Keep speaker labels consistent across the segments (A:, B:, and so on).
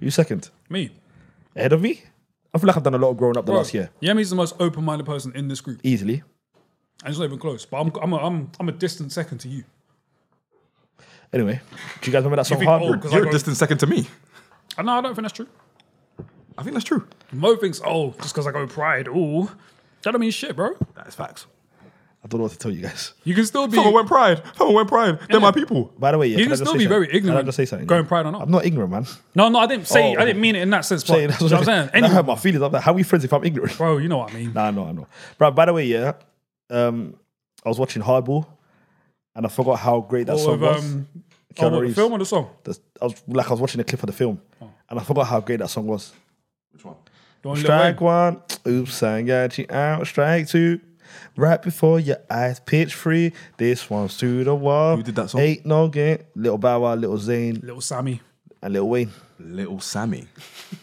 A: You second.
B: Me.
A: Ahead of me? I feel like I've done a lot of growing up the
B: Bro,
A: last year.
B: Yemi's the most open-minded person in this group.
A: Easily.
B: And it's not even close. But I'm, I'm, a, I'm, I'm a distant second to you.
A: Anyway, do you guys remember that song
B: think-
A: Heartbreak?
B: oh, 'cause I
C: You're a
B: got-
C: distant second to me.
B: Uh, No, I don't think that's true.
C: I think that's true.
B: Mo thinks, oh, just because I go pride, ooh, that don't mean shit, bro.
C: That's facts.
A: I don't know what to tell you guys.
B: You can still be,
C: Someone went pride. Someone went pride. They're my people.
A: By the way, yeah,
B: you
A: can I
B: can
A: just
B: still
A: say
B: be
A: something?
B: very ignorant.
A: Can I just say something?
B: Going pride or not?
A: I'm not ignorant, man.
B: no, no, I didn't say,
A: Oh,
B: I didn't mean it in that sense. But,
A: Saying that's
B: you know what I'm saying.
A: And I
B: Anyway,
A: hurt my feelings. I'm like, how are we friends if I'm ignorant?
B: bro, you know what I mean.
A: Nah, no, I know. Bro, by the way, yeah, um, I was watching Hardball, and I forgot how great that
B: Oh,
A: song
B: with,
A: was.
B: um,
A: Keanu
B: oh, what, the
A: Reeves.
B: film Oh. or the song?
A: The- I was like, I was watching a clip of the film, and I forgot how great that song was.
C: Which one?
B: The one Lil
A: Strike
B: Wayne.
A: one, oops, I got you out. Strike two, right before your eyes, pitch free. This one's to the wall.
C: Who did that song?
A: Ain't no game. Little Bow Wow, Little Zayn,
B: Little Sammy.
A: and Little Wayne.
C: Little Sammy.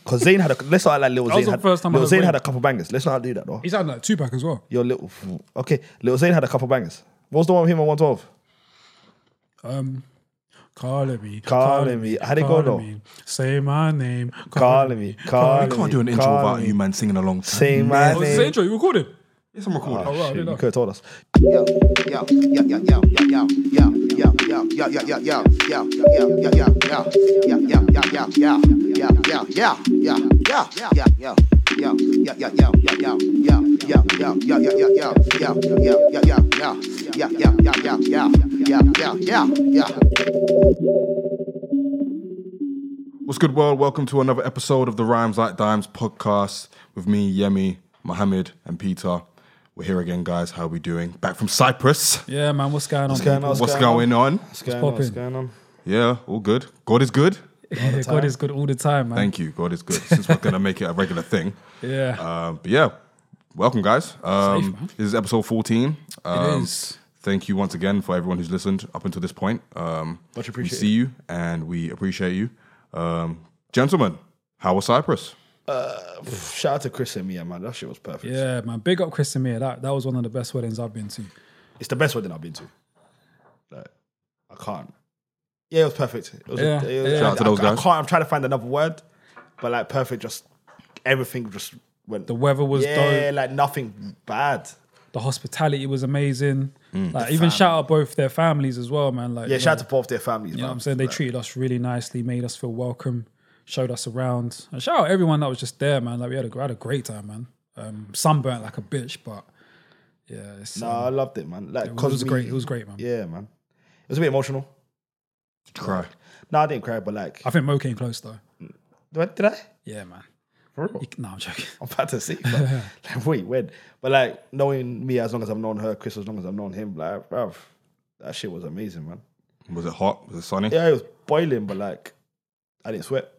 A: Because Zayn had a let's not act like Little
B: That was
A: Zayn
B: the
A: had,
B: first time I
A: Lil
B: heard
A: Zayn had a
B: Wayne.
A: couple bangers. Let's not do that though.
B: He's had like two pack as well.
A: Your little okay, Little Zayn had a couple bangers. What was the one with him on 112?
B: Um, calling me,
A: Calling me. How'd it go,
B: calling
A: though?
B: me. Say my name,
A: Calling me, calling
C: You can't do an intro without you, man, singing along.
A: Say my
B: Oh, this is the
A: name.
B: intro. You recorded?
C: It's on recording.
B: Oh, right,
A: Shit,
B: I
A: you
B: didn't know.
A: could have told us.
D: yo, yo, yo, yo, yo, yo, yo, yo, yo, yo, yo, yo, yo, yo, yo, yo, yo, yo, yo, yo, yo, yo, yo, yo, yo, yo, yo, yo, yo, yo. Yo, yo, yo, yo, yo, yo, yo, yo, yo, yo, yo, yo, yo, yo, yo, yo, yo, yo, yo, yo, yo, yo, yo, yo, yo, yo, yo.
C: What's good, world? Welcome to another episode of the Rhymes Like Dimes podcast with me, Yemi, Mohammed, and Peter. We're here again, guys. How are we doing? Back from Cyprus.
B: Yeah, man. What's going on?
A: What's going on?
C: What's going on?
A: What's going on? What's
B: poppin'?
A: going on?
C: Yeah, all good. God is good.
B: God is good all the time, man.
C: Thank you. God is good. Since we're gonna make it a regular thing.
B: yeah,
C: Um, but yeah, welcome, guys. Um,
B: Safe, man.
C: this is episode 14. Um,
B: is.
C: Thank you once again for everyone who's listened up until this point. Um,
A: Much
C: We
A: appreciated.
C: see you and we appreciate you, um, gentlemen. How was Cyprus?
A: Uh, Shout out to Chris and Mia, man. That shit was perfect.
B: yeah, man. Big up Chris and Mia. That that was one of the best weddings I've been to.
A: It's the best wedding I've been to. Like, I can't. Yeah, it was perfect. It was a-
B: Yeah,
A: it was-
B: yeah.
C: Shout out to
A: I-
C: those
A: I
C: guys.
A: can't. I'm trying to find another word, but like perfect. Just everything just went.
B: The weather was
A: yeah,
B: dope.
A: like nothing bad.
B: The hospitality was amazing.
C: Mm.
B: Like even shout out both their families as well, man. Like
A: Yeah,
B: you
A: shout out
B: know,
A: to both their families,
B: You know
A: man.
B: what I'm saying? They treated us really nicely, made us feel welcome, showed us around. And shout out everyone that was just there, man. Like we had a, had a great time, man. Um, sunburnt like a bitch, but yeah, it's,
A: No, I loved it, man. Like,
B: it
A: cause
B: was
A: we-
B: great. It was great, man.
A: Yeah, man. It was a bit emotional.
C: Cry.
A: No, I didn't cry, but like,
B: I think Mo came close though.
A: What did I?
B: Yeah, man.
A: For real?
B: You- No, I'm joking.
A: I'm about to see. But, like, wait, when? But like, knowing me as long as I've known her, Chris as long as I've known him, like, bruv, that shit was amazing, man.
C: Was it hot? Was it sunny?
A: Yeah, it was boiling, but like, I didn't sweat.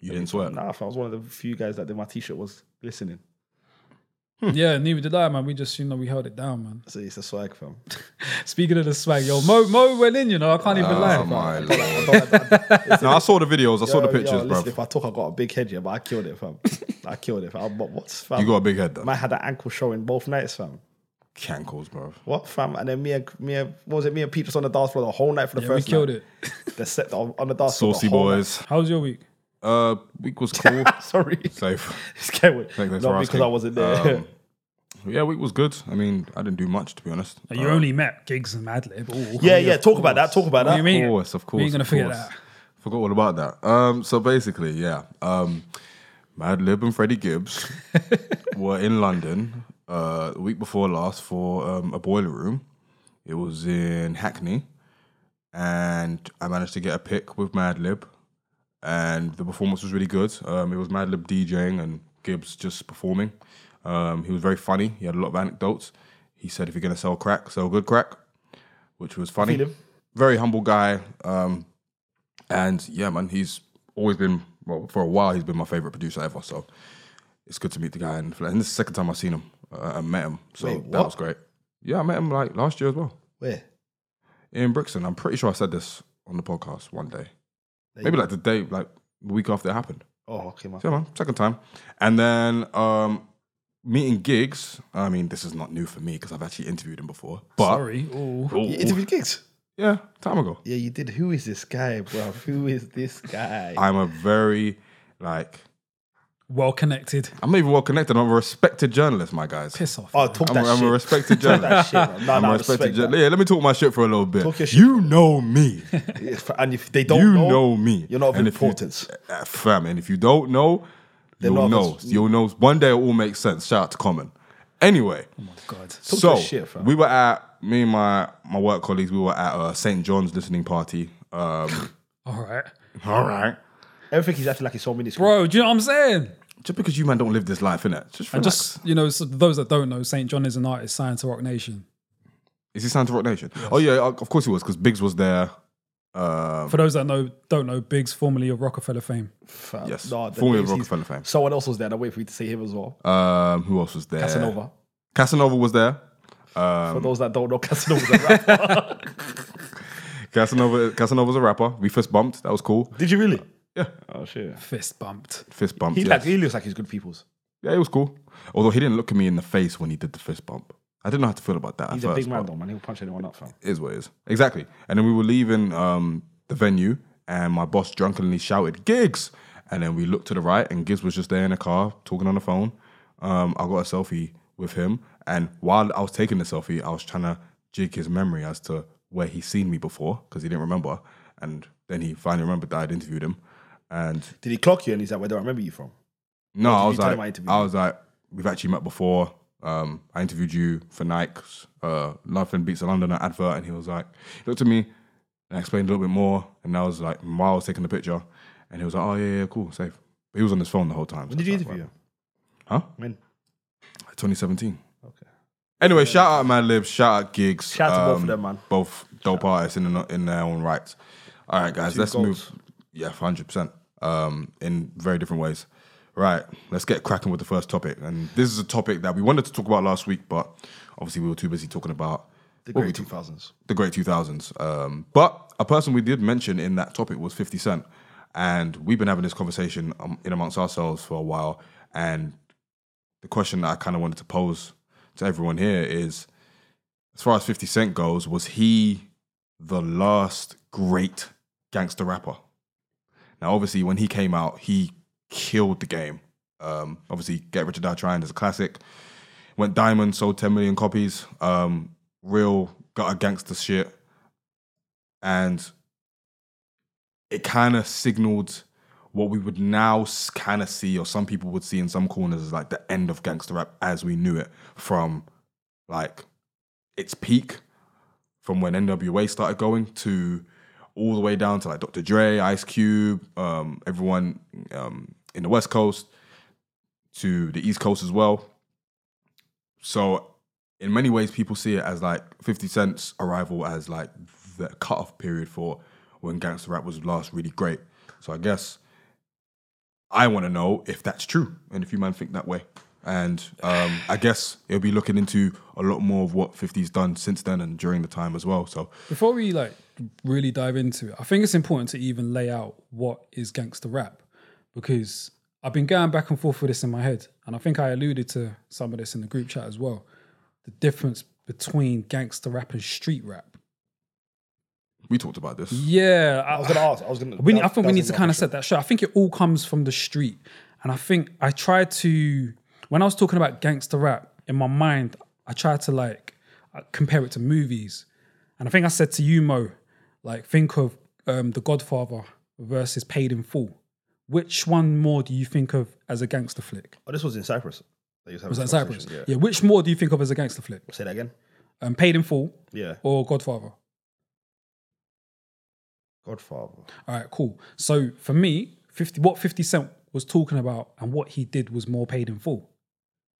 C: You didn't sweat.
A: Nah, I was one of the few guys that did my t-shirt was glistening.
B: yeah, neither did I, man. We just, you know, we held it down, man.
A: So it's a swag, fam.
B: Speaking of the swag, yo, Mo, Mo went in, you know. I can't even
C: Oh
B: lie.
C: my
A: I
C: lord.
A: don't- I don't-
C: No, I saw the videos. I saw the
A: yo, yo,
C: pictures,
A: listen,
C: bro.
A: If I talk, I got a big head, yeah, but I killed it, fam. I killed it, fam. But what's fam?
C: You got a big head though.
A: Man had an ankle showing both nights, fam.
C: Cankles, bro.
A: What, fam? And then me and me, and, what was it? Me and Pete was on the dance floor the whole night for the
B: Yeah, we
A: first.
B: killed
A: night.
B: it.
A: The set on, on the dance floor. the
C: Saucy
A: whole night.
C: boys.
B: How was your week?
C: Uh, week was cool.
A: Sorry.
C: Safe.
A: Scared with.
C: Thank-
A: Not
C: thanks
A: because
C: for asking.
A: I wasn't there.
C: Um, Yeah, week was good. I mean, I didn't do much to be honest.
B: Like, you only met gigs and Madlib. Ooh.
A: yeah, yeah. Talk about that. Talk about
B: What do you
A: that.
B: mean?
C: Of course, of course.
B: We ain't gonna
C: of
B: forget
C: course.
B: that.
C: Forgot all about that. Um, so basically, yeah, um, Madlib and Freddie Gibbs were in London uh, the week before last for um, a boiler room. It was in Hackney, and I managed to get a pic with Madlib, and the performance was really good. Um, it was Madlib DJing and Gibbs just performing. Um, he was very funny. He had a lot of anecdotes. He said, "If you're gonna sell crack, sell good crack," which was funny.
A: Feel him.
C: Very humble guy. Um, and yeah, man, he's always been well for a while. He's been my favorite producer ever. So it's good to meet the guy. And, and this is the second time I've seen him. Uh, I met him, so
A: Wait,
C: that
A: what?
C: was great. Yeah, I met him like last year as well
A: Where?
C: in Brixton. I'm pretty sure I said this on the podcast one day,
A: There
C: maybe
A: you-
C: like the day, like the week after it happened.
A: Oh, okay, man.
C: So yeah, man, second time, and then um, meeting gigs. I mean, this is not new for me because I've actually interviewed him before. But
B: Sorry. Ooh.
C: Ooh.
A: You interviewed gigs.
C: Yeah, time ago.
A: Yeah, you did. Who is this guy, bro? Who is this guy?
C: I'm a very like
B: Well connected.
C: I'm not even well connected. I'm a respected journalist, my guys.
B: Piss off.
A: oh, talk
C: I'm,
A: that
C: a, I'm
A: shit.
C: a respected
A: Talk that
C: journalist.
A: shit. bro. No,
C: I'm
A: no,
C: a
A: I
C: respected
A: respect
C: journalist.
A: that.
C: Yeah, let me talk my shit for a little bit.
A: Talk your shit.
C: You know me.
A: If- And if they don't
C: you
A: know,
C: know me.
A: you're not of
C: And if you-
A: importance.
C: uh, fam. And if you don't know, you'll
A: not
C: know.
A: of-
C: You'll know. One day it all makes sense. Shout out to Common. Anyway,
B: God.
C: so
A: your shit, fam.
C: we were at me and my my work colleagues. We were at a St John's listening party. Um,
B: All right.
C: all right.
A: Everything is acting like it's so minuscule.
B: Bro, do you know what I'm saying?
C: Just because you man don't live this life, innit? Just
B: And
C: relax.
B: just, you know, so those that don't know, St. John is an artist signed to Rock Nation.
C: Is he signed to Rock Nation? Oh yeah, of course he was because Biggs was there. Um,
B: For those that know, don't know, Biggs, formerly of Rockefeller fame.
A: Fam.
C: Yes.
A: the
C: Formerly of
A: BBC
C: Rockefeller fame.
A: Someone else was there. I wait for you to see him as well.
C: um, who else was there?
A: Casanova.
C: Casanova was there.
A: For those that don't know, Casanova's a rapper.
C: Casanova. Casanova's a rapper. We fist bumped. That was cool.
A: Did you really?
C: Yeah,
A: Oh shit.
B: Fist bumped.
C: fist bumped.
A: He
C: yes.
A: like he looks like he's good people's.
C: yeah, it was cool. Although he didn't look at me in the face when he did the fist bump. I didn't know how to feel about that. at
A: He's a
C: first,
A: big man
C: but
A: though, man. He'll punch anyone up, fam.
C: it Is what it is. Exactly. And then we were leaving um, the venue, and my boss drunkenly shouted, "Gigs!" And then we looked to the right, and Gigs was just there in a car talking on the phone. Um, I got a selfie with him, and while I was taking the selfie, I was trying to jig his memory as to where he's seen me before because he didn't remember. And then he finally remembered that I'd interviewed him, and
A: Did he clock you and he's like, where do I remember you from?
C: no, I was
A: you tell
C: like,
A: him I interviewed
C: I was like, we've actually met before. Um, I interviewed you for Nike's uh, Nothing Beats the Londoner advert, and he was like, he looked at me and I explained a little bit more, and I was like, while I was taking the picture, and he was like, oh yeah, yeah, cool, safe. But he was on his phone the whole time.
A: When did you interview him?
C: Huh?
A: When?
C: 2017.
A: Okay.
C: Anyway, shout out Mad Libs, shout out Gigs.
A: Shout out to both of them, man.
C: Both dope artists in, in their own rights. All right, guys, let's
A: goals.
C: move. Yeah, 100%. Um, in very different ways. Right, let's get cracking with the first topic. And this is a topic that we wanted to talk about last week, but obviously we were too busy talking about
A: The
C: what we
A: great
C: talk-
A: 2000s.
C: the great 2000s. Um, but a person we did mention in that topic was 50 Cent. And we've been having this conversation um, in amongst ourselves for a while. And the question that I kind of wanted to pose to everyone here is as far as 50 Cent goes, was he the last great gangster rapper? Now, obviously, when he came out, he killed the game. Um, obviously, Get Rich or Die Trying is a classic. Went diamond, sold 10 million copies. Um, real gutter gangster shit. And it kind of signaled what we would now kind of see, or some people would see in some corners, as like the end of gangster rap as we knew it from like its peak from when NWA started going to all the way down to like Dr. Dre, Ice Cube, um, everyone um, in the West Coast to the East Coast as well. So, in many ways, people see it as like 50 Cent's arrival as like the cutoff period for when gangster rap was last really great. So, I guess I want to know if that's true and if you man think that way. And um, I guess it'll be looking into a lot more of what 50's done since then and during the time as well. So,
B: Before we like really dive into it, I think it's important to even lay out what is gangster rap because I've been going back and forth with this in my head, and I think I alluded to some of this in the group chat as well. The difference between gangster rap and street rap.
C: we talked about this.
B: Yeah,
A: I
B: I,
A: was gonna ask. I was gonna.
B: we, need-
A: that-
B: I think
A: that
B: we
A: was
B: need to
A: another
B: kind of
A: question.
B: set that straight. I think it all comes from the street, and I think I tried to when I was talking about gangster rap in my mind, I tried to like uh, compare it to movies, and I think I said to you, Mo, like think of um, The Godfather versus Paid in Full. Which one more do you think of as a gangster flick?
A: Oh, this was in Cyprus. They used to have
B: Was
A: this
B: that Cyprus?
A: conversation,
B: yeah. Which more do you think of as a gangster flick?
A: Yeah. Say that again.
B: Um, Paid in Full
A: Yeah.
B: or Godfather?
A: Godfather.
B: All right, cool. So for me, 50, what 50 Cent was talking about and what he did was more paid in full.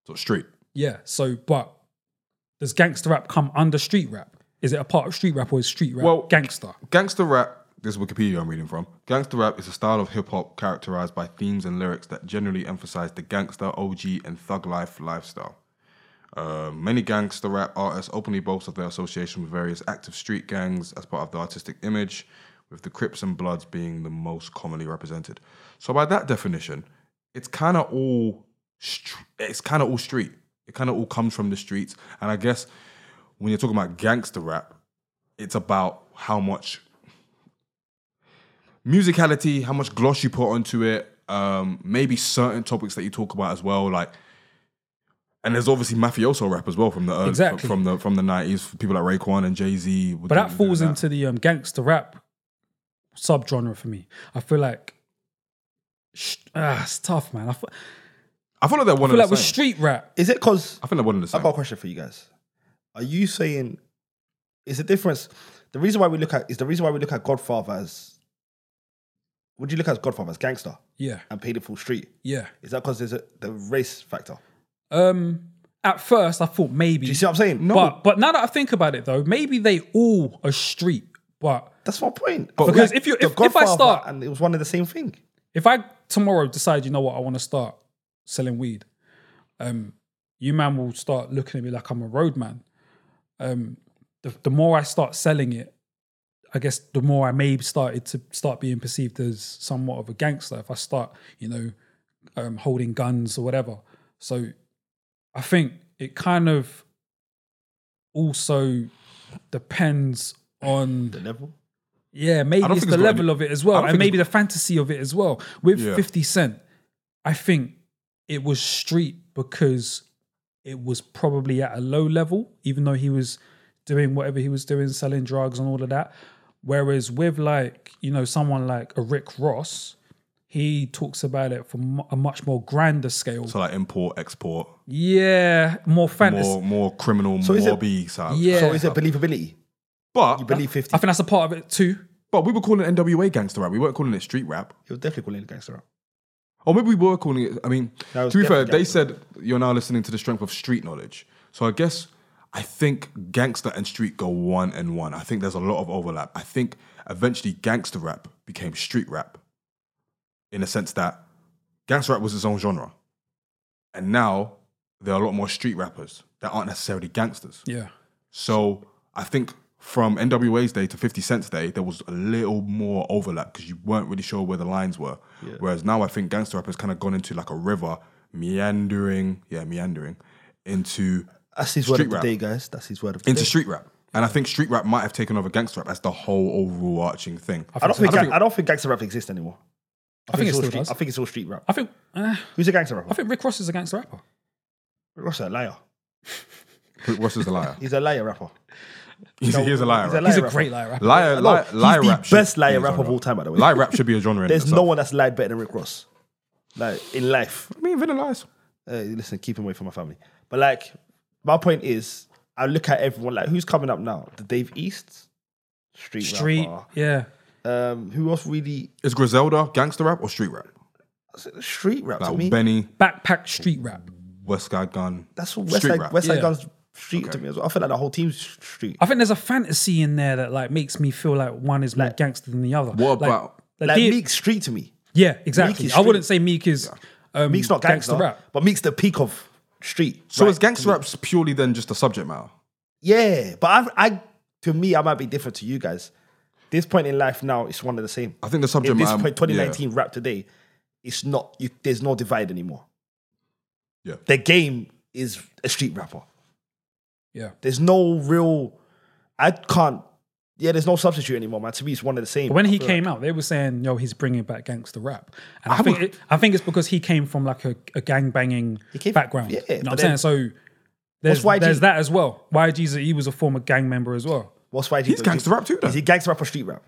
C: So, street.
B: Yeah. So, but does gangster rap come under street rap? Is it a part of street rap or is street rap
C: Well,
B: gangster?
C: Gangster rap, this is Wikipedia I'm reading from. Gangster rap is a style of hip hop characterized by themes and lyrics that generally emphasize the gangster, OG, and thug life lifestyle. Uh, many gangster rap artists openly boast of their association with various active street gangs as part of the artistic image, with the Crips and Bloods being the most commonly represented. So, by that definition, it's kind of all str- it's kind of all street. It kind of all comes from the streets, and I guess when you're talking about gangster rap, it's about how much musicality, how much gloss you put onto it, um, maybe certain topics that you talk about as well, like. And there's obviously mafioso rap as well from the early,
B: Exactly.
C: from the from the nineties. People like Raekwon and Jay Z.
B: But that falls into the um, gangster rap subgenre for me. I feel like sh- ah, it's tough, man. I fe-
C: I feel like they're one
B: feel
C: of
B: like
C: the
B: with
C: same.
B: street rap,
A: Is it because
C: I think they're one of the
A: I've got
C: same.
A: a question for you guys. Are you saying is the difference the reason why we look at is the reason why we look at Godfather as would you look at Godfather as gangster
B: yeah,
A: and Painful Street?
B: yeah.
A: Is that because there's a, the race factor?
B: Um, at first, I thought maybe,
A: Do you see what I'm saying? No,
B: but but now that I think about it, though, maybe they all are street. But
A: that's my point.
B: Because if you-
A: The
B: if- if I
A: Godfather
B: start-
A: and it was one of the same thing,
B: if I tomorrow decide, you know what, I want to start selling weed, um, you man will start looking at me like I'm a roadman. Um, the, the more I start selling it, I guess the more I maybe started to start being perceived as somewhat of a gangster if I start, you know, um, holding guns or whatever. So I think it kind of also depends on
A: the level.
B: yeah, maybe
C: don't
B: it's
C: think
B: the
C: it's got
B: level
C: any-
B: of it as
C: I
B: well,
C: don't
B: and
C: think
B: maybe the fantasy of it as well. With
C: Yeah.
B: 50 Cent, I think it was street because it was probably at a low level, even though he was doing whatever he was doing, selling drugs and all of that. Whereas with like, you know, someone like a Rick Ross, he talks about it from mu- a much more grander scale.
C: So like import, export,
B: yeah, more fantasy.
C: more more criminal,
A: So is it-
C: more B side.
B: Yeah.
A: So is it believability?
C: But
A: You believe 50?
B: I think that's a part of it too.
C: but we were calling it NWA gangster rap. We weren't calling it street rap.
A: You're definitely calling it gangster rap.
C: Or maybe we were calling it. I mean,
A: No, it
C: to
A: was
C: be fair,
A: definitely
C: they said you're now listening to the strength of street knowledge. So I guess I think gangster and street go one and one. I think there's a lot of overlap. I think eventually gangster rap became street rap, in a sense that gangster rap was its own genre, and now there are a lot more street rappers that aren't necessarily gangsters.
B: Yeah.
C: So I think from NWA's day to 50 Cent's day, there was a little more overlap because you weren't really sure where the lines were. Whereas now I think gangster rap has kind of gone into like a river, meandering, yeah, meandering, into
A: That's his word
C: Street
A: of the
C: rap.
A: day, guys. That's his word of the
C: into
A: day.
C: street rap. And I think street rap might have taken over gangster rap as the whole overall arching thing.
A: I don't think
C: I
A: I,
C: don't think-
A: don't think gangster rap exists anymore. I,
B: think it
A: it's all
B: still
A: street,
B: does.
A: I think it's all street rap.
B: I think eh,
A: Who's a gangster rapper?
B: I think Rick Ross is a gangster rapper.
A: Ross is a liar.
C: Rick Ross is a liar.
A: He's a liar rapper.
C: He's, he is a liar.
A: He's a
C: rapper.
A: liar
B: He's a
A: rapper.
B: great liar rapper.
C: Liar,
A: No,
C: liar,
A: he's
C: liar
A: the
C: rap. should
A: best liar
C: be a
A: rapper of
C: genre.
A: all time, by the way.
C: Liar rap should be a genre. in
A: There's no
C: itself.
A: one that's lied better than Rick Ross. Like in life,
C: I mean, Vanilla Ice.
A: uh, listen, keep him away from my family. But like, my point is, I look at everyone like who's coming up now. The Dave East, street,
B: Street,
A: rapper.
B: yeah.
A: Um, who else really
C: Is Griselda gangster rap or street rap?
A: street rap to me?
C: Like Benny,
B: Backpack street rap.
C: West Side Gun.
A: That's what West
C: Street
A: Side,
C: rap.
A: West Side
B: Yeah. Uh,
A: Guns street to me as well. I feel like the whole team's street.
B: I think there's a fantasy in there that like makes me feel like one is more gangster than the other.
C: What
B: Like-
C: about-
B: like
A: Like
B: the-
A: Meek's street to me.
B: Yeah, exactly.
A: is
B: I wouldn't say Meek is um,
A: Meek's not gangster,
B: rap.
A: but Meek's the peak of street.
C: So
A: rap
C: is gangster rap purely then just a subject matter?
A: Yeah, but I, I, to me, I might be different to you guys. This point in life now, it's one of the same.
C: I think the subject
A: In this
C: matter.
A: point, 2019 rap today, it's not. You, there's no divide anymore.
C: Yeah.
A: the game is a street rapper.
B: Yeah.
A: There's no real. I can't. Yeah, there's no substitute anymore, man. To me, it's one of the same.
B: But when he came out, they were saying, "Yo, he's bringing back gangster rap," and I,
C: I
B: think
C: would-
B: it, I think it's because he came from like a, a gang banging
A: came-
B: background.
A: yeah,
B: you
A: but
B: know what I'm saying? So there's,
A: What's YG?
B: there's that as well. YG's he was a former gang member as well.
A: What's YG?
C: He's gangster rap too, though.
A: Is he gangster rap or street rap?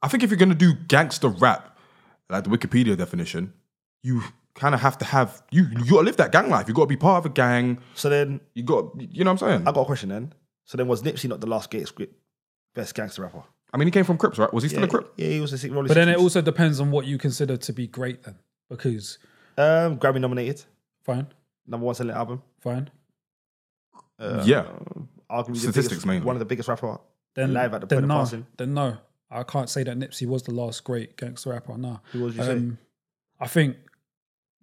C: I think if you're gonna do gangster rap, like the Wikipedia definition, you kind of have to have you. You gotta live that gang life. You gotta be part of a gang.
A: So then,
C: You got. You know what I'm saying?
A: I got a question. Then, so then, was Nipsey not the last Gates grip best gangster rapper?
C: I mean, he came from Crips, right? Was he still
A: Yeah,
C: a Crip?
A: yeah, he was a Rolling
B: But then it
A: 60s.
B: also depends on what you consider to be great, then because
A: um, Grammy nominated,
B: fine,
A: number one selling album.
B: fine.
C: yeah.
A: Uh, arguably the
C: Statistics
A: biggest,
C: mainly.
A: one of the biggest rapper
B: then,
A: alive at the
B: then
A: point
B: no,
A: of passing.
B: Then no, I can't say that Nipsey was the last great gangster rapper. No,
A: Who would you
B: I think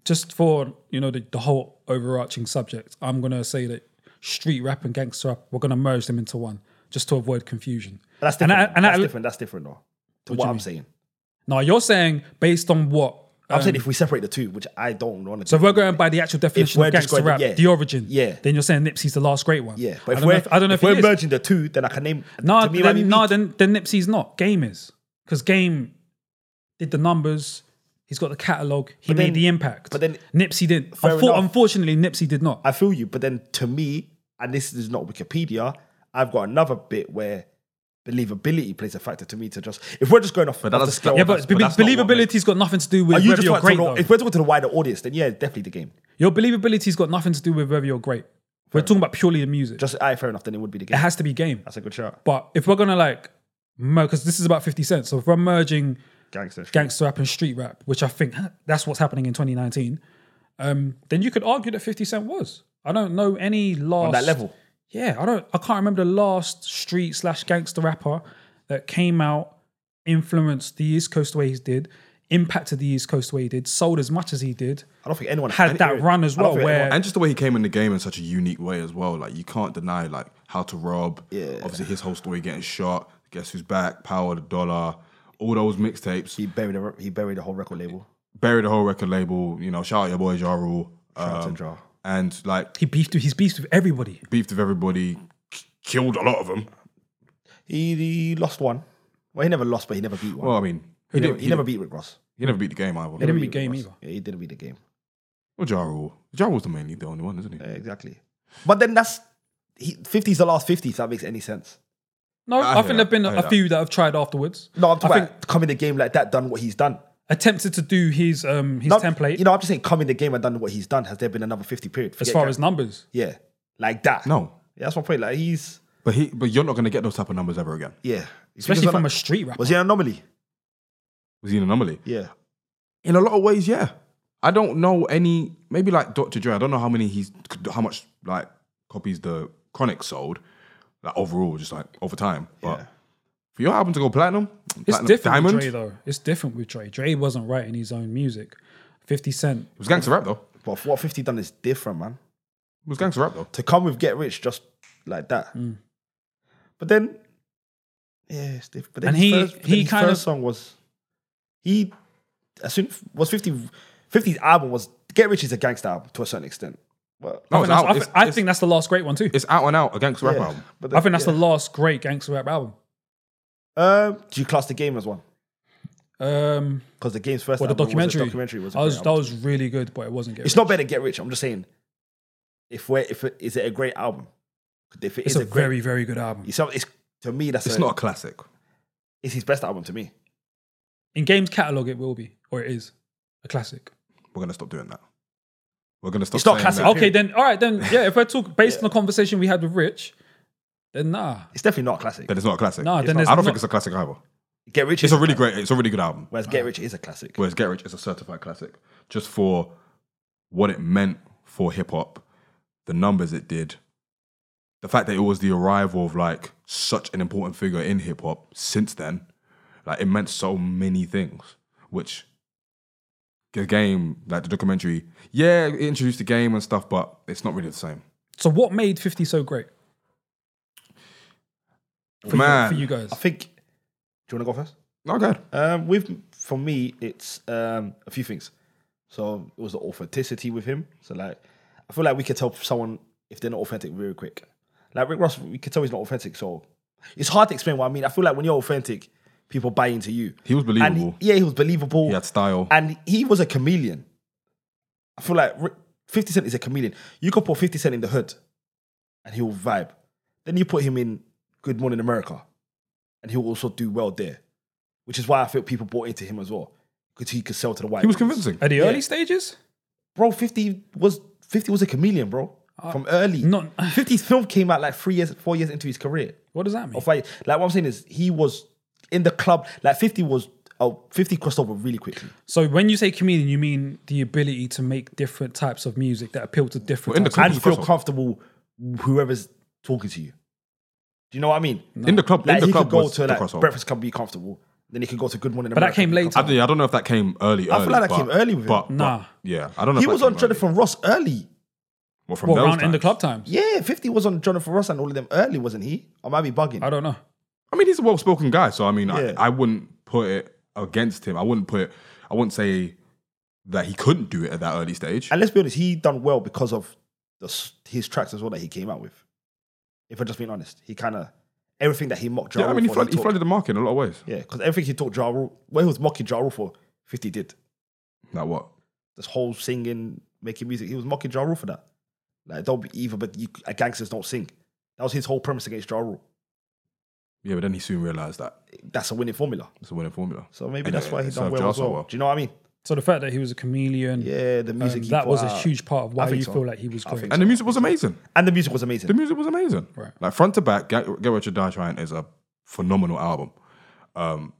B: just for you know the, the whole overarching subject, I'm gonna say that street rap and gangster rap, we're gonna merge them into one just to avoid confusion.
A: But that's
B: And
A: different.
B: I- and
A: that's
B: I- Um,
A: different. That's different though. To what, I'm saying.
B: Now you're saying based on what um,
A: I'm saying if we separate the two, which I don't want to.
B: So if we're going by the actual definition
A: we're
B: of
A: just
B: gangster
A: going-
B: rap,
A: yeah.
B: the origin.
A: Yeah.
B: Then you're saying Nipsey's the last great one.
A: yeah,
B: I
A: but if
B: don't know
A: we're
B: if, I don't know if,
A: if, we're
B: he is.
A: merging the two, then I can name.
B: No,
A: to me, I
B: then,
A: mean,
B: no,
A: we-
B: then, then Nipsey's not. Game is. Because Game did the numbers. He's got the catalogue. He
A: But
B: made
A: then-
B: the impact.
A: but then-
B: Nipsey didn't.
A: Fair
B: Unfor-
A: enough.
B: unfortunately, Nipsey did not.
A: I feel you, but then to me, and this is not Wikipedia, I've got another bit where believability plays a factor to me to just if we're just going off.
C: But that
A: off the
C: doesn't-
A: scale,
B: yeah,
A: of
B: but,
A: us-
B: be-
C: but that's not what makes-
B: believability's got nothing to do
A: Are
B: with
A: you
B: whether
A: just
B: you're
A: like to
B: great.
A: know,
B: though.
A: if we're talking to the wider audience, then yeah, it's definitely the game.
B: Your believability's got nothing to do with whether you're great. We're talking about purely the music.
A: Just aye, fair enough. Then it would be the
B: it
A: game.
B: has to be game.
A: That's a good shot,
B: But if we're gonna like, because this is about fifty cent, so if we're merging
A: gangster. shit.
B: gangster rap and street rap, which I think that's what's happening in 2019, um, then you could argue that Fifty Cent was. I don't know any last
A: On that level,
B: Yeah, I don't. I can't remember the last street slash gangster rapper that came out, influenced the East Coast the way he did, impacted the East Coast the way he did, sold as much as he did.
A: I don't think anyone
B: Had
A: any-
B: that run as
A: I don't
B: well
A: think
B: where-
A: anyone-
C: And just the way he came in the game in such a unique way as well. Like you can't deny like how to rob.
A: Yeah.
C: Obviously his whole story getting shot. Guess who's back? Power the dollar. All those mixtapes.
A: he buried a, he buried the whole record label.
C: Buried the whole record label. You know, shout out your boy Ja Rule.
A: Shout out to
C: Um,
A: Ja.
C: And like
B: He beefed. He's beefed with everybody.
C: beefed with everybody. k- Killed a lot of them.
A: He, he lost one. Well, he never lost, but he never beat one.
C: Well, I mean,
A: he,
C: he,
A: never,
C: did,
A: he never beat Rick Ross.
C: he never beat the game either.
A: He
B: didn't
A: Rick
B: beat game
A: Ross.
B: either.
A: Yeah, he didn't beat the game.
C: Well, Ja Rule. Ja Rule's the mainly the only one, isn't he?
A: Yeah, exactly. But then that's he, 50's the last 50, if that makes any sense.
B: No,
C: I
B: I,
C: hear
B: think
C: that.
B: there've been
C: I
B: a,
C: hear
B: few that have tried afterwards.
A: No, I'm talking
B: I
A: about coming the game like that, done what he's done.
B: attempted to do his um his
A: No,
B: template
A: You know, I'm just saying coming the game and done what he's done. Has there been another 50 period?
B: as
A: Forget
B: far
A: Gary.
B: as numbers.
A: Yeah. Like that.
C: No.
A: Yeah, that's my point. Like he's
C: But he, but you're not going to get those type of numbers ever again.
A: yeah.
B: Especially
A: Because
B: from
A: I'm-
B: a street rapper.
A: Was he an anomaly?
C: Was he an anomaly?
A: Yeah.
C: In a lot of ways, yeah. I don't know any. Maybe like Dr. Dre. I don't know how many he's, how much like copies the Chronic sold, like overall, just like over time. But
A: Yeah.
C: for your album to go platinum,
B: It's
C: platinum
B: different
C: diamond,
B: with Dre
C: it
B: though. It's different with Dre. Dre wasn't writing his own music. Fifty Cent.
C: was gangster rap though. It
A: But what 50 done is different, man.
C: was gangster rap though.
A: To come with get rich just like that.
B: Hmm.
A: But then yeah, it's different. But then
B: And
A: his
B: he-
A: first, but then
B: he
A: his
B: kind
A: first
B: of-
A: song was he as soon was 50 50's album was Get Rich is a gangster album to a certain extent. But
C: No,
B: I, think
C: it's
B: that's,
C: out.
B: I, thi-
C: It's,
B: I
C: it's-
B: think that's the last great one too.
C: it's out and out a gangster rap
A: Yeah,
C: album.
A: But
B: I think that's
A: yeah.
B: the last great gangster rap album.
A: Um, do you class the game as one?
B: Um,
A: Because the game's first
B: well, the
A: album
B: documentary.
A: was a documentary. Was a
B: I was,
A: great
B: that
A: album.
B: was really good, but it wasn't good.
A: it's not better than Get Rich. I'm just saying, if we're if it, is it a great album? 'Cause If it
B: It's
A: is
B: a
A: great,
B: very, very good album.
A: it's, some- it's to me that's
C: It's
A: a,
C: not a classic.
A: It's his best album to me.
B: In Game's catalog, it will be or it is a classic.
C: We're gonna stop doing that. We're gonna stop.
A: It's not
C: saying
A: classic.
C: that.
B: Okay, then all right, then yeah. If I talk based on the conversation we had with Rich, then nah,
A: It's definitely not a classic.
C: Then it's not a classic.
B: nah. Then
A: not-
B: there's
C: I don't
B: not-
C: think it's a classic either.
A: Get Rich.
C: It's
A: is
C: a really great. It's a really good album.
A: Whereas Get Rich is a classic.
C: Whereas Get Rich is a certified classic, just for what it meant for hip hop, the numbers it did, the fact that it was the arrival of like such an important figure in hip hop since then, like it meant so many things, which the game, like the documentary, yeah, it introduced the game and stuff, but it's not really the same.
B: So what made 50 so great? For
C: Man.
B: You, for you guys.
A: I think. Do you want to go first?
C: No, go ahead.
A: Um, with for me, it's um, a few things. So it was the authenticity with him. So like, I feel like we could tell someone if they're not authentic very quick. Like Rick Ross, we could tell he's not authentic. So it's hard to explain what I mean. I feel like when you're authentic, people buy into you.
C: He was
A: And
C: believable.
A: he- yeah, he was believable.
C: He had style.
A: and he was a chameleon. I feel like Rick- 50 Cent is a chameleon. You could put 50 Cent in the hood and he'll vibe. Then you put him in Good Morning America and he'll also do well there, which is why I feel people bought into him as well because he could sell to the white.
C: He was
A: audience.
C: convincing.
B: At the
A: Yeah.
B: early stages?
A: Bro, 50 was 50 was a chameleon, bro. From early.
B: Uh, not-
A: 50's film came out like three years, four years into his career.
B: What does that mean?
A: Or five, like what I'm saying is he was in the club, like 50 was, oh, 50 crossed over really quickly.
B: So when you say comedian, you mean the ability to make different types of music that appeal to different
C: in the
B: types of
C: club-
A: and
C: Who's
A: feel
C: crossover?
A: comfortable whoever's talking to you. Do you know what I mean?
C: In the club,
A: Like
C: in the
A: he
C: club
A: could go
C: was
A: to
C: the
A: like
C: crossover.
A: breakfast club, be comfortable. Then he could go to Good Morning
B: that
A: America.
B: came
A: be
B: later.
A: comfortable.
C: I don't, I don't know if that came early. I
A: feel like that came early with him.
C: But, but-
B: Nah.
C: yeah, I don't know.
A: He
C: if that
A: was
C: came
A: on
C: early.
A: Jonathan Ross early.
C: Well, from
B: What,
C: those
B: around in the club
C: times.
B: times?
A: Yeah, Fifty was on Jonathan Ross and all of them early, wasn't he? I might be bugging.
B: I don't know.
C: I mean, he's a well-spoken guy, so I mean,
A: Yeah.
C: I, I wouldn't put it against him. I wouldn't put, I wouldn't say that he couldn't do it at that early stage.
A: And let's be honest, he done well because of the, s- his tracks as well that he came out with. If I'm just being honest, he kind of everything that he mocked. Ja
C: yeah, I
A: Rule
C: mean, he
A: for,
C: flooded, he
A: talked-
C: flooded the market in a lot of ways.
A: Yeah, because everything he talked Ja Rule, well, he was mocking Ja Rule for 50 did.
C: Like what?
A: This whole singing, making music, he was mocking Ja Rule for that. Like, don't be evil, but you, uh, gangsters don't sing. That was his whole premise against Ja Rule.
C: Yeah, but then he soon realized that
A: That's a winning formula.
C: it's a winning formula.
A: So maybe
C: And
A: that's
C: it-
A: why he
C: it
A: done
C: served
A: well
C: Ja
A: as
C: so
A: well.
C: well.
A: Do you know what I mean?
B: So the fact that he was a chameleon,
A: Yeah, the
B: um,
A: music. he
B: that was
A: put
B: a
A: out.
B: huge part of
A: I
B: why
A: think
B: you
A: so.
B: feel like he was
A: I think
B: going.
A: so.
C: And the music was amazing.
A: And the music was amazing.
C: The music was amazing.
B: Right.
C: Like front to back, Get, Get Rich or Die Trying is a phenomenal album. Um,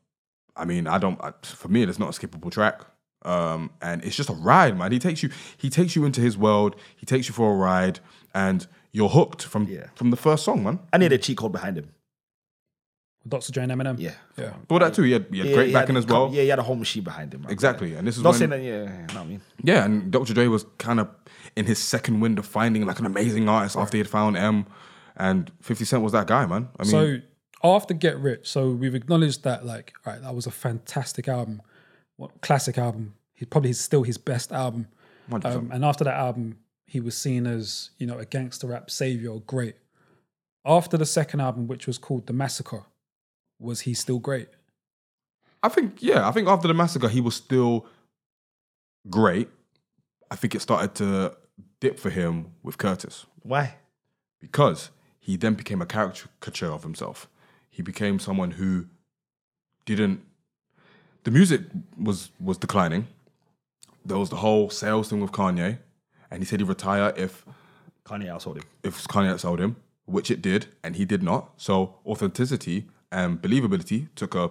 C: I mean, I don't. I, for me, it's not a skippable track. Um, and it's just a ride, man. He takes you. He takes you into his world. He takes you for a ride, and you're hooked from
A: Yeah.
C: from the first song, man.
A: and he had a cheat code behind him.
B: Dr. Dre and Eminem.
A: Yeah.
B: yeah.
C: Well, that too. He had, he had
A: Yeah,
C: great
A: he had
C: backing
A: a
C: as
A: couple-
C: well.
A: Yeah, he had a whole machine behind him. man.
C: Exactly. And this is
A: Not
C: when
A: saying that, yeah, yeah, yeah, you know what I mean?
C: Yeah, and Dr. Dre was kind of in his second wind of finding like an amazing artist after he had found M, and 50 Cent was that guy, man. I mean,
B: So after Get Rich, so we've acknowledged that like, all right, that was a fantastic album, what classic album. He probably is still his best album. Um, and after that album, he was seen as you know a gangster rap savior, or great. After the second album, which was called The Massacre, was he still great?
C: I think, yeah, I think after the massacre, he was still great. I think it started to dip for him with Curtis
A: Why?
C: because he then became a caricature of himself. He became someone who didn't. The music was was declining. There was the whole sales thing with Kanye, and he said he'd retire if
A: Kanye outsold him.
C: if Kanye outsold him, which it did, and he did not. So authenticity and believability took a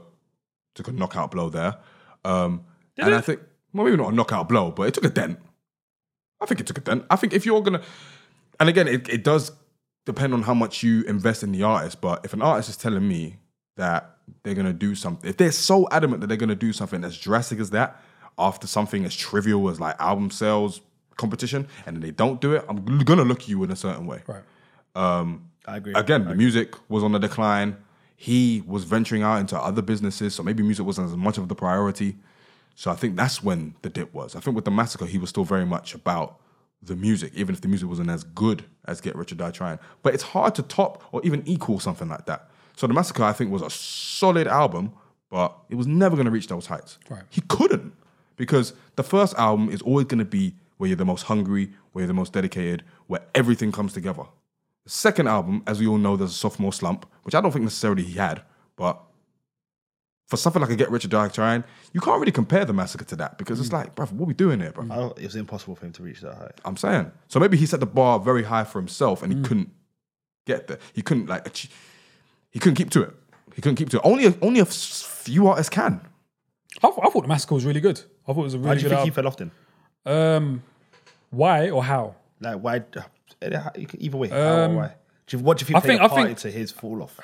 C: took a knockout blow there. Um, and I think well, maybe not a knockout blow, but it took a dent. I think it took a dent. I think if you're gonna, and again, it, it does depend on how much you invest in the artist. But if an artist is telling me that they're gonna do something, if they're so adamant that they're gonna do something as drastic as that after something as trivial as like album sales competition, and then they don't do it, I'm gonna look at you in a certain way.
B: Right.
A: I agree.
C: Again, the music was on the decline. He was venturing out into other businesses, so maybe music wasn't as much of the priority. So I think that's when the dip was. I think with the massacre, he was still very much about the music, even if the music wasn't as good as Get Rich or Die Trying. But it's hard to top or even equal something like that. So the massacre, I think, was a solid album, but it was never going to reach those heights.
B: Right.
C: He couldn't because the first album is always going to be where you're the most hungry, where you're the most dedicated, where everything comes together. The second album, as we all know, there's a sophomore slump, which I don't think necessarily he had, but for something like a Get Rich or Die Trying, you can't really compare the massacre to that because
A: Mm.
C: it's like, bruv, what we doing here, bruv?
A: I don't, it was impossible for him to reach that height.
C: I'm saying. So maybe he set the bar very high for himself
A: Mm.
C: and he couldn't get there. He couldn't like achieve, he couldn't keep to it. He couldn't keep to it. Only a, only a few artists can.
B: I, th- I thought The Massacre was really good. I thought it was a
A: Why
B: really
A: do you
B: good
A: think he
B: album.
A: fell off then?
B: um, why or how?
A: Like, why? Either way, how or why? Do you, what do you think
B: Um, I
A: I think, played
B: think- I
A: a part
B: think-
A: into his fall off?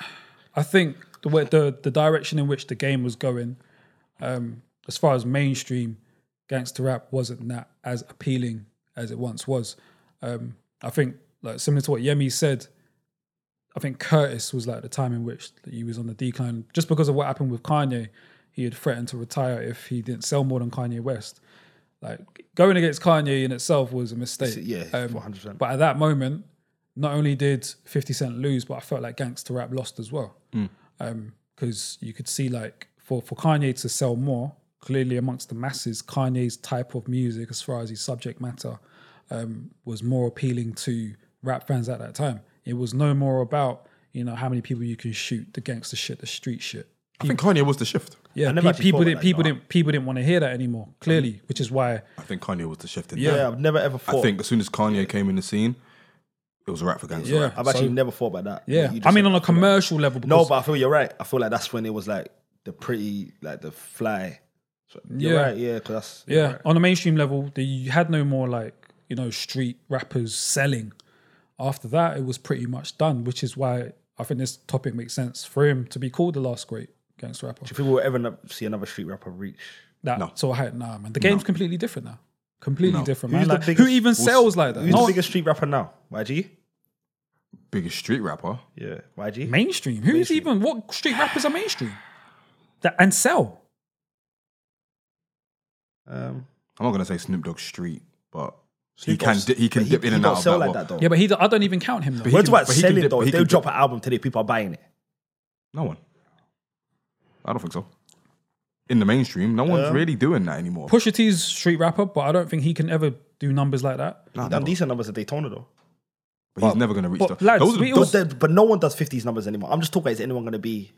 B: I think the way the the direction in which the game was going, um, as far as mainstream gangster rap, wasn't that as appealing as it once was. Um, I think like similar to what Yemi said, I think Curtis was like the time in which he was on the decline, just because of what happened with Kanye. He had threatened to retire if he didn't sell more than Kanye West. Like going against Kanye in itself was a mistake.
A: Yeah,
B: Um,
A: 100%.
B: but at that moment, not only did 50 Cent lose, but I felt like gangster rap lost as well. Because you could see, like, for, for Kanye to sell more, clearly amongst the masses, Kanye's type of music, as far as his subject matter, um, was more appealing to rap fans at that time. It was no more about, you know, how many people you can shoot, the gangster shit, the street shit.
C: I think Kanye was the shift.
B: Yeah,
A: never
B: pe-
A: actually
B: people
A: thought
B: didn't
A: about that,
B: people
A: no.
B: didn't people didn't want to hear that anymore. Clearly, which is why
C: I think Kanye was the shift in
A: Yeah,
C: there.
A: I've never ever
C: I
A: thought.
C: think as soon as Kanye came in the scene, it was a rap for gangster
B: Yeah.
C: rap.
A: I've actually
B: so-
A: never thought about that.
B: yeah.
A: You just
B: I mean,
A: said
B: on a
A: that.
B: commercial level,
A: no,
B: because-
A: but I feel you're right. I feel like that's when it was like the pretty, like the fly. So you're
B: Yeah.
A: right. Yeah, because that's
B: Yeah, on a mainstream level, the, you had no more like you know street rappers selling. After that, it was pretty much done, which is why I think this topic makes sense for him to be called the last great gangster rapper.
A: Do you think we'll ever na- see another street rapper reach?
B: That sort of height, nah, man. The game's completely different now. Completely different, man.
A: Who's the
B: Like, who
A: biggest-
B: even sells like that?
A: Who's
B: No,
A: the biggest street rapper now? YG.
C: Biggest street rapper.
A: Yeah, YG.
B: mainstream. Who's even what street rappers are mainstream that and sell?
A: Um,
C: I'm not gonna say Snoop Dogg Street, but he
A: Snoop
C: can
A: Dogg's-
C: di- he can
A: but
C: dip in
A: he
C: and
A: don't
C: out of
A: sell
C: that,
A: like
C: world.
A: that though.
B: Yeah, but he. I don't even count him though.
A: Words
C: can-
A: about
C: but he can
A: selling
C: dip-
A: though.
C: he
A: If
C: can
A: they
C: dip.
A: drop an album today, people are buying it.
C: No one. I don't think so. In the mainstream, no one's really doing that anymore.
B: Pusha T's street rapper, but I don't think he can ever do numbers like that.
A: He done decent numbers at Daytona though.
C: but he's never gonna reach.
B: but
C: the-
B: lads,
C: those are
B: we
C: the-
B: all-
C: those-
A: But, there- but no one does 50s numbers anymore. I'm just talking. Is anyone going to be?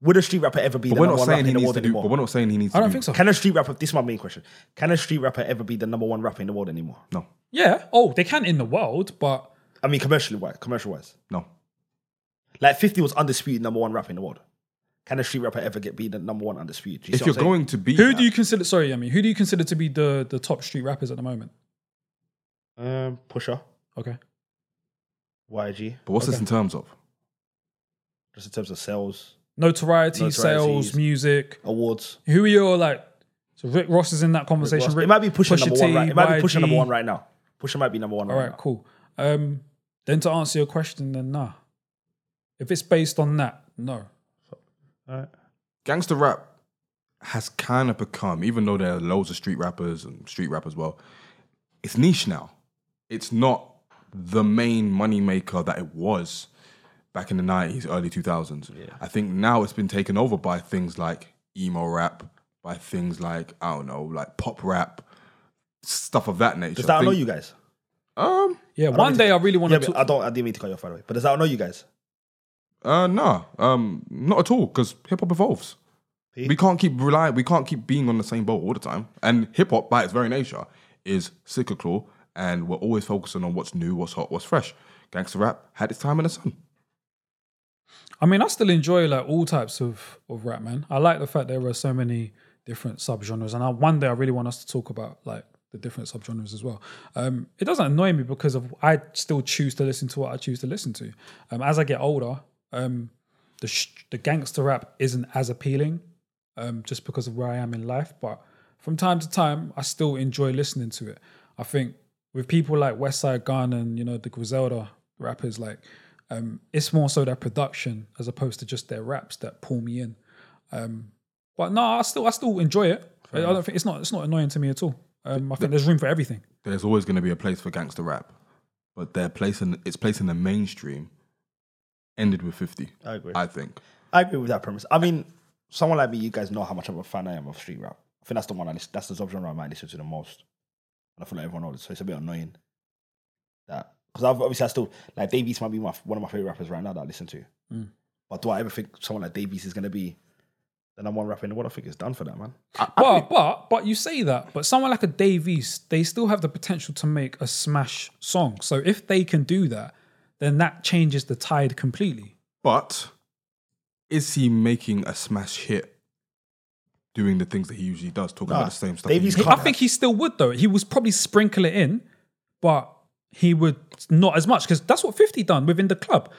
A: Would a street rapper ever be
C: but
A: the
C: we're
A: number
C: not
A: one
C: saying
A: rapper
C: he
A: in the
C: needs
A: world
C: to do. But
A: anymore?
C: we're not saying he needs.
B: I
C: to
B: don't
C: do-
B: think so.
A: Can a street rapper? This is my main question. Can a street rapper ever be the number one rapper in the world anymore?
C: No,
B: Yeah. Oh, they can in the world, but
A: I mean, commercially wise, commercial wise,
C: no.
A: like 50 was undisputed number one rapper in the world. Can a street rapper ever get be the number one undisputed? You see
C: If
A: what
C: you're
A: I'm saying?
C: going to be,
B: who do you consider? Sorry, Yemi. Who do you consider to be the the top street rappers at the moment?
A: um, Pusher,
B: Okay.
A: YG,
C: But what's this in terms of?
A: just in terms of sales,
B: Notoriety,
A: Notorieties.
B: sales, music.
A: awards.
B: Who are your like? So Rick Ross is in that conversation. Rick,
A: it might be pushing number
B: Pusha
A: one.
B: T,
A: Right? It might be pushing
B: YG.
A: number one right now. Pusher might be number one
B: All
A: right,
B: right,
A: now.
B: cool. Um, then to answer your question, then nah. If it's based on that, no.
C: Gangster rap has kind of become, even though there are loads of street rappers and street rap as well, it's niche now. It's not the main money maker that it was back in the nineties, early two thousands. I think now it's been taken over by things like emo rap, by things like I don't know, like pop rap, stuff of that nature.
A: Does that
C: I
A: know
C: think-
A: you guys?
C: Um,
B: Yeah, one day I really want
A: Yeah,
B: to.
A: but I don't. I didn't mean to cut you off by the way. But does that know you guys?
C: Uh, no, um, not at all. Because hip hop evolves.
A: See?
C: We can't keep relying. We can't keep being on the same boat all the time. And hip hop, by its very nature, is cyclical, and we're always focusing on what's new, what's hot, what's fresh. Gangster rap had its time in the sun.
B: I mean, I still enjoy like all types of of rap, man. I like the fact there are so many different subgenres, and I, one day I really want us to talk about like the different subgenres as well. Um, it doesn't annoy me because of I still choose to listen to what I choose to listen to. Um, as I get older, um, the sh- the gangster rap isn't as appealing, um, just because of where I am in life. But from time to time, I still enjoy listening to it. I think with people like Westside Gun and you know the Griselda rappers, like um, it's more so their production as opposed to just their raps that pull me in. Um, but no, I still I still enjoy it. I don't think it's not it's not annoying to me at all. Um, I think there's room for everything.
C: There's always going to be a place for gangster rap, but their place in its place in the mainstream ended with Fifty.
A: I agree.
C: I think.
A: I agree with that premise. I mean, someone like me, you guys know how much of a fan I am of street rap. I think that's the one I listen, that's the subgenre I might listen to the most, and I feel like everyone knows. So it's a bit annoying that because I've obviously I still like Davies might be my one of my favorite rappers right now that I listen to. But do I ever think someone like Davies is going to be the number one rapper in the world? I think it's done for that man.
B: But but but you say that, but someone like a Dave East, they still have the potential to make a smash song. So if they can do that, then that changes the tide completely.
C: But is he making a smash hit? Doing the things that he usually does, talking about the same stuff. he
A: Davies
C: usually
B: I
A: can't-
B: think he still would though. He was probably sprinkle it in, but he would not as much because that's what Fifty done within the club.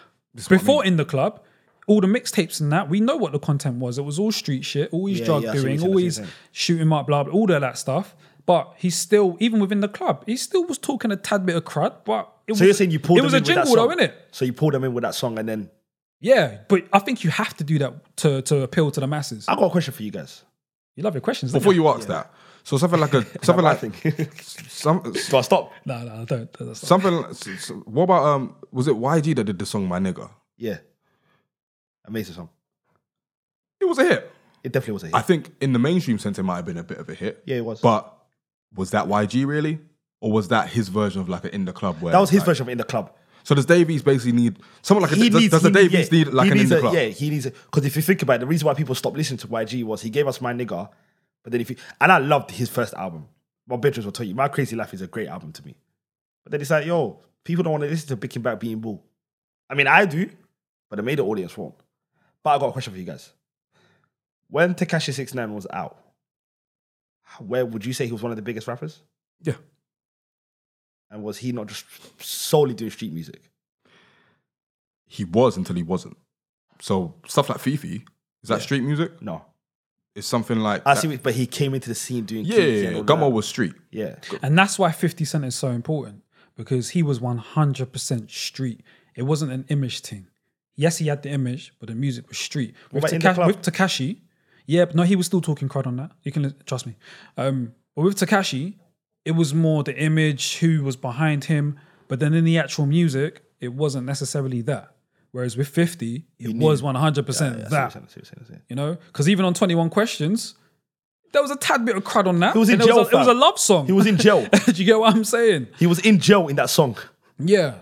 B: Before in the club, all the mixtapes and that we know what the content was. It was all street shit, always
A: Yeah,
B: drug
A: yeah, I see what you're
B: doing,
A: saying, I see what you're
B: always
A: saying.
B: shooting up, blah blah, all of that stuff. But he still, even within the club, he still was talking a tad bit of crud. But it
A: So
B: was,
A: you're saying you pulled
B: it was
A: them
B: a
A: in with
B: jingle
A: that
B: though,
A: song?
B: innit?
A: So you pulled them in with that song, and then
B: Yeah, but I think you have to do that to to appeal to the masses.
A: I got a question for you guys.
B: You love your questions.
C: Before
B: don't
C: you ask that, so something like a something
A: I
C: like
A: think.
C: some
A: do I stop?
B: you? no, no, don't. That's not.
C: something. like- so- so What about um? Was it YG that did the song "My Nigga"?
A: Yeah, amazing song.
C: It was a hit.
A: It definitely was a hit.
C: I think in the mainstream sense, it might have been a bit of a hit.
A: Yeah, it was.
C: But was that YG really, or was that his version of like an in the club? Where
A: that was his
C: like-
A: version of in the club.
C: So does Davies basically need someone like a,
A: he
C: does,
A: needs,
C: does
A: he
C: the Davies
A: yeah,
C: need like
A: he
C: an in
A: needs
C: the
A: a-
C: club?
A: Yeah, he needs because if you think about it, the reason why people stopped listening to YG was he gave us my nigga, but then if you and I loved his first album. My bedrooms will tell you, my crazy life is a great album to me. But then it's like, yo, people don't want to listen to Bicking Back Being Bull. I mean, I do, but it made the audience wrong. But I got a question for you guys. When Takashi 69 was out, where would you say he was one of the biggest rappers?
C: Yeah.
A: And was he not just solely doing street music?
C: He was until he wasn't. So stuff like Fifi is that street music?
A: No.
C: It's something like
A: I
C: that-
A: see, what- but he came into the scene doing
C: Yeah,
A: Kiki
C: yeah,
A: and
C: yeah.
A: all
C: Gummo
A: that.
C: was street.
A: yeah.
B: And that's why 50 Cent is so important because he was 100% street. It wasn't an image thing. Yes, he had the image, but the music was street. With,
A: about in the
B: Taka-
A: club?
B: with Takashi, yeah, but no, he was still talking crud on that. You can li- trust me. Um, But with Takashi, it was more the image, who was behind him. But then in the actual music, it wasn't necessarily that. Whereas with 50, it was 100%
A: Yeah, I see what you're
B: that.
A: saying, I see what you're saying, I see what you're saying.
B: You know? Because even on 21 Questions, there was a tad bit of crud on that.
A: He was in
B: and it
A: jail,
B: was, a, it was a
A: fam.
B: love song.
A: He was in jail.
B: Do you get what I'm saying?
A: he was in jail in that song.
B: Yeah.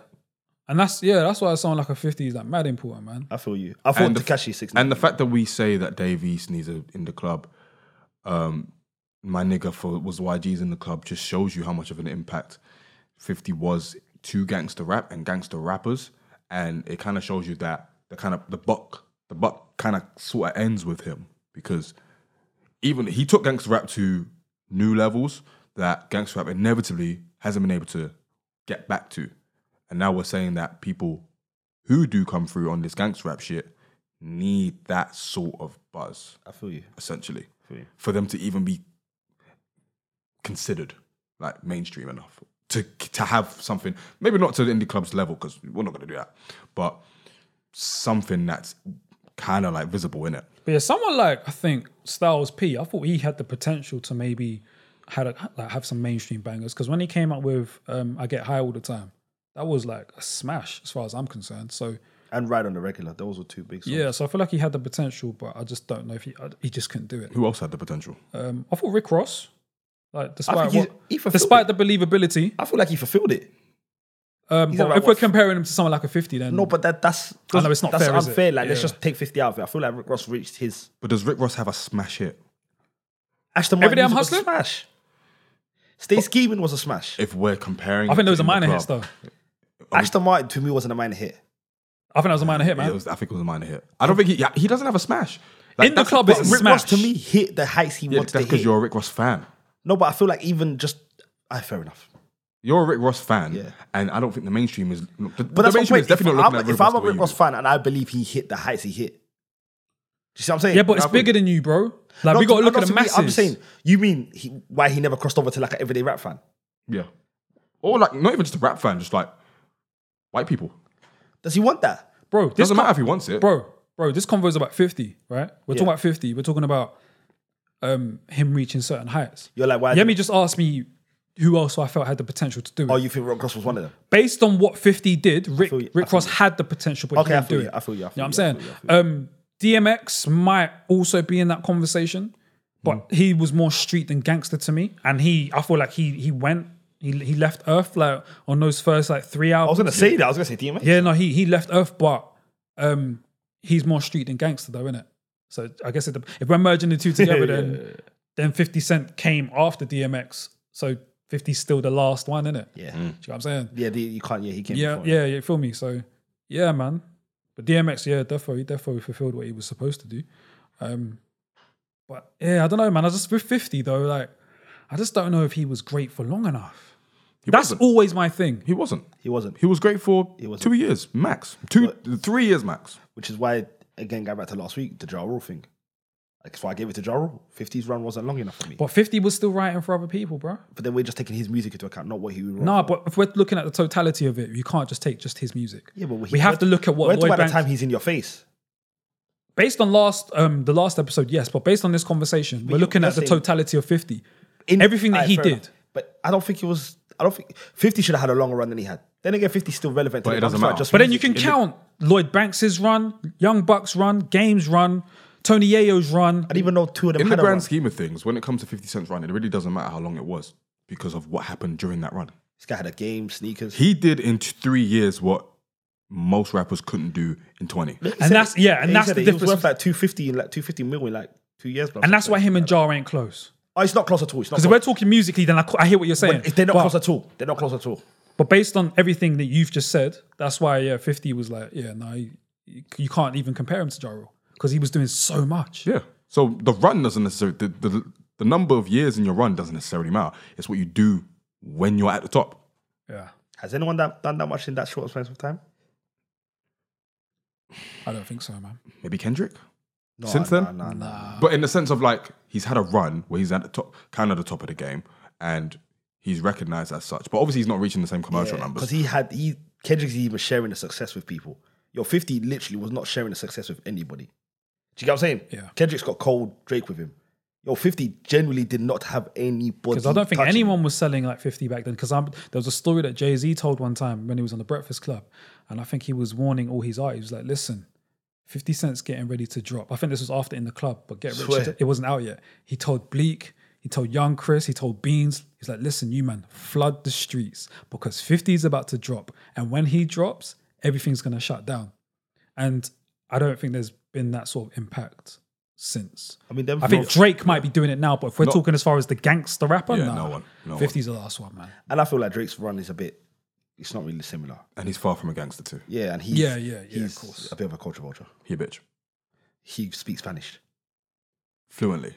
B: And that's yeah, that's why I sound like a 50 is like mad important, man.
A: I feel you. I thought
C: the f-
A: Takashi six.
C: And the fact that we say that Dave East needs a, in the club, um, my nigga for was YG's in the club just shows you how much of an impact 50 was to gangster rap and gangster rappers. And it kind of shows you that the kind of the buck, the buck kind of sort of ends with him because even he took gangster rap to new levels that gangster rap inevitably hasn't been able to get back to. And now we're saying that people who do come through on this gangster rap shit need that sort of buzz,
A: I feel you.
C: essentially,
A: Feel you.
C: for them to even be considered like mainstream enough to to have something. Maybe not to the indie clubs level because we're not going to do that, but something that's kind of like visible in it.
B: But yeah, someone like I think Styles P, I thought he had the potential to maybe had a, like have some mainstream bangers because when he came out with um, I Get High All the Time, that was like a smash as far as I'm concerned. So
A: And Ride on the Regular. Those were two big songs.
B: yeah, so I feel like he had the potential, but I just don't know if he I- he just couldn't do it.
C: Who else had the potential?
B: Um, I thought Rick Ross, like despite
A: he's-
B: what,
A: he fulfilled
B: despite the believability,
A: I feel like he fulfilled it.
B: um,
A: He's
B: but
A: about
B: if we're
A: what-
B: comparing him to someone like a 50, then
A: No, but that that's
B: I know it's not
A: that's
B: fair, is it?
A: unfair. Like let's
B: Yeah.
A: just take fifty out of it. I feel like Rick Ross reached his
C: But does Rick Ross have a smash hit?
A: Ashton Martin
B: Every Day I'm
A: music was a
B: Hustling?
A: smash. Stay scheming was a smash.
C: If we're comparing,
B: I think
C: it
B: there was
C: to
B: a
C: In the
B: minor hit though.
C: Club,
A: Ashton Martin to me wasn't a minor hit.
B: I think that was a minor hit, man.
C: It was, I think it was a minor hit. I don't think he. Yeah, he doesn't have a smash.
B: In the
C: that's-
B: club,
C: but
B: it's a
A: Rick
C: Rick-
A: Ross
B: smash.
A: to me hit the heights he
C: yeah,
A: wanted
C: that's
A: to
C: because
A: hit.
C: you're a Rick Ross fan.
A: No, but I feel like even just I fair enough.
C: You're a Rick Ross fan,
A: Yeah.
C: and I don't think the mainstream is. The,
A: But
C: the
A: that's
C: mainstream
A: what I'm
C: is definitely
A: saying.
C: not
A: If I'm,
C: looking at Rick
A: if
C: Ross.
A: I'm a
C: the way
A: Rick
C: you
A: Ross
C: do.
A: fan and I believe he hit the heights he hit. Do you see what I'm saying?
B: Yeah, but it's
C: I think-
B: bigger than you, bro. Like
A: No,
B: we got to
A: no,
B: look
A: no,
B: at the
A: to me,
B: masses.
A: I'm saying you mean he, why he never crossed over to like an everyday rap fan?
C: yeah, or like not even just a rap fan, just like white people.
A: Does he want that?
B: bro. This
C: Doesn't
B: con-
C: matter if he wants it.
B: bro, bro. This convo is about fifty, right? We're talking
A: Yeah.
B: about fifty. We're talking about um him reaching certain heights.
A: You're like, why?
B: Yemi just asked me who else I felt had the potential to do it.
A: oh, you think Rick Ross was one of them?
B: Based on what fifty did, Rick
A: feel you, I
B: Rick
A: feel
B: Ross had the potential, but
A: Okay,
B: he
A: I
B: didn't
A: feel
B: do
A: you,
B: it.
A: I feel you, I
B: know what I'm
A: feel you, I
B: saying?
A: feel you, I
B: Um, DMX might also be in that conversation,
A: Mm.
B: but he was more street than gangster to me, and he I feel like he he went. He, he left Earth like on those first like three
A: I was
B: hours.
A: gonna say that. I was gonna say DMX.
B: Yeah, no, he he left Earth, but um, he's more street than gangster, though, isn't it? So I guess it, dep- if we're merging the two together, then then Fifty Cent came after DMX, so 50's still the last one, isn't it?
A: Yeah,
B: Do you know what I'm saying?
A: yeah, the, you can't. Yeah, he came.
B: Yeah,
A: before.
B: yeah, yeah. Feel me? So yeah, man. But DMX, yeah, definitely, definitely fulfilled what he was supposed to do. Um, but yeah, I don't know, man. I just with 50 though, like I just don't know if he was great for long enough.
C: He
B: That's
C: wasn't.
B: always my thing.
C: He wasn't.
A: he wasn't.
C: He was great for
A: wasn't.
C: two years max, two three years max.
A: Which is why, again, going back to last week, the Ja Rule thing. Like, that's why I gave it to Ja Rule. 50's run wasn't long enough for me. But,
B: But 50 was still writing for other people, bro.
A: then we're just taking his music into account, not what he wrote.
B: No, but if we're looking at the totality of it, you can't just take just his music.
A: Yeah, but he-
B: we have
A: we're-
B: to look at
A: We're
B: what
A: talking
B: Lloyd
A: about the
B: Banks.
A: time he's in your face.
B: based on last um the last episode, yes, but based on this conversation, we're looking at
A: let's
B: the
A: say-
B: totality of fifty.
A: In,
B: Everything that
A: Aight,
B: he
A: fair
B: did.
A: enough. But I don't think it was. I don't think 50 should have had a longer run than he had. Then again, 50's still relevant.
C: But
A: to
C: it
A: the-
C: doesn't
A: I'm sorry,
C: matter.
A: just
B: But then you can
A: music.
B: count Lloyd Banks's run, Young Bucks run, Games run, Tony Yayo's
A: I
B: run.
A: didn't even know two of them
C: In the
A: had a
C: grand
A: run.
C: scheme of things, when it comes to Fifty Cent's run, it really doesn't matter how long it was because of what happened during that run.
A: This guy had a game, sneakers.
C: He did in t- three years what most rappers couldn't do in twenty.
B: And that's yeah, and
A: He
B: that's
A: said
B: the
A: it. He
B: difference.
A: was worth like 250 in like 250 mil in like two years.
B: and that's why him and Jar ain't close.
A: Oh, it's not close at all. It's not
B: Because if
A: close.
B: we're talking musically, then I, co- I hear what you're saying.
A: They're not
B: but,
A: close at all. They're not close at all.
B: but based on everything that you've just said, that's why yeah, fifty was like yeah, no, you, you can't even compare him to Ja Rule because he was doing so much.
C: Yeah. So the run doesn't necessarily the, the the number of years in your run doesn't necessarily matter. It's what you do when you're at the top.
B: yeah.
A: Has anyone that, done that much in that short space of time?
B: I don't think so, man.
C: Maybe Kendrick.
A: No,
C: Since
A: no,
C: then?
A: no, no.
C: But in the sense of like he's had a run where he's at the top kind of the top of the game and he's recognized as such. But obviously he's not reaching the same commercial
A: Because
C: numbers.
A: he had he Kendrick's even sharing the success with people. Yo, 50 literally was not sharing the success with anybody. Do you get what I'm saying?
B: Yeah.
A: Kendrick's got cold Drake with him. Yo, 50 generally did not have anybody.
B: Because I don't think
A: touching him.
B: anyone was selling like 50 back then. Because there was a story that Jay Z told one time when he was on the Breakfast Club. And I think he was warning all his artists, like, listen, 50 Cent's getting ready to drop. I think this was after in the club, but get rich.
A: Swear.
B: It wasn't out yet. He told Bleak, he told Young Chris, he told Beans, he's like, listen, you man, flood the streets because 50 is about to drop. And when he drops, everything's going to shut down. And I don't think there's been that sort of impact since.
A: I mean, them
B: I think
A: folks-
B: Drake might be doing it now, but if we're
C: Not-
B: talking as far as the gangster rapper,
C: Yeah,
B: nah.
C: no one, no one.
B: 50's the last one, man.
A: And I feel like Drake's run is a bit, it's not really similar.
C: And he's far from a gangster too.
A: Yeah, and he's,
B: Yeah, yeah, yeah, of
A: he's
B: course.
A: a bit of a culture vulture.
C: He a bitch.
A: He speaks Spanish.
C: Fluently.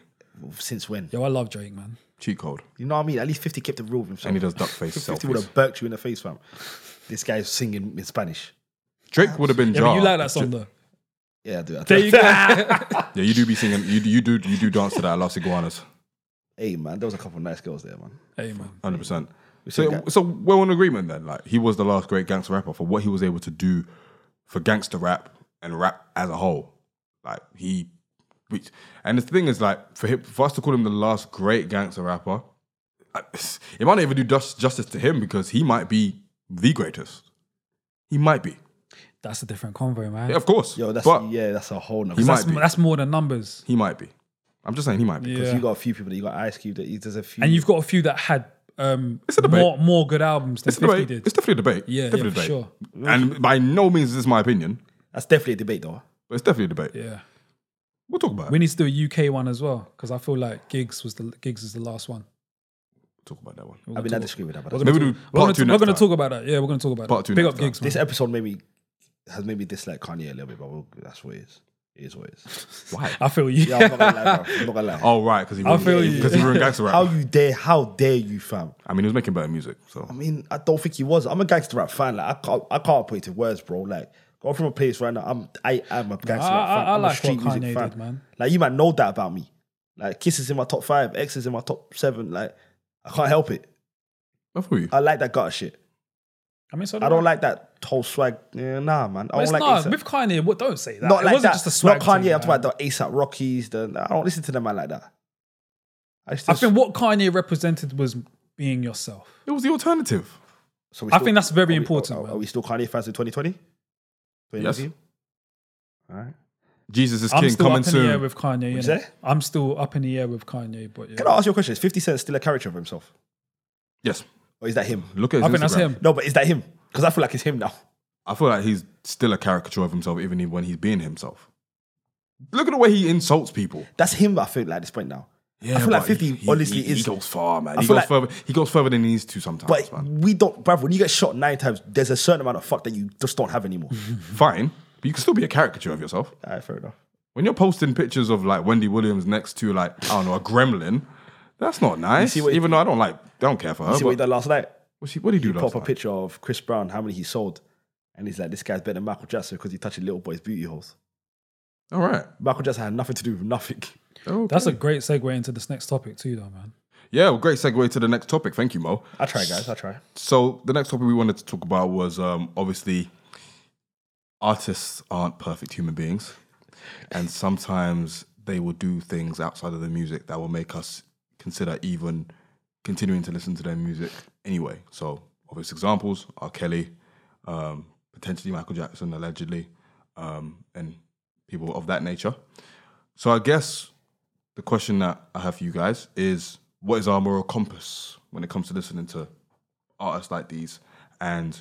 A: Since when?
B: Yo, I love Drake, man.
C: Cheat code.
A: You know what I mean? At least 50 kept it real with himself.
C: And he does duck face
A: 50 would
C: selfies.
A: have burked you in the face, fam. This guy's singing in Spanish.
C: Drake would have been
B: Yeah,
C: Jar.
B: but you like that song though.
A: Yeah, I do. I do.
B: There you go.
C: Yeah, you do be singing. You, do- you do you do dance to that. I love iguanas.
A: Hey, man, there was a couple of nice girls there, man.
B: hey man.
C: Hundred percent.
A: said
C: So
A: that.
C: so we're on agreement then. Like he was the last great gangster rapper for what he was able to do for gangster rap and rap as a whole. Like he, reached. and the thing is like for him, for us to call him the last great gangster rapper, I- it might not even do just, justice to him because he might be the greatest. He might be.
B: That's a different convo, man.
C: Yeah, of course.
A: Yo, that's
C: but
A: yeah, that's a whole nother.
C: He
B: that's,
C: might be.
B: that's more than numbers.
C: he might be. I'm just saying he might be.
B: Yeah.
A: You got a few people that you got Ice Cube that there's a few.
B: And you've got a few that had um,
C: a debate.
B: more, more good albums than
C: It's a
B: 50
C: debate.
B: did.
C: It's definitely a debate.
B: Yeah, yeah,
C: definitely a
B: for
C: debate.
B: sure.
C: And by no means is this my opinion,
A: that's definitely a debate, though.
C: but it's definitely a debate.
B: yeah.
C: We'll talk about it.
B: We need to do a UK one as well because I feel like Gigs was the Gigs is the last one.
C: We'll talk about that one.
A: I mean, I disagree with that, but
C: Maybe we'll do
B: We're gonna,
C: part two
B: we're
C: next
B: gonna
C: time.
B: talk about that. Yeah, we're gonna talk about
C: Part
B: that.
C: two
B: Big
C: next
B: up
C: time.
B: Gigs, man.
A: this episode made me has made me dislike Kanye a little bit, but we'll, that's what it is. It is what it is.
C: Why?
B: I feel you.
A: Yeah, I'm not gonna lie, bro. I'm not gonna lie.
C: Oh right, because he ruined,
B: feel you.
C: because he ruined gangster
A: How
C: rap.
A: you dare? How dare you, fam?
C: I mean, he was making better music, so
A: I mean, I don't think he was. I'm a gangster rap fan. Like, I can't, I can't put it to words, bro. Like, going from a place right now, I'm, I am a gangster rap fan.
B: I- I- I
A: am
B: like
A: a
B: what
A: street music
B: Kanye
A: fan,
B: did, man.
A: Like, you might know that about me. Like, Kiss is in my top five, X is in my top seven. Like, I can't help it.
C: I feel you.
A: I like that gutter shit.
B: I mean, so
A: I don't like that whole swag. Yeah, nah, man. I
B: But
A: don't
B: it's
A: like
B: not
A: ASAP.
B: with Kanye. What? Don't say that.
A: Not
B: it
A: like
B: wasn't
A: that.
B: just a swag.
A: not Kanye. I'm
B: thing, man.
A: talking about the ASAP Rockies. The, I don't listen to them man like that. I, just,
B: I think what Kanye represented was being yourself.
C: It was the alternative.
A: So we
B: I think that's very
A: are we-
B: important,
A: Are, are
B: man.
A: we still Kanye fans in 2020?
C: Yes.
A: 2019? All right.
C: Jesus is
B: I'm
C: king
B: still
C: coming
B: up in the air
C: soon.
B: with Kanye.
A: you
B: innit?
A: say?
B: I'm still up in the air with Kanye, but yeah.
A: Can I ask you a question? Is 50 Cent still a character of himself?
C: yes,
A: Or is that him?
C: look at. His
B: I think that's
C: Instagram.
B: him.
A: No, but is that him? Because I feel like it's him now.
C: I feel like he's still a caricature of himself, even when he's being himself. Look at the way he insults people.
A: That's him, I feel like, at this point now.
C: Yeah,
A: I feel like
C: but
A: 50 honestly
C: he, he
A: is.
C: goes far, man.
A: I
C: He
A: feel
C: goes
A: like-
C: further. He goes further than he needs to sometimes,
A: But
C: man.
A: we don't, bruv, when you get shot nine times, there's a certain amount of fuck that you just don't have anymore.
C: Mm-hmm. Fine, but you can still be a caricature of yourself.
A: All right, fair enough.
C: When you're posting pictures of like Wendy Williams next to like I don't know a gremlin, that's not nice.
A: what he-
C: Even though I don't like, I don't care for her.
A: See what he
C: But
A: done last night?
C: what's he- what did he do last
A: Pop a
C: night?
A: picture of Chris Brown, how many he sold. And he's like, this guy's better than Michael Jackson because he touched a little boy's beauty holes.
C: All right.
A: Michael Jackson had nothing to do with nothing.
B: That's a great segue into this next topic too, though, man.
C: Yeah, well, great segue to the next topic. Thank you, Mo.
A: I try, guys. I try.
C: So the next topic we wanted to talk about was um, obviously artists aren't perfect human beings, and sometimes they will do things outside of the music that will make us consider even continuing to listen to their music anyway. So obvious examples are Kelly, um, potentially Michael Jackson, allegedly, um, and people of that nature. So I guess the question that I have for you guys is what is our moral compass when it comes to listening to artists like these and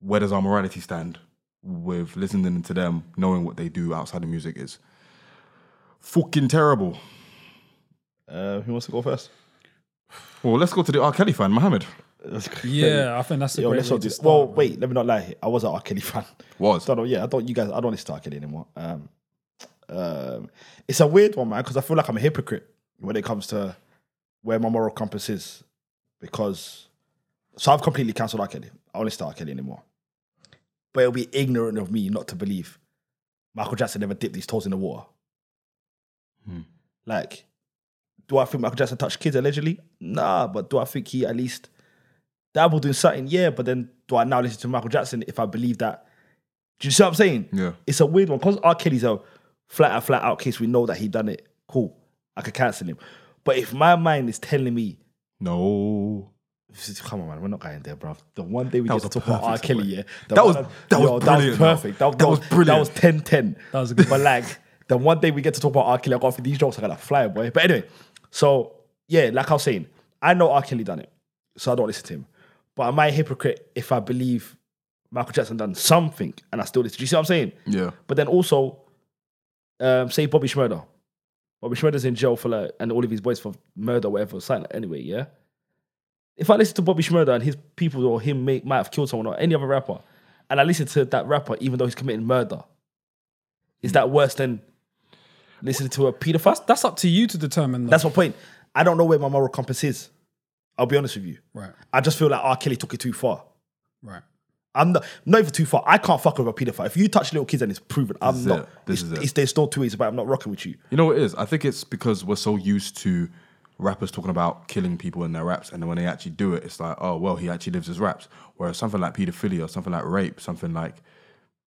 C: where does our morality stand with listening to them knowing what they do outside of music is fucking terrible
A: Uh, who wants to go first?
C: well let's go to the r kelly fan mohammed
B: Yeah, I think that's a
A: Yo,
B: great
A: let's
B: way
A: not do
B: to
A: that.
B: start.
A: Well,
B: man.
A: wait, let me not lie. here. I was an R. Kelly fan.
C: was
A: So I don't, yeah, I don't. You guys, I don't want to start Kelly anymore. Um, um, it's a weird one, man, because I feel like I'm a hypocrite when it comes to where my moral compass is. Because, so I've completely cancelled R. Kelly. I don't listen to R. Kelly anymore. But it'll be ignorant of me not to believe Michael Jackson never dipped his toes in the water. Like, do I think Michael Jackson touched kids allegedly? Nah, but do I think he at least dabbled in something? Yeah, but then do I now listen to Michael Jackson if I believe that? Do you see what I'm saying?
C: Yeah.
A: It's a weird one because R. Kelly's a flat out, flat out case. We know that he done it cool. I could cancel him. But if my mind is telling me,
C: No.
A: come on, man, we're not going there, bro. The one day we
C: That
A: get to
C: was
A: talk
C: a
A: about R.
C: perfect
A: Kelly,
C: segue.
A: yeah. the
C: That was-
A: one-
C: that was brilliant, though.
A: perfect. That,
C: That was
A: That
C: brilliant.
A: was 10 10.
B: That was a good
A: But like, the one day we get to talk about R. Kelly, I got these jokes are going to fly, boy. But anyway, so yeah, like I was saying, I know R. Kelly done it, so I don't listen to him. But am I a hypocrite if I believe Michael Jackson done something and I still listen? Do you see what I'm saying?
C: Yeah.
A: But then also, um, say Bobby Schmurder. Bobby Schmurder's in jail for like, and all of his boys for murder, whatever, something anyway, yeah? If I listen to Bobby Schmurder and his people or him may, might have killed someone or any other rapper, and I listen to that rapper even though he's committing murder, is that worse than listening to a paedophile?
B: That's up to you to determine. Though.
A: That's my point. I don't know where my moral compass is. I'll be honest with you.
B: right.
A: I just feel like R. Kelly took it too far.
B: Right.
A: I'm not, not even too far. I can't fuck with a paedophile. If you touch little kids and it's proven, I'm
C: is
A: not.
C: it. This
A: it's,
C: is it.
A: it's- there's no two ways about. it. I'm not rocking with you.
C: You know what it is? I think it's because we're so used to rappers talking about killing people in their raps, and then when they actually do it, it's like, oh well, he actually lives his raps. Whereas something like paedophilia, something like rape, something like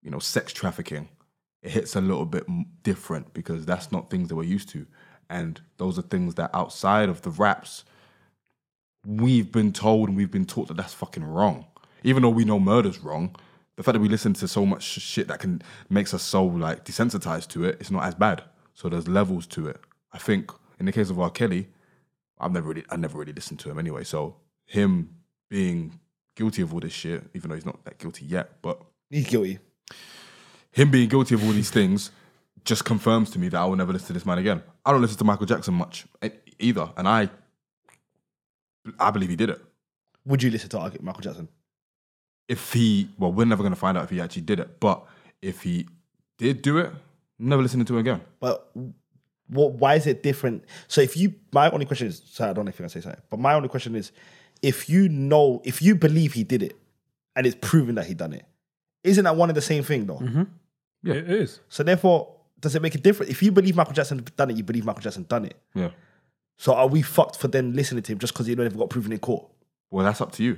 C: you know sex trafficking, it hits a little bit m- different because that's not things that we're used to, and those are things that outside of the raps, we've been told and we've been taught that that's fucking wrong. Even though we know murder's wrong, the fact that we listen to so much shit that can makes us so like desensitized to it, it's not as bad. So there's levels to it. I think in the case of R. Kelly, I've never really I never really listened to him anyway. So him being guilty of all this shit, even though he's not that guilty yet, but
A: He's guilty.
C: him being guilty of all these things just confirms to me that I will never listen to this man again. I don't listen to Michael Jackson much e- either, and I I believe he did it.
A: Would you listen to Ar- Michael Jackson?
C: if he well we're never going to find out if he actually did it but if he did do it never listening to him again
A: But what? Why is it different? So if you, my only question is, sorry, I don't know if you're gonna say something, but my only question is, if you know, if you believe he did it, and it's proven that he done it, isn't that one and the same thing though?
B: Yeah. It is.
A: So therefore, does it make a difference? If you believe Michael Jackson done it, you believe Michael Jackson done it.
C: yeah
A: So are we fucked for then listening to him just because he never got proven in court?
C: well that's up to you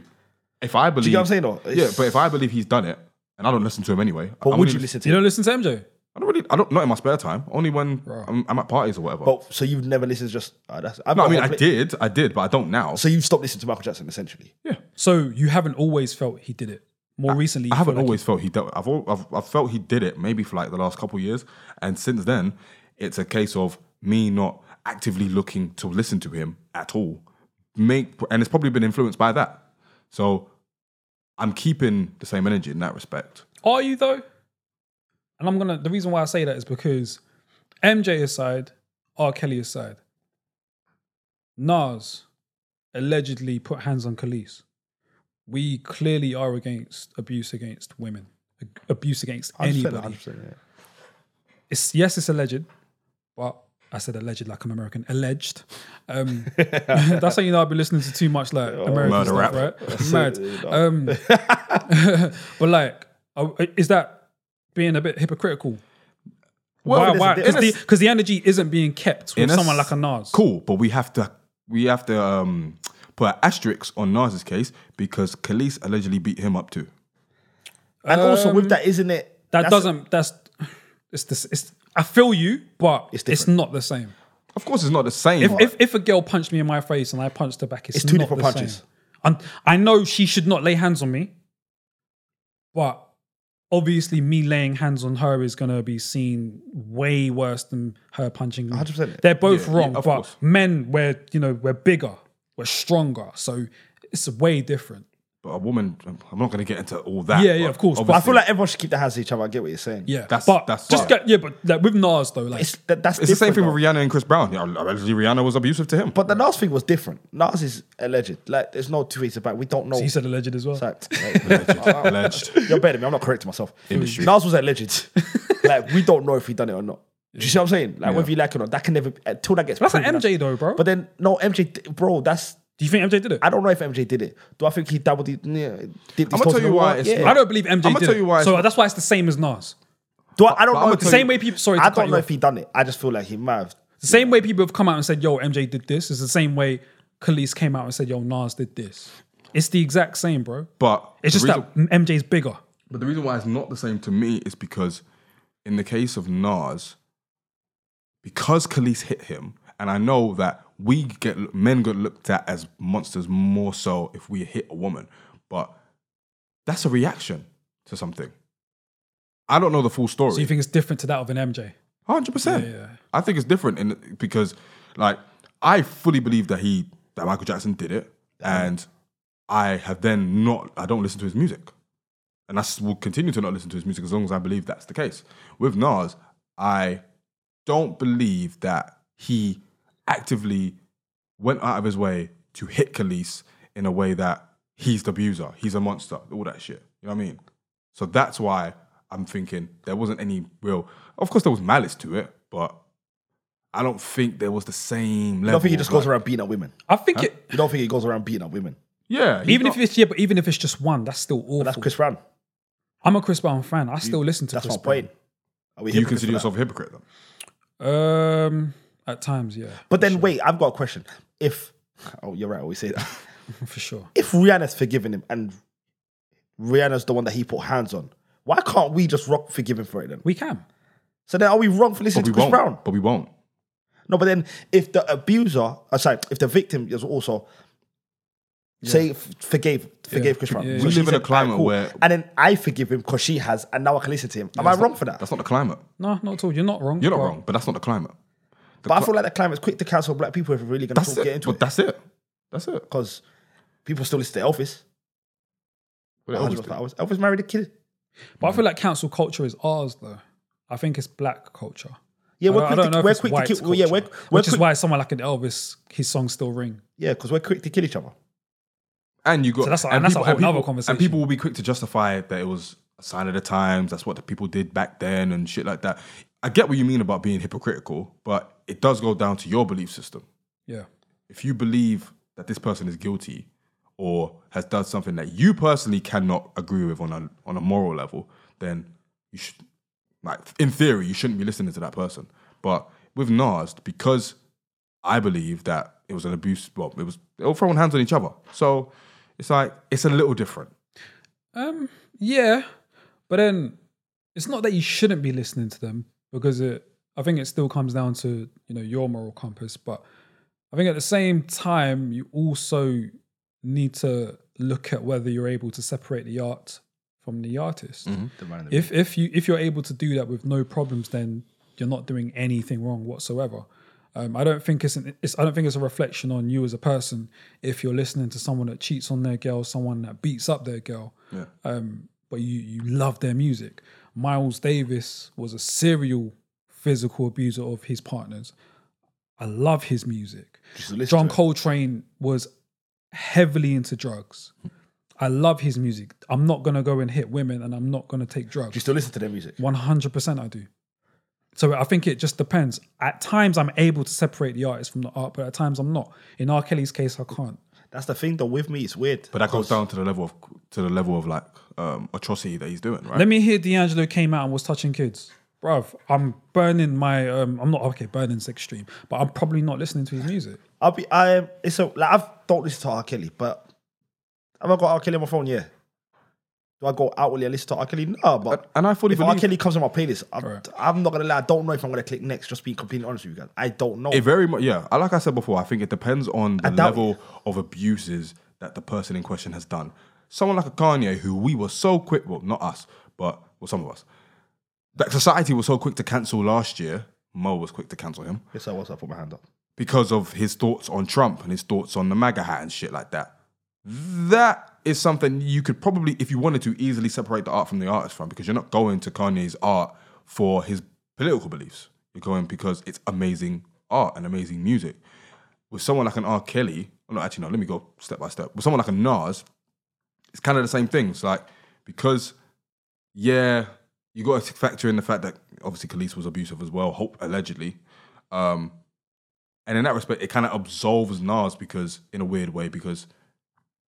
C: if i believe
A: Do you get what I'm saying though?
C: yeah
A: It's-
C: but if i believe he's done it and i don't listen to him anyway
A: but
C: I'm
A: would
C: only
A: you
C: lis-
A: listen to
B: You
A: him?
B: don't listen to MJ.
C: i don't really i don't not in my spare time only when I'm, I'm at parties or whatever
A: But so you've never listened to just oh, that's, I've
C: no,
A: got
C: i mean
A: one
C: i
A: pla-
C: did i did but i don't now
A: So you've stopped listening to Michael Jackson essentially.
C: yeah
B: So you haven't always felt he did it. More recently, you
C: I haven't
B: feel like
C: always felt he dealt. I've, al- I've I've felt he did it maybe for like the last couple of years, and since then, it's a case of me not actively looking to listen to him at all. Make and it's probably been influenced by that. So I'm keeping the same energy in that respect.
B: he- Are you though? And I'm gonna. The reason why I say that is because MJ aside, R. Kelly aside, Nas allegedly put hands on Khalees. We clearly are against abuse against women, a- abuse against anybody.
A: 100%, yeah.
B: It's yes, it's alleged, but I said alleged like I'm American. Alleged. Um, that's how you know I've been listening to too much like American
C: Oh, Murder
B: stuff,
C: rap.
B: right? Mad.
A: uh,
B: Um, but like, oh, is that being a bit hypocritical?
A: there's a
B: why? Why?
A: difference.
B: Because the, energy isn't being kept with
C: In a
B: someone
C: s-
B: like a Nas.
C: Cool, but we have to we have to um, put an asterisk on Nas's case because Khalees allegedly beat him up too.
A: And also with that, isn't it?
B: That
A: that's-
B: doesn't. That's. It's this. It's. I feel you, but it's,
A: different.
B: not the same.
C: Of course, it's not the same.
B: If, if if a girl punched me in my face and I punched her back, it's,
A: It's two
B: not
A: different
B: the
A: punches.
B: Same. And I know she should not lay hands on me, but obviously, me laying hands on her is going to be seen way worse than her punching me.
A: 100%.
B: They're both
C: Yeah,
B: wrong,
C: yeah, of
B: but
C: course.
B: men, we're you know we're bigger, we're stronger, so it's way different.
C: but a woman, I'm not going to get into all that.
B: Yeah, yeah,
C: but
B: of course, but
A: But I
C: obviously-
A: feel like everyone should keep their hands to each other. I get what you're saying.
B: Yeah,
C: That's-
B: but
C: that's
B: just
C: fine.
B: get, yeah, but like, with Nas though, like
A: It's, that, that's
C: It's the same
A: different,
C: thing
A: though.
C: with Rihanna and Chris Brown. Yeah, Allegedly, Rihanna was abusive to him.
A: But the last thing was different. Nas is alleged. Like, there's no two ways about. it. We don't know.
B: he said alleged as well.
A: Like,
C: alleged.
A: Uh, you're better than me. I'm not correcting myself.
C: Industry.
A: Nas was alleged. like, we don't know if he done it or not. Do you see what I'm saying? Like, whether you like it or not, that can never until that gets.
B: That's like
A: proven,
B: MJ though, bro.
A: But then, no, MJ, bro. That's
B: Do you think MJ did it?
A: I don't know if MJ did it. Do I think he doubled it? Yeah, did
C: I'ma tell you why it's
B: I
C: not-
B: don't believe MJ
C: I'ma
B: did
C: tell
B: it.
C: you why it's
B: so
C: not-
B: that's why it's the same as Nas.
A: Do I, I don't
C: But I'ma
A: know.
C: tell
B: Same way people. Sorry, to
A: I
B: cut
A: don't
B: you
A: know
B: off.
A: if he done it. I just feel like he might have.
B: The same way people have come out and said, "Yo, MJ did this," is the same way Khalees came out and said, "Yo, Nas did this." It's the exact same, bro.
C: But
B: It's
C: the
B: just
C: reason,
B: that MJ's bigger.
C: But the reason why it's not the same to me is because, in the case of Nas, because Khalees hit him, and I know that we get men get looked at as monsters more so if we hit a woman, but that's a reaction to something. I don't know the full story.
B: So you think it's different to that of an MJ?
C: Hundred percent. I think it's different in because, like, I fully believe that he that Michael Jackson did it, and I have then not. I don't listen to his music, and I s- will continue to not listen to his music as long as I believe that's the case. With Nas, I don't believe that he actively went out of his way to hit Khalees in a way that he's the abuser, he's a monster, all that shit. You know what I mean? So that's why I'm thinking there wasn't any real. Of course, there was malice to it, but I don't think there was the same level.
A: don't think he just
C: of,
A: goes
C: like-
A: around beating up women.
B: I think it.
A: You don't think he goes around beating up women?
C: Yeah, he's
B: Even
C: not-
B: if it's yeah, but even if it's just one, that's still awful.
A: That's Chris Brown.
B: I'm a Chris Brown fan. I still listen to
A: That's
B: Chris
A: my point. Are we
C: you
A: hypocrites for
C: consider
A: that?
C: yourself a hypocrite, then.
B: Brown. Um, at times, yeah,
A: But then wait, I've got a question. If oh, you're right, I always say that.
B: for sure.
A: If Rihanna's forgiven him and Rihanna's the one that he put hands on, why can't we just rock forgive him for it then?
B: We can.
A: So then, are we wrong for listening
C: But we
A: to Chris
C: won't.
A: Brown?
C: But we won't.
A: No, but then if the abuser, uh, sorry, if the victim is also say f- forgave forgave Chris Brown,
B: Yeah,
A: So
C: We
A: she
C: live in
A: said,
C: a
A: "Alright,
C: climate
A: cool."
C: where-
A: and then I forgive him because she has, and now I can listen to him. Am I wrong for that?
C: That's not the climate.
B: No, not at all. You're not wrong.
C: You're not
B: Well,
C: wrong, but that's not the climate.
A: But I feel like the climate's quick to cancel black people if we're really going
C: That's
A: to get
C: it.
A: into
C: But
A: it
C: that's it. That's it.
A: because people still listen to Elvis.
C: What
A: Elvis,
C: else
A: was
C: do?
A: like, Elvis- Elvis married a kid.
B: But I feel like council culture is ours, though. I think it's black culture.
A: Yeah,
B: I
A: we're
B: don't- I
A: quick.
B: don't know
A: To,
B: if
A: we're
B: it's
A: quick to
B: white
A: kill. well, Yeah, we're,
B: culture,
A: we're
B: which is
A: quick,
B: why someone like an Elvis, his songs still ring.
A: yeah, because we're quick to kill each other.
C: And you got
B: So that's a- and that's a whole other conversation.
C: And people will be quick to justify that it was a sign of the times. That's what the people did back then and shit like that. I get what you mean about being hypocritical, but it does go down to your belief system.
B: Yeah,
C: If you believe that this person is guilty or has done something that you personally cannot agree with on a on a moral level, then you should like in theory you shouldn't be listening to that person. But with Nas, because I believe that it was an abuse. Well, it was they were throwing hands on each other. So it's like it's a little different.
B: um, yeah. But then it's not that you shouldn't be listening to them because it. I think it still comes down to you know your moral compass, but I think at the same time you also need to look at whether you're able to separate the art from the artist. if if you if you're able to do that with no problems, then you're not doing anything wrong whatsoever. Um, I don't think it's, an, it's I don't think it's a reflection on you as a person if you're listening to someone that cheats on their girl, someone that beats up their girl,
C: Yeah.
B: um, but you you love their music. Miles Davis was a serial physical abuser of his partners. I love his music. John Coltrane was heavily into drugs. I love his music. I'm not gonna go and hit women, and I'm not gonna take drugs.
A: Do you still listen to their music?
B: One hundred percent, I do. So I think it just depends. At times, I'm able to separate the artist from the art, but at times I'm not. In R. Kelly's case, I can't.
A: That's the thing. though, with me, it's weird.
C: But that goes down to the level of to the level of like um, atrocity that he's doing, right?
B: Let me hear D'Angelo came out and was touching kids, bruv. I'm burning my. Um, I'm not okay. Burning's extreme, but I'm probably not listening to his music.
A: I'll be. I. It's so like I don't listen to R. Kelly, but have I got R. Kelly on my phone? Yeah. Do I go outwardly and listen to R. Kelly? No, but
C: And I fully
A: if R.
C: believe
A: Kelly comes on my playlist, I'm,
B: Right.
A: I'm not gonna lie. I don't know if I'm gonna click next. Just being completely honest with you guys, I don't know.
C: it very much. Yeah, I- like I said before, I think it depends on the
A: doubt
C: level of abuses that the person in question has done. Someone like a Kanye, who we were so quick, well, not us, but well, some of us, that society was so quick to cancel last year. Mo was quick to cancel him.
A: yes, I was. I put my hand up.
C: because of his thoughts on Trump and his thoughts on the MAGA hat and shit like that. That is something you could probably, if you wanted to, easily separate the art from the artist from because you're not going to Kanye's art for his political beliefs. You're going because it's amazing art and amazing music. With someone like an R. Kelly, no, actually, no, let me go step by step. With someone like a Nas, it's kind of the same thing. It's like, because, yeah, you got to factor in the fact that obviously Khalees was abusive as well, hope allegedly. Um, and in that respect, it kind of absolves Nas because, in a weird way, because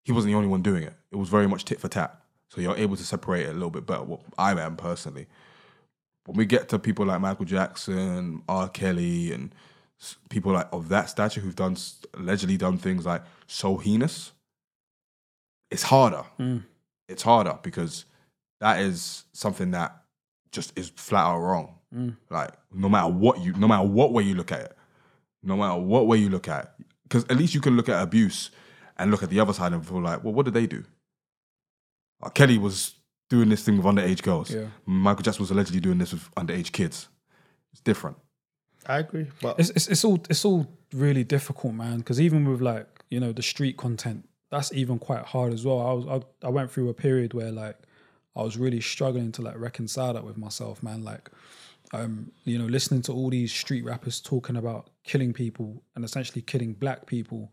C: he wasn't the only one doing it. It was very much tit for tat. So you're able to separate it a little bit better. What I am personally, when we get to people like Michael Jackson, R. Kelly, and s- people like of that stature who've done s- allegedly done things like so heinous, it's harder. It's harder because that is something that just is flat out wrong. Like no matter what you, no matter what way you look at it, no matter what way you look at it, because at least you can look at abuse and look at the other side and feel like, well, what did they do? Like, Kelly was doing this thing with underage girls.
B: Yeah.
C: Michael Jackson was allegedly doing this with underage kids. It's different.
A: I agree. But
B: It's, it's, it's all it's all really difficult, man. Because even with like you know the street content, that's even quite hard as well. I was I, I went through a period where like I was really struggling to like reconcile that with myself, man. Like um you know listening to all these street rappers talking about killing people and essentially killing black people.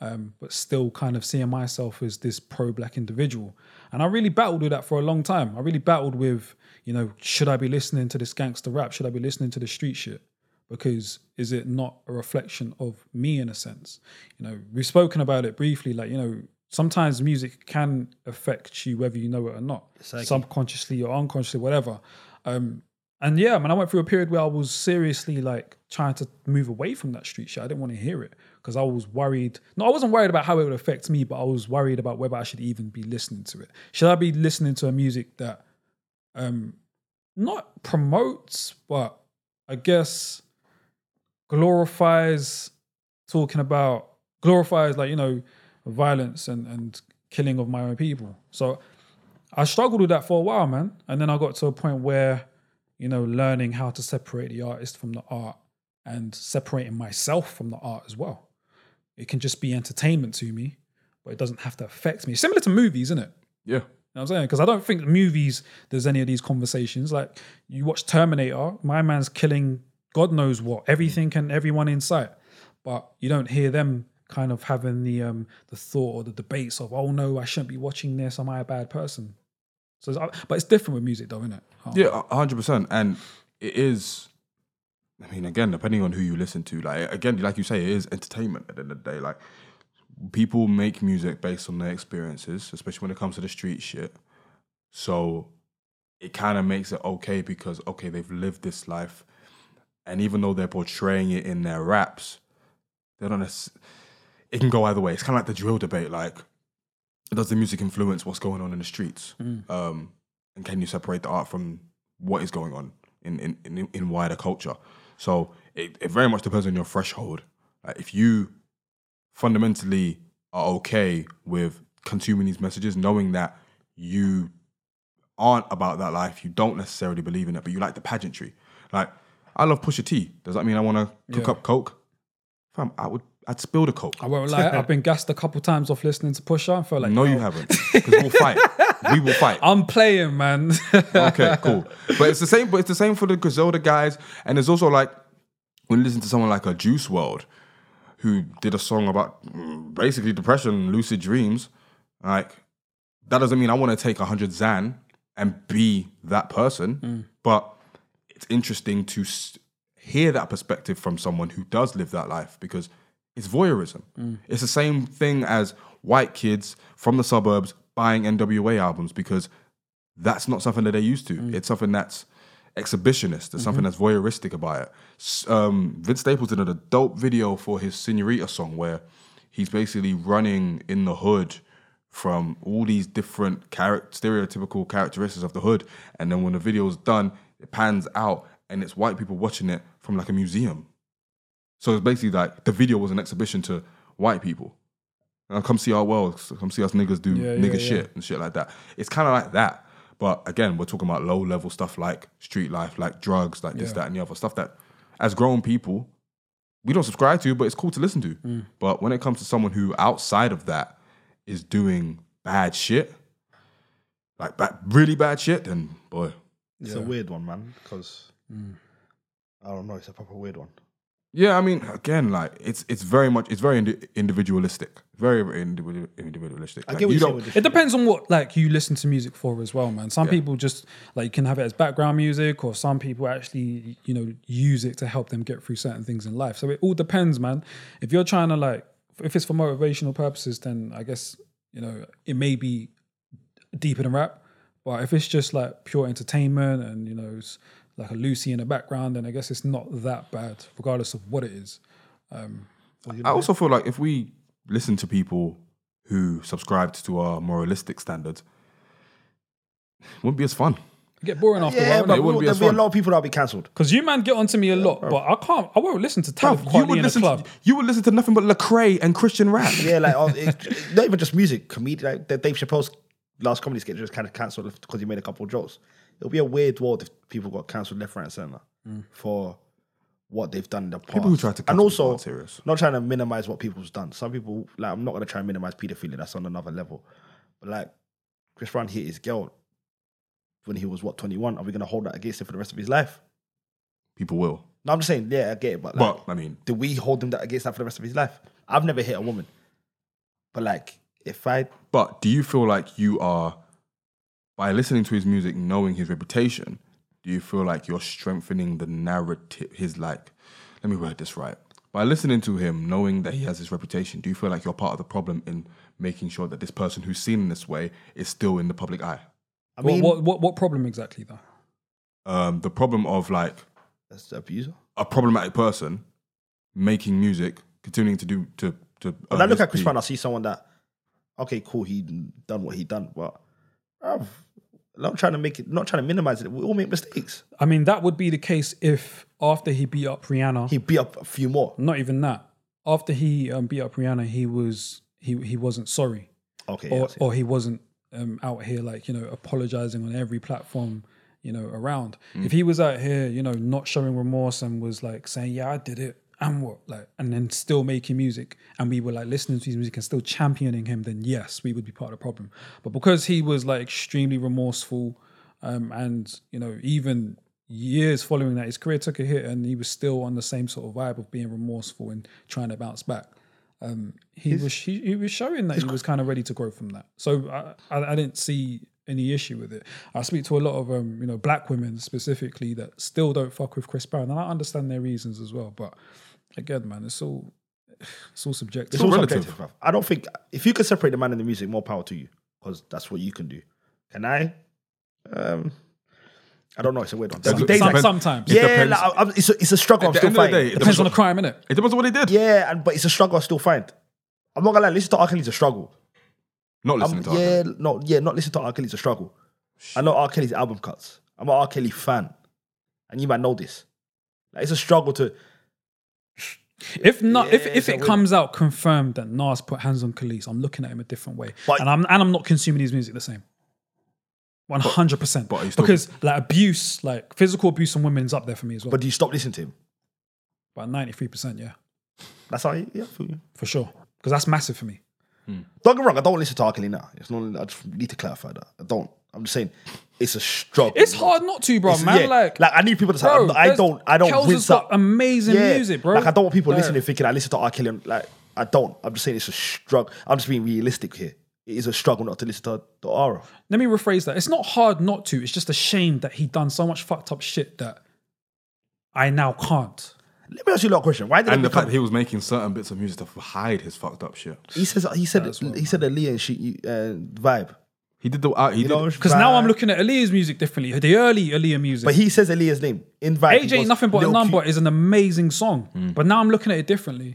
B: Um, but still kind of seeing myself as this pro-black individual. And I really battled with that for a long time. I really battled with, you know, should I be listening to this gangster rap? Should I be listening to the street shit? because is it not a reflection of me in a sense you know we've spoken about it briefly like you know sometimes music can affect you whether you know it or not subconsciously or unconsciously whatever um and yeah man i went through a period where i was seriously like trying to move away from that street shit i didn't want to hear it because i was worried no i wasn't worried about how it would affect me but i was worried about whether i should even be listening to it should i be listening to a music that um not promotes but i guess glorifies talking about glorifies like you know violence and and killing of my own people so i struggled with that for a while man and then i got to a point where you know learning how to separate the artist from the art and separating myself from the art as well it can just be entertainment to me but it doesn't have to affect me similar to movies isn't it
C: Yeah.
B: you know what I'm saying? Because I don't think movies there's any of these conversations. Like you watch Terminator, my man's killing God knows what, everything and everyone in sight. But you don't hear them kind of having the um the thought or the debates of, oh no, I shouldn't be watching this. Am I a bad person? So, it's, uh, but it's different with music, though, isn't it? Oh,
C: Yeah, a hundred percent. And it is. I mean, again, depending on who you listen to, like again, like you say, it is entertainment at the end of the day. Like people make music based on their experiences, especially when it comes to the street shit. So it kind of makes it okay because okay, they've lived this life, and even though they're portraying it in their raps, they're not. necess- It can go either way. It's kind of like the drill debate. Like, does the music influence what's going on in the streets? Um, and can you separate the art from what is going on in in in, in wider culture? So it, it very much depends on your threshold. Like if you fundamentally are okay with consuming these messages, knowing that you aren't about that life, you don't necessarily believe in it, but you like the pageantry. Like I love Pusha T. Does that mean I want to cook
B: Yeah.
C: up coke? Fam, I would. I'd spill the coke.
B: I won't lie. I've been gassed a couple times off listening to Pusha. I felt like
C: no, you haven't. Because we'll fight. We will fight.
B: I'm playing, man.
C: okay, cool. But it's the same. But it's the same for the Griselda guys, and it's also like when you listen to someone like a Juice World, who did a song about mm, basically depression, lucid dreams. Like that doesn't mean I want to take hundred Zan and be that person, but it's interesting to s- hear that perspective from someone who does live that life because it's voyeurism. It's the same thing as white kids from the suburbs buying NWA albums because that's not something that they're used to. It's something that's exhibitionist. It's something that's voyeuristic about it. S- Um, Vince Staples did an dope video for his Senorita song where he's basically running in the hood from all these different charac- stereotypical characteristics of the hood. And then when the video's done, it pans out and it's white people watching it from like a museum. So it's basically like the video was an exhibition to white people. Uh, come see our world, come see us niggas do
B: Yeah, yeah,
C: nigga
B: yeah.
C: shit and shit like that. It's kind of like that. But again, we're talking about low level stuff like street life, like drugs, like this,
B: Yeah.
C: that, and the other stuff that as grown people, we don't subscribe to, but it's cool to listen to.
B: Mm.
C: But when it comes to someone who outside of that is doing bad shit, like ba- really bad shit, then boy,
A: it's a weird one, man, because I don't know. It's a proper weird one.
C: Yeah, I mean, again, like it's it's very much it's very indi- individualistic, very very individu- individualistic.
A: I
C: Like,
A: get what
C: you
A: you
C: don't-
B: It depends on what like you listen to music for as well, man. Some people just like can have it as background music, or some people actually you know use it to help them get through certain things in life. So it all depends, man. If you're trying to like, if it's for motivational purposes, then I guess you know it may be deeper than rap. But if it's just like pure entertainment and you know it's like a Lucy in the background, then I guess it's not that bad, regardless of what it is.
C: I also feel like if we listen to people who subscribed to our moralistic standards, it wouldn't be as fun.
B: get boring after
A: Yeah,
B: a while.
A: but
C: it
A: we,
C: wouldn't be
A: there'll
C: as
A: be a
C: fun.
A: lot of people that'll be cancelled.
B: Because you man get onto me a lot, but I can't. I won't listen to Talib
C: you would
B: Kweli in a
C: listen.
B: club.
C: To, you would listen to nothing but Lecrae and Christian rap.
A: Yeah, like oh, it's not even just music, comedy. Like the Dave Chappelle's last comedy sketch just kind of cancelled because he made a couple of jokes. It'll be a weird world if people got cancelled left, right, and centre for what they've done in the past.
C: People who try to
A: and
C: cancel people
A: also
C: aren't serious.
A: not trying to minimise what people's done. Some people like I'm not gonna try and minimise paedophilia. That's on another level. But like Chris Brown hit his girl when he was what 21. Are we gonna hold that against him for the rest of his life?
C: People will.
A: No, I'm just saying. Yeah, I get it, but like,
C: But I mean,
A: do we hold him that against that for the rest of his life? I've never hit a woman, but like if I
C: but do you feel like you are by listening to his music, knowing his reputation? Do you feel like you're strengthening the narrative? His like, let me word this right. By listening to him, knowing that he has this reputation, do you feel like you're part of the problem in making sure that this person who's seen in this way is still in the public eye?
A: I mean,
B: what, what, what what problem exactly though?
C: Um, the problem of like
A: that's the abuser.
C: a problematic person making music, continuing to do to to.
A: When I
C: earn
A: look
C: his
A: at Chris
C: keep.
A: Brown, I see someone that, okay, cool, he done what he done, but I'm not trying to make it, not trying to minimize it. We all make mistakes.
B: I mean, that would be the case if after he beat up Rihanna,
A: He beat up a few more.
B: not even that. After he um, beat up Rihanna, he was he he wasn't sorry,
A: Okay, yeah, I
B: or
A: see.
B: or he wasn't um, out here like you know apologizing on every platform you know around. If he was out here, you know, not showing remorse and was like saying, "Yeah, I did it," and what like, and then still making music, and we were like listening to his music and still championing him, then yes, we would be part of the problem. But because he was like extremely remorseful, um, and you know even years following that his career took a hit and he was still on the same sort of vibe of being remorseful and trying to bounce back um, he was he, he was showing that he was kind of ready to grow from that so I, I, I didn't see any issue with it i speak to a lot of um, you know black women specifically that still don't fuck with chris brown and i understand their reasons as well but again man it's all it's all subjective
A: It's all
C: relative.
A: subjective, bruv. I don't think if you can separate the man and the music, more power to you because that's what you can do. Can I? Um, I don't know. It's a weird one. There'll be days
B: Some-
A: like-
B: sometimes
C: It
A: yeah,
C: depends.
A: like, I- I'm- it's, a, it's a struggle. I'm
C: the
A: still
C: end of the day,
A: fighting.
C: it
B: depends on the crime innit?
C: It depends on what he did.
A: yeah, and but it's a struggle. I still find. I'm not gonna lie. Listen to R. Kelly's a struggle.
C: Not
A: I'm-
C: listening to yeah.
A: Um, yeah, no, yeah, not listen to R. Kelly's a struggle. I know R. Kelly's album cuts. I'm an R. Kelly fan, and you might know this. Like, it's a struggle to.
B: If not, if,
A: Yeah,
B: if
A: so
B: it
A: we-
B: comes out confirmed that Nas put hands on Khalees, I'm looking at him a different way,
A: But-
B: and I'm and I'm not consuming his music the same. One hundred percent.
C: but are you still-
B: Because like abuse, like physical abuse on women is up there for me as well.
A: But do you stop listening to him?
B: But ninety three percent, yeah,
A: That's how. Yeah, I feel you.
B: for sure. Because that's massive for me.
A: Don't get me wrong. I don't listen to R. Kelly now. It's not. I just need to clarify that. I don't. I'm just saying, it's a struggle.
B: It's hard not to, bro,
A: It's-
B: man.
A: yeah,
B: like,
A: like I need people to say.
B: bro,
A: I don't. I don't.
B: Kels has
A: rinse
B: got
A: up.
B: amazing
A: Yeah.
B: music, bro.
A: Like I don't want people
B: Like,
A: listening thinking I listen to R. Kelly. and, Like I don't. I'm just saying it's a struggle. I'm just being realistic here. It is a struggle not to listen to the R.
B: Let me rephrase that. It's not hard not to. It's just a shame that he done so much fucked up shit that I now can't.
A: Let me ask you a lot of question. Why did
C: And
A: it
C: the
A: become,
C: fact that he was making certain bits of music to hide his fucked up shit.
A: he says he said he said a Lee and she uh, vibe.
C: He did the uh, he
A: You
C: did,
A: know,
B: Because now I'm looking at Aaliyah's music differently. The early Aaliyah music.
A: But he says Aaliyah's name in vibe.
B: AJ Ain't Nothing But a Number is an amazing song.
A: Hmm.
B: But now I'm looking at it differently.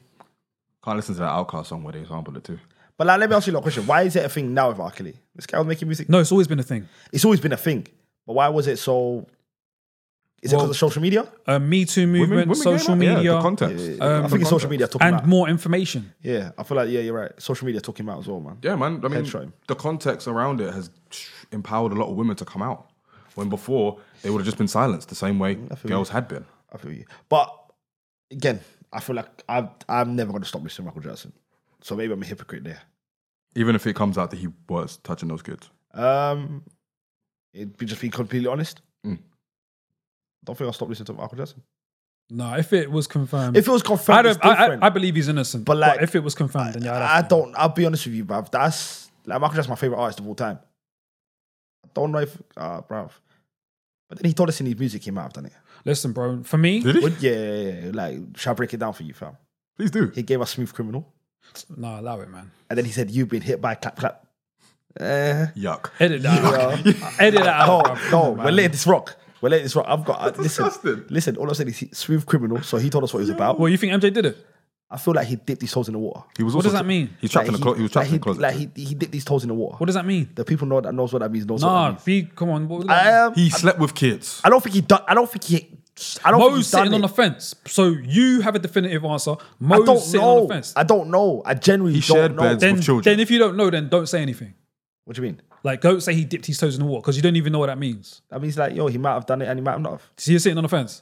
C: can't listen to that Outcast song where they sampled it too.
A: But like, let me ask you a lot of question. Why is it a thing now with R. Kelly? This guy was making music.
B: No, it's always been a thing.
A: It's always been a thing. But why was it so? Is it
B: Well,
A: because of social media?
B: Uh, Me Too movement, social
C: came out,
B: media, Uh,
C: yeah, the context.
A: I think it's social media talking
B: and
A: about.
B: more information.
A: yeah, I feel like yeah, you're right. Social media talking about as well, man.
C: Yeah, man. I mean,
A: Headshot him.
C: the context around it has empowered a lot of women to come out when before they would have just been silenced the same way girls had been.
A: I feel you. But again, I feel like I'm I'm never gonna stop listening to Michael Jackson. So maybe I'm a hypocrite there.
C: Even if it comes out that he was touching those kids,
A: Um, it be just being completely honest. Don't think I'll stop listening to Michael Jackson.
B: No, if it was confirmed.
A: If it was confirmed,
B: I, don't,
A: it's
B: I,
A: different.
B: I, I believe he's innocent. But,
A: But like-
B: if it was confirmed, then yeah, I'd
A: I
B: have to-
A: don't. I'll be honest with you, bruv. That's like Michael Jackson's my favorite artist of all time. I don't know if, uh, bruv. But then he told us in his music he might have done it.
B: Listen, bro, for me,
C: did he?
A: Would- yeah, yeah, yeah, yeah. Like, shall I break it down for you, fam?
C: Please do.
A: He gave us Smooth Criminal,
B: no, allow it, man.
A: and then he said, "You've been hit by clap clap." Eh.
C: Yuck.
B: Edit that out. Edit that
A: no,
B: out. bro. Come
A: Oh, no,
B: on, man.
A: we're letting this rock. We're letting this rock. I've got uh, listen,
C: disgusting.
A: listen. All I said is he- smooth criminal. So he told us what he was about.
B: Well, you think MJ did it?
A: I feel like he dipped his toes in the water.
C: He was
B: What
C: also
B: does that mean?
C: He's trapped
A: Like
C: in a clo- he was trapped
A: like
C: in a closet.
A: Like he, he dipped his toes in the water.
B: What does that mean?
A: the people know that knows what that means. Knows what that
B: Nah,
A: means.
B: be come on. What,
A: I am.
C: he slept with kids.
A: I don't think he done. I don't think he. I don't.
B: Mo's
A: think he
B: sitting
A: done
B: on
A: it.
B: the fence. So you have a definitive answer.
A: I
B: Mo's
A: don't
B: sitting on the
A: know.
B: fence.
A: I don't know. I genuinely
C: He
A: don't
C: shared
A: know.
C: beds.
B: then,
C: with children.
B: then if you don't know, then don't say anything.
A: What do you mean?
B: Like, don't say he dipped his toes in the water because you don't even know what that means.
A: That means like, yo, he might have done it and he might have not. Have.
B: So you're sitting on the fence.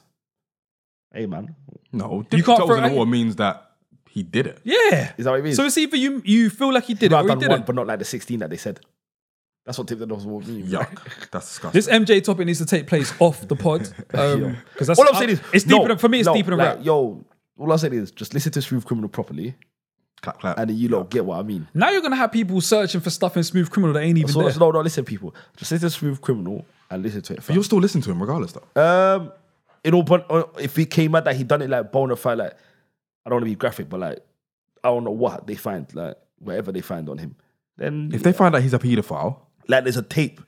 A: Hey man,
C: No,
B: You
C: you
B: can't
C: can't toes
B: throw-
C: in the water means that he did it.
B: Yeah.
A: is that what it means?
B: So it's either you you feel like he
A: he
B: did it
A: might
B: or he
A: have done one,
B: didn't.
A: but not like the sixteen that they said. That's what tip the nose will mean.
C: Yuck, that's disgusting.
B: This MJ topic needs to take place off the pod because
A: Yo.
B: that's
A: all I'm saying is
B: it's
A: no,
B: deeper than, for me. It's
A: no,
B: deeper than
A: like,
B: rap.
A: Yo, all I'm saying is just listen to Smooth Criminal properly,
C: clap, clap.
A: and then you lot get what I mean.
B: Now you're gonna have people searching for stuff in Smooth Criminal that ain't even
A: So
B: there.
A: no, no, listen, people, just listen to Smooth Criminal and listen to it.
C: But
A: fam.
C: you'll still listen to him regardless, though.
A: Um, it all but uh, if it came out that he done it like bona fide, like I don't want to be graphic, but like I don't know what they find, like whatever they find on him. Then
C: If they find out he's a paedophile,
A: like there's a tape.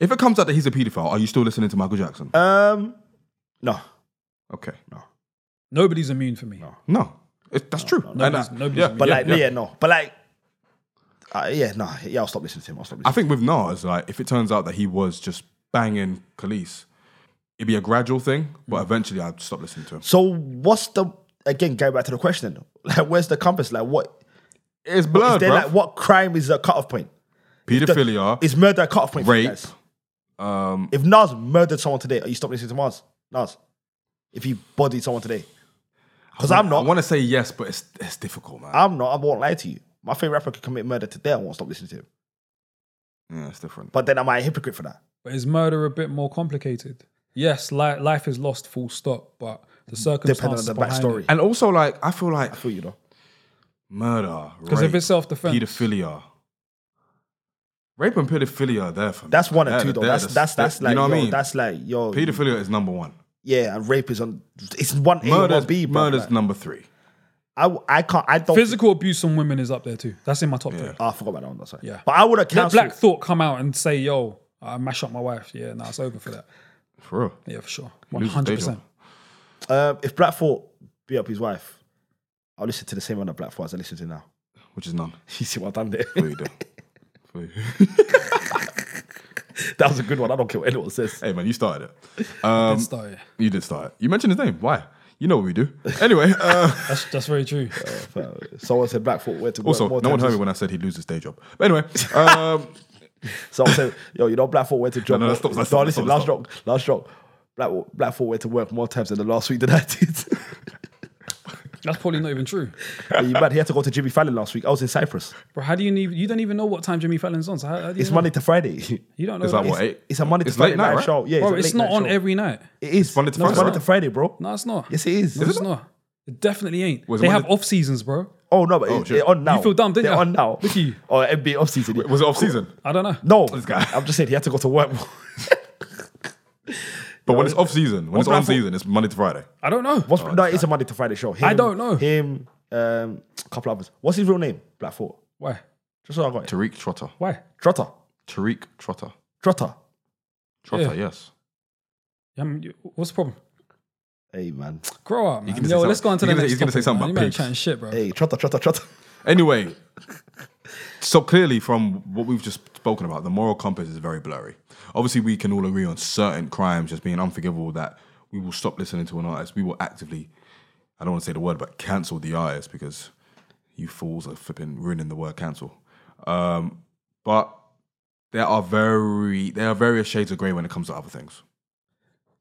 C: if it comes out that he's a paedophile, are you still listening to Michael Jackson?
A: Um, no,
C: Okay, no,
B: Nobody's immune for me.
C: no, it, that's true. And
B: nobody's-
C: I-
B: nobody's
C: yeah,
B: gonna-
A: but
C: yeah,
A: like yeah. no, but like uh, yeah, no, yeah, I'll stop listening to him. I'll stop
C: I
A: listening.
C: think with Nas, like if it turns out that he was just banging Khalees, it'd be a gradual thing,
A: Mm.
C: but eventually I'd stop listening to him.
A: so what's the again? Going back to the question, like where's the compass? Like what
C: It's
A: is
C: blurred,
A: there?
C: bro.
A: Like what crime is the cutoff point?
C: Paedophilia,
A: Is murder a cutoff point? for you
C: rape.
A: guys?
C: Um,
A: If Nas murdered someone today, are you stopping listening to Nas? Nas, if he bodied someone today, because I'm
C: I
A: not.
C: want to say yes, but it's it's difficult, man.
A: I'm not. I won't lie to you. My favorite rapper could commit murder today. I won't stop listening to him.
C: yeah, it's different.
A: But then am I a hypocrite for that?
B: But is murder a bit more complicated? Yes, li- life is lost, full stop. But
A: Depending
B: the circumstances
A: on the
B: behind
A: backstory.
C: and also, like I feel like
A: I feel you know.
C: murder,
B: because if
C: rape,
B: it's self-defense,
C: paedophilia. Rape and paedophilia are there for me.
A: That's one and
C: They're-
A: two though.
C: they're
A: That's
C: the-
A: that's that's
C: you
A: like
C: know what
A: yo,
C: I mean?
A: that's like yo
C: Paedophilia is number one.
A: yeah. And rape is on. It's one A and
C: Murder's,
A: one B. bruv,
C: murder's
A: like.
C: number three.
A: I I can't. I don't.
B: physical abuse on women is up there too. That's in my top three.
A: Oh, I forgot about that one. That's right.
B: Yeah.
A: But I would have
B: Let
A: canceled.
B: Black Thought come out and say, "Yo, I mash up my wife." Yeah, nah, it's over for that.
C: For real.
B: Yeah, for sure,
C: You
B: one
C: lose your day
B: hundred percent.
C: job.
A: Um, if Black Thought beat up his wife, I'll listen to the same amount of Black Thought as I listen to now.
C: Which is none.
A: You see what I've done there?
C: For you, though. For you.
A: that was a good one. I don't care what anyone says.
C: hey, man, you started it. Um,
B: Sorry.
C: you did start it. You mentioned his name. Why? You know what we do. Anyway, uh,
B: That's that's very true.
A: Someone said Black Thought where to
C: also,
A: work. more
C: no one
A: times
C: heard me
A: than-
C: when I said he'd lose his day job. But anyway, um,
A: Someone said, "Yo, you know Black Thought went to drop."
C: No, no,
A: more-
C: stop,
A: No,
C: stop, stop,
A: listen,
C: stop,
A: last
C: stop.
A: drop, last drop. Black Black Thought went to work more times than the last week than I did.
B: That's probably not even true.
A: Are you mad? He had to go to Jimmy Fallon last week. I was in Cyprus.
B: Bro, how do you need? You don't even know what time Jimmy Fallon's on. So how, how do you
A: It's
B: know?
A: Monday to Friday.
B: You don't know.
C: it's like,
B: that.
C: what, eight?
A: It's a Monday to
C: It's
A: Friday
C: late night,
A: night
C: right?
A: show. Yeah,
B: Bro,
A: a
B: it's,
A: late
B: not
A: night
B: on
A: show.
B: every night.
A: It is
C: Monday to
A: No, it's
C: Friday,
A: Monday to
C: right?
A: Friday, bro.
B: No, it's not.
A: Yes, it is.
B: No, it's not. It definitely ain't.
C: Was it
B: they
C: Monday-
B: have off seasons, bro.
A: Oh no, but it,
C: shit.
A: they're on now.
B: You feel dumb, didn't
A: they're
B: ya?
A: on now. Oh,
B: Look at you.
A: Or NBA offseason.
C: Was it off season?
B: I don't know.
A: No,
C: guy.
A: I'm just saying he had to go to work. more.
C: But when it's off season, when it's on
A: platform-
C: season, it's Monday to Friday.
B: I don't know.
A: What's, no, it's a Monday to Friday show. Him,
B: I don't know.
A: him. Um, a couple others. What's his real name? Black Thought.
B: Why?
A: Just so I got it.
C: Tariq Trotter.
B: Why?
A: Trotter.
C: Tariq Trotter.
A: Trotter.
C: Trotter,
B: Yeah.
C: yes.
B: Um, you- what's the problem?
A: Hey man.
B: Grow up, man.
C: gonna say
B: Yo, let's
C: something-
B: go on to the
C: he's gonna-
B: next.
C: he's gonna say
B: topic,
C: something
B: man.
C: about
B: You man
C: pigs.
B: chatting shit, bro.
A: Hey, trotter, trotter, trotter.
C: Anyway, so clearly from what we've just spoken about, the moral compass is very blurry. Obviously, we can all agree on certain crimes just being unforgivable that we will stop listening to an artist. We will actively, I don't want to say the word, but cancel the artist because you fools are flipping ruining the word cancel. Um, but there are very there are various shades of grey when it comes to other things.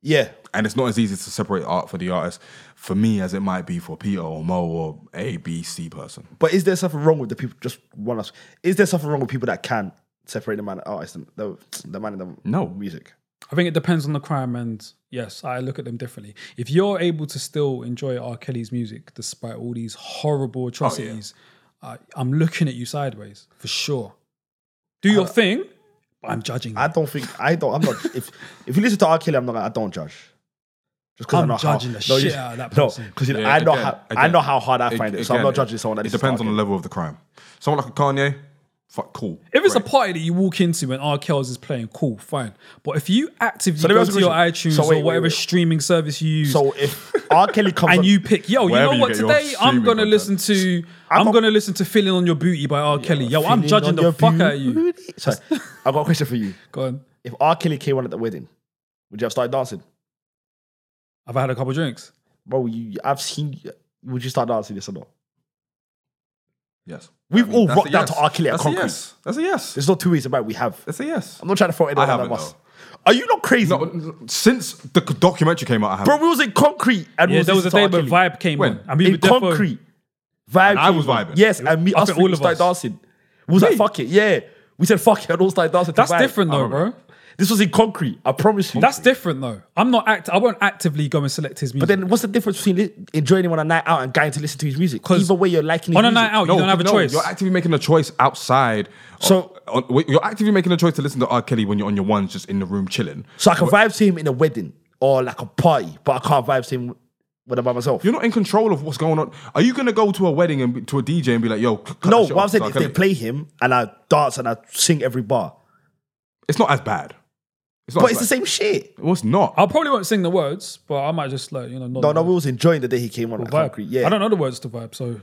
A: Yeah.
C: And it's not as easy to separate art for the artist, for me, as it might be for Peter or Mo or A, B, C person.
A: But is there something wrong with the people? Just one last. Is there something wrong with people that can separate the man and artist and the, the man and the
C: No.
A: music?
B: I think it depends on the crime, and yes, I look at them differently. If you're able to still enjoy R. Kelly's music despite all these
C: Oh,
B: horrible atrocities, uh, I'm looking at you sideways for sure. Do your thing, but I'm judging.
A: I
B: you.
A: don't think I don't. I'm not. if if you listen to R. Kelly, I'm not. I don't judge. Just because I
B: I'm
A: know
B: judging
A: how,
B: the shit out of that person.
A: No, because
C: Yeah,
A: I know
C: again-
A: how I
C: again.
A: know how hard I
C: Ag-
A: find it, so I'm
C: again,
A: not judging someone. That
C: It depends on the level of the crime. Someone like a Kanye, Fuck, cool.
B: If it's
C: Great.
B: a party that you walk into and R. Kells is playing, cool, fine. But if you actively
A: So let me
B: go
A: ask
B: to
A: you a
B: your
A: question.
B: iTunes
A: So wait,
B: or
A: wait,
B: whatever
A: wait.
B: streaming service you use,
A: So if R. Kelly comes
B: and
A: on-
B: you pick, yo, you
C: Wherever
B: know
C: you
B: what?
C: get your
B: Today I'm
C: streaming
B: gonna
C: content.
B: listen to I'm,
A: got-
B: gonna listen to "Feeling on Your Booty" by R. Kelly. Yo, I'm
A: Feeling
B: judging
A: on
B: the
A: your
B: fuck out of you.
A: beauty. Sorry, I got a question for you.
B: Go on.
A: If R. Kelly came on at the wedding, would you have started dancing,
B: I've had a couple drinks.
A: bro? You, I've seen. you- Would you start dancing this or not?
C: Yes.
A: We've all
C: That's a
A: rocked out to
C: yes.
A: R. Kelly at
C: That's
A: Concrete.
C: A yes. That's a yes.
A: There's not two ways about it, we have.
C: That's a yes.
A: I'm not trying to throw anyone
C: I
A: under the
C: haven't,
A: bus. Are you not crazy,
C: No, since the documentary came out, I haven't.
A: bro? We was in Concrete, and we
B: Yeah, there was a day
A: listening to
B: where
A: R. Kelly.
B: Vibe came
C: When?
B: on. I mean,
A: in Concrete. Vibe.
C: I
A: came
C: was
A: on.
C: vibing.
A: Yes, and me,
B: I
A: us
B: think
A: all
B: all
A: of
B: of
A: started
B: us.
A: dancing. We was like, fuck it, yeah. We said fuck it, and all started dancing. to
B: That's
A: Vibe.
B: different though, bro.
A: This was in Concrete. I promise you.
B: That's different though. I'm not act. I won't actively go and select his music.
A: But then, what's the difference between li- enjoying him on a night out and going to listen to his music?
B: 'Cause
A: Either way, you're liking his
B: on a
A: music.
B: night out, you don't have a
C: no,
B: choice.
C: You're actively making a choice outside.
A: So-
C: on, on- you're actively making a choice to listen to R. Kelly when you're on your ones, just in the room chilling.
A: So I can vibe to him in a wedding or like a party, but I can't vibe to him when I'm by myself.
C: You're not in control of what's going on. Are you gonna go to a wedding and be, to a DJ and be like, "Yo, c- cut
A: no,
C: that shit
A: what I'm
C: off,
A: saying
C: R.
A: is they
C: Kelly?
A: play him and I dance and I sing every bar,
C: It's not as bad. It's not
A: but
C: as
A: it's the
C: bad.
A: same shit.
C: Well, it's not.
B: I probably won't sing the words, but I might just like you know.
A: No,
B: nod
A: no,
B: along.
A: we was enjoying the day he came on. Like
B: vibe.
A: concrete. Yeah,
B: I don't know the words to vibe, so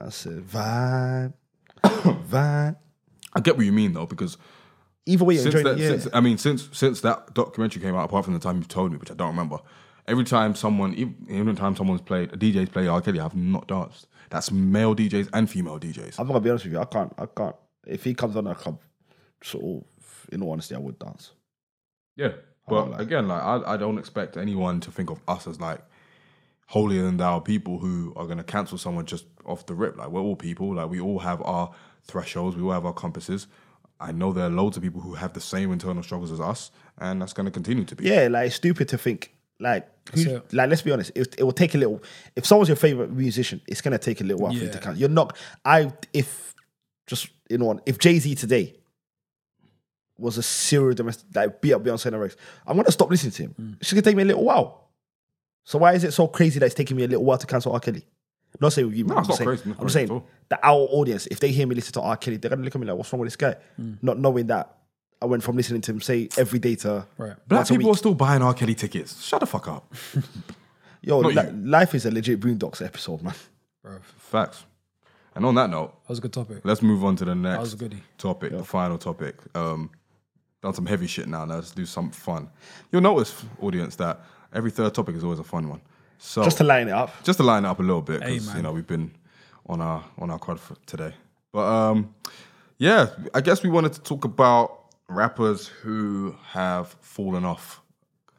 A: I said vibe, vibe.
C: I get what you mean though, because
A: Either way, you're
C: since
A: enjoying
C: that,
A: it. Yeah.
C: since, I mean, since since that documentary came out, apart from the time you've told me, which I don't remember, every time someone, even, even the time someone's played, a DJ's played R. Kelly, I've not danced. That's male DJs and female DJs.
A: I'm not gonna be honest with you. I can't. I can't. If he comes on, I can't. So, in all honesty, I would dance.
C: yeah, but again, like I, I don't expect anyone to think of us as like holier than thou people who are going to cancel someone just off the rip. Like we're all people. Like we all have our thresholds. We all have our compasses. I know there are loads of people who have the same internal struggles as us, and that's going to continue to be.
A: Yeah, like it's stupid to think like who-
B: it.
A: like let's be honest, it, it will take a little if someone's your favorite musician, it's gonna take a little while for you to
B: Yeah.
A: count. You're not I if just in one, if Jay-Z today was a serial domestic like beat up Beyonce and the rest, I'm gonna stop listening to him.
B: Mm.
A: It's gonna take me a little while. So why is it so crazy that it's taking me a little while to cancel R. Kelly? Not saying with you, man. I'm
C: it's
A: just
C: not
A: saying,
C: crazy, not
A: I'm
C: crazy
A: saying
C: at all.
A: that our audience, if they hear me listen to R. Kelly, they're gonna look at me like, what's wrong with this guy?
B: Mm.
A: Not knowing that I went from listening to him say every day to
B: right.
C: Black
A: Once a
C: people
A: week.
C: are still buying R. Kelly tickets. Shut the fuck up.
A: Yo,
C: Not
A: li-
C: you.
A: life is a legit Boondocks episode, man.
B: Bro, that
C: Facts. And on that note,
B: was a good topic.
C: let's move on to the
B: was
C: next
B: a goodie.
C: topic, the final topic. Um, done some heavy shit now. Now let's do some fun. You'll notice, audience, that every third topic is always a fun one. So
A: Just to line it up.
C: just to line it up a little bit because
B: man.
C: you know we've been on our on our quad for today. But um, yeah, I guess we wanted to talk about rappers who have fallen off,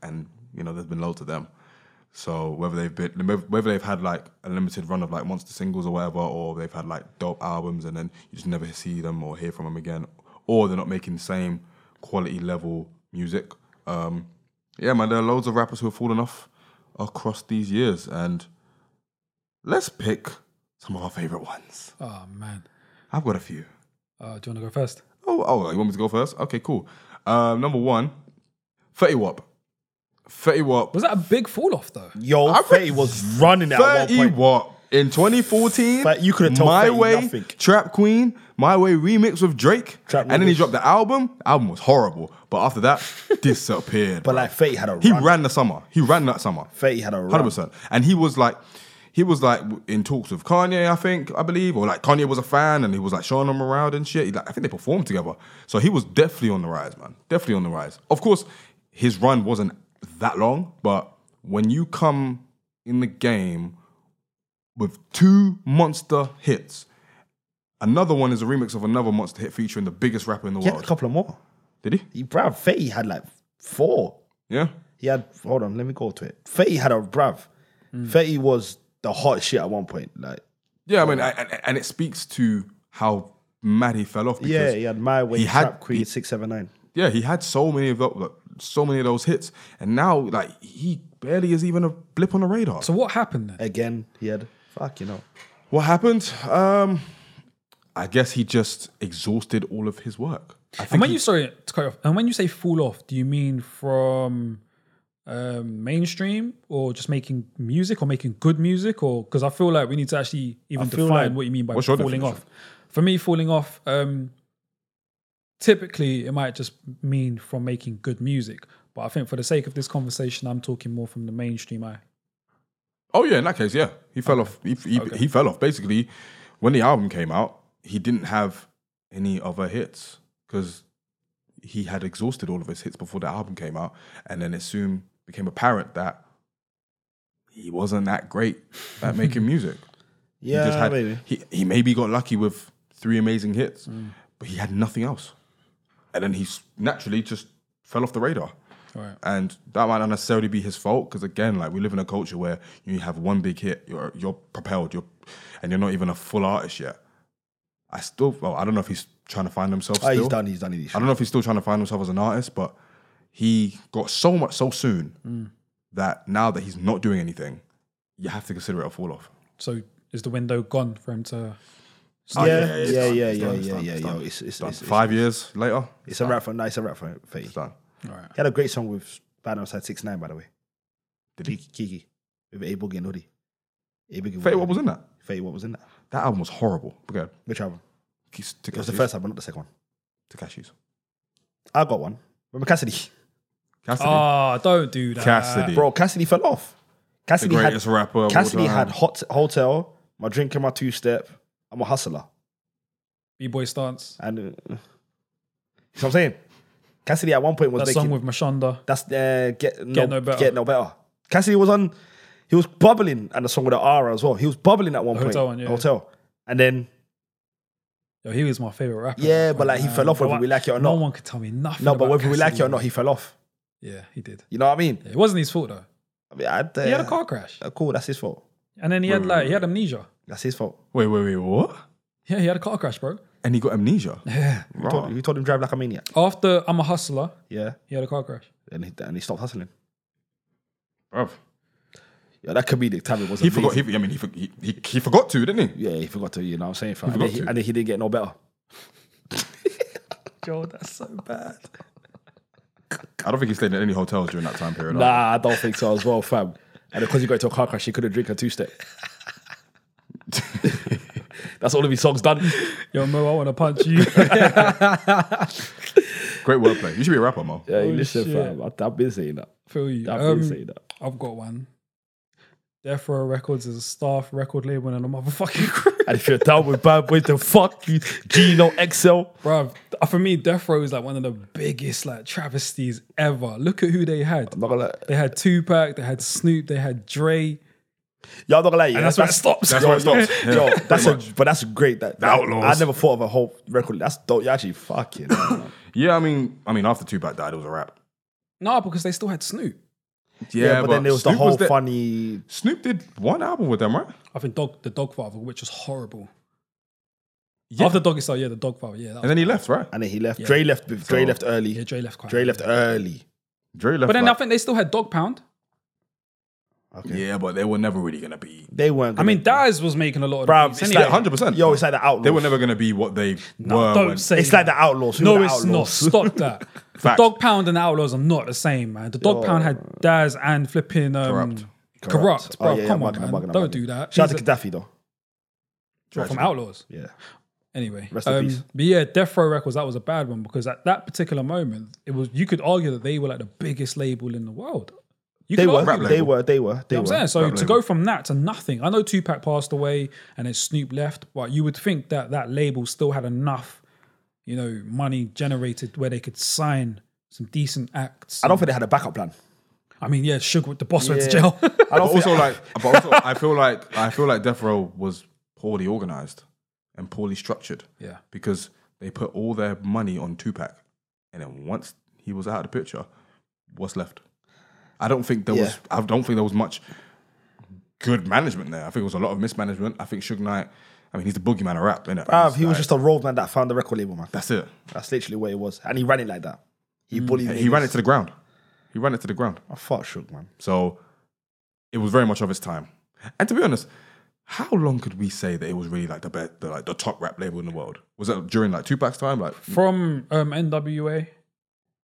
C: and you know there's been loads of them. So whether they've been whether they've had like a limited run of like monster singles or whatever, or they've had like dope albums and then you just never see them or hear from them again, or they're not making the same quality level music. Um, yeah, man, there are loads of rappers who have fallen off across these years, and let's pick some of our favorite ones.
B: Oh man,
C: I've got a few.
B: uh, do you want to go first?
C: Oh, oh, you want me to go first? Okay, cool. Um, number one, 30 Wop. 30 Wop.
B: Was that a big fall off though?
A: Yo,
C: I
A: Faye
C: read
A: was running at one
C: 30
A: point.
C: Wop. In 2014,
A: Fe- you could've told
C: My
A: 30
C: Way,
A: nothing.
C: Trap Queen, My Way remix with Drake,
A: Trap
C: and then he
A: remix.
C: dropped the album. The album was horrible, but after that, disappeared.
A: But
C: bro.
A: like Faye had a
C: he
A: run.
C: ran the summer. He ran that summer.
A: Faye had a run.
C: hundred percent. And he was like, he was like in talks with Kanye, I think, I believe, or like Kanye was a fan, and he was like showing him around and shit. He, like, I think they performed together, so he was definitely on the rise, man. Definitely on the rise. Of course, his run wasn't that long, but when you come in the game with two monster hits. Another one is a remix of another monster hit featuring the biggest rapper in the
A: He had a
C: world.
A: couple of more.
C: Did he?
A: He, bruv, Faye had like four.
C: Yeah.
A: He had, hold on, let me go to it. Faye had a, bruv. Faye was the hot shit at one point. Like,
C: Yeah, I mean, I- and, and it speaks to how mad he fell off. Because
A: yeah, he had My Way,
C: he had-
A: Trap Queen, 679.
C: yeah, he had so many of those, like, so many of those hits, and now like he barely is even a blip on the radar.
B: So what happened then?
A: Again, he had, fuck, you know.
C: what happened? Um, I guess he just exhausted all of his work. I
B: And
C: think
B: when
C: he-
B: you sorry to cut you off, and when you say fall off, do you mean from um, mainstream or just making music or making good music or because I feel like we need to actually even
A: feel
B: define
A: like-
B: what you mean by
C: What's
B: falling
C: your definition?
B: off. For me, falling off, um, typically it might just mean from making good music. But I think for the sake of this conversation, I'm talking more from the mainstream eye.
C: Oh yeah, in that case, yeah, he fell off. He he, he fell off. Basically, when the album came out, he didn't have any other hits because he had exhausted all of his hits before the album came out, and then it soon became apparent that he wasn't that great at making music.
A: Yeah,
C: he just had
A: maybe.
C: he he maybe got lucky with three amazing hits, but he had nothing else, and then he s- naturally just fell off the radar.
B: Right.
C: And that might not necessarily be his fault because again, like we live in a culture where you have one big hit, you're you're propelled, you're, and you're not even a full artist yet. I still, well, I don't know if he's trying to find himself.
A: Oh,
C: still.
A: he's done. He's done. He's
C: I don't know if he's still trying to find himself as an artist, but he got so much so soon
A: Mm.
C: that now that he's not doing anything, you have to consider it a fall off.
B: So is the window gone for him to?
A: yeah, yeah,
C: Oh, it's
A: yeah,
C: done,
A: yeah,
C: it's
A: yeah,
C: done, it's
A: yeah,
C: done,
A: yeah.
C: it's
A: yo,
C: done,
A: It's it's
C: done.
A: it's it's-
C: Five years later,
A: it's a wrap for nice. A wrap for Fetty.
C: it's
A: He
C: done.
B: All right.
A: had a great song with Bad Outside Six Nine, by the way.
C: Did he?
A: Kiki, Kiki with A Boogie and Hoodie. A Boogie.
C: Fate, what was in that?
A: Fetty, what was in that?
C: That album was horrible. Okay,
A: Which album?
C: Takashi's.
A: It was the first album, not the second one.
C: Takashi's.
A: I got one. Remember Cassidy?
C: Cassidy.
B: Oh, don't do that.
C: Cassidy.
A: Bro, Cassidy fell off. Cassidy had
C: greatest rapper of all
A: Cassidy
C: time.
A: had hot hotel. My drink and my two step. I'm a hustler,
B: B boy stance.
A: and uh, you know what I'm saying. Cassidy at one point was
B: That
A: making
B: song with Mashonda.
A: That's uh, get, no,
B: No Better.
A: Get no better. Cassidy was on. He was bubbling, and the song with the R as well. He was bubbling at one
B: The
A: point.
B: hotel one, yeah.
A: Hotel, and then
B: Yo, he was my favorite rapper.
A: Yeah, but, like, he fell off whether
B: Bro,
A: we like it or
B: No
A: not.
B: one could tell me nothing.
A: no, but
B: about
A: whether we like it
B: Cassidy.
A: or not, he fell off.
B: yeah, he did.
A: You know what I mean?
B: It wasn't his fault though.
A: I mean, I'd, uh,
B: He had a car crash,
A: uh, Cool, that's his fault.
B: and then he had
C: wait,
B: like he had amnesia.
A: That's his fault.
C: Wait, wait, wait, what?
B: Yeah, he had a car crash, bro.
C: And he got amnesia.
B: Yeah.
A: You told, you told him drive like a maniac.
B: After I'm a hustler,
A: Yeah,
B: he had a car crash.
A: and he, and he stopped hustling.
C: Bruv.
A: Yeah, that comedic timing was.
C: He
A: amazing.
C: forgot. He, I mean, he, for- he, he, he forgot to, didn't he?
A: Yeah, he forgot to. You know what I'm saying? fam. and,
C: forgot
A: then he,
C: to.
A: and then he didn't get no better.
B: Joe, that's so bad.
C: I don't think he stayed in any hotels during that time period. either.
A: Nah, I don't think so as well, fam. And because he got into a car crash, he couldn't drink a two step. that's all of his songs done.
B: Yo, Mo, I want to punch you.
C: Great wordplay. You should be a rapper, Mo.
A: Yeah,
B: Holy
A: listen,
B: shit.
A: fam. I, I've been saying that.
B: Feel you.
A: I've
B: Um,
A: been saying that.
B: I've got one. Death Row Records is a staff record label and a motherfucking crew.
A: And if you're down with bad boys, then fuck you. Gino XL.
B: Bro, for me, Death Row is like one of the biggest like travesties ever. Look at who they had.
A: I'm not gonna lie.
B: They had Tupac, they had Snoop, they had Dre.
A: Y'all not gonna lie. Yeah,
B: And that's where it stops.
C: That's where it stops. Yeah,
A: Yo,
C: pretty
A: that's a,
C: much.
A: but that's great. That, that-
C: Outlaws.
A: I never thought of a whole record. That's dope. You're actually fucking.
C: Yeah, I mean, I mean, after Tupac died, it was a rap.
B: No, because they still had Snoop.
C: Yeah,
A: yeah, but, then there was the
C: Snoop
A: whole
C: there-
A: funny.
C: Snoop did one album with them, right?
B: I think Dog, the Dogfather, which was horrible.
C: Yeah.
B: After Doggy Style, yeah, the Dogfather, yeah. That
C: And
B: was,
C: then he left, right?
A: And then he left. Dre left. with- Dre
C: So-
A: left early.
B: yeah, Dre left quite.
A: Dre left early.
C: Dre left.
B: But then I
C: like-
B: think they still had Dog Pound.
A: Okay.
C: Yeah, but they were never really gonna be.
A: They weren't.
B: I
A: gonna-
B: mean, Daz was making a lot of the
A: Bruv,
B: beats
A: it's
B: anyway.
C: Yeah, hundred percent.
A: yo, it's like the outlaws.
C: They were never gonna be what they
B: No,
C: were.
B: don't
C: when-
B: say
A: It's
B: that.
A: like the outlaws. Who
B: No,
A: the
B: it's
A: outlaws?
B: not. Stop that. The
C: Facts.
B: Dog Pound and the Outlaws are not the same, man. The Dog Pound had Daz and flipping um, corrupt.
C: Corrupt.
A: Corrupt.
B: bro.
A: Oh, yeah, yeah, I'm
B: come on,
A: bugging,
B: man.
A: I'm bugging, I'm
B: Don't
A: bugging.
B: do that.
A: Shout out
B: He's
A: to Gaddafi though.
B: a- from Outlaws.
A: Yeah.
B: Anyway, um,
A: Rest in peace.
B: but yeah, Death Row Records that was a bad one because at that particular moment, it was you could argue that they were like the biggest label in the world. You
A: They
B: could
A: were,
B: argue
C: label.
B: that.
A: they were. They were. They
B: You know
A: were.
B: what I'm saying so.
C: Rap
B: To
C: label.
B: go from that to nothing, I know Tupac passed away and then Snoop left, but you would think that that label still had enough, you know, money generated where they could sign some decent acts.
A: I don't think they had a backup plan.
B: I mean, yeah, Sugar with the boss went to
A: Yeah.
B: jail.
A: I don't
C: But also,
A: think-
C: like, but also, I feel like I feel like Death Row was poorly organized and poorly structured.
B: Yeah.
C: because they put all their money on Tupac, and then once he was out of the picture, what's left? I don't think there was. I don't think there was much good management there. I think it was a lot of mismanagement. I think Suge Knight. I mean, he's the boogeyman of rap, innit?
A: Bruv,
C: He's
A: he was
C: like-
A: just a roadman that found the record label, man.
C: That's it.
A: That's literally what it was, and he ran it like that. He
B: Mm.
A: bullied.
C: He ran it to the ground. He ran it to the ground.
A: I fuck shook, man.
C: So it was very much of its time. And to be honest, how long could we say that it was really like the best, the, like the top rap label in the world? Was that during like Tupac's time? Like, it
B: from um, NWA,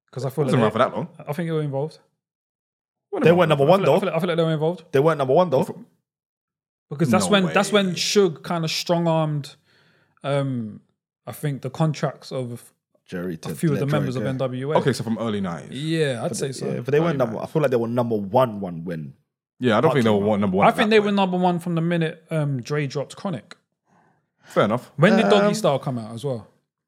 B: because I feel
C: wasn't
B: like
C: around for
B: they,
C: that long.
B: I think they were involved.
A: They weren't number one
B: I feel, like, I
A: though.
B: feel like they were involved
A: They weren't number one though.
B: because that's
C: No
B: when that's
C: way.
B: when Suge kind of strong armed. Um, I think the contracts of
A: Jerry to
B: a few of
A: let
B: the
A: Jerry
B: members of
A: go.
B: NWA.
C: Okay, so from early nineties.
B: Yeah, I'd say so.
A: Yeah, but they weren't number. I feel like they were number one one when
C: Yeah, I don't think they were one, number one.
B: I
C: at
B: think
C: that
B: they were
C: point.
B: number one from the minute um, Dre dropped Chronic.
C: Fair enough.
B: When did
A: Um,
B: Doggy Style come out as well?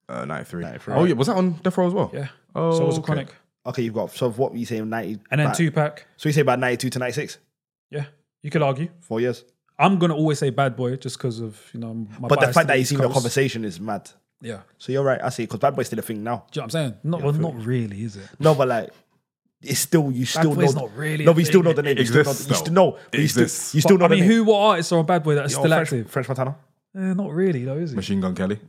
C: Uh, 93.
A: 93.
C: Oh yeah, was that on Death Row as well?
B: Yeah.
C: Oh,
B: so it was
C: okay.
B: Chronic.
A: okay, you've got so what were you saying ninety
B: And then
A: about-
B: Tupac.
A: So you say about ninety two to ninety six,
B: Yeah. You could argue.
A: four years.
B: I'm going to always say Bad Boy just because of, you know, my
A: But the
B: bias to
A: fact that he's
B: East
A: in the
B: Coast.
A: conversation is mad.
B: Yeah.
A: So you're right. I see because bad boy's still a thing now.
B: Do you know what I'm saying? Not, well, not really, is it?
A: No, but like it's still you still
B: Boy's
A: know.
B: not really
A: no,
B: a
A: but you still
B: thing.
A: know the name.
C: It exists,
A: You still know.
C: though.
A: You
C: It
A: still,
C: exists.
A: you still know
B: I
A: the
B: mean,
A: name.
B: who, what artists are on Bad Boy that are
A: Yo,
B: still
A: French,
B: active?
A: French Montana.
B: Eh, not really, though, is it?
C: Machine Gun Kelly,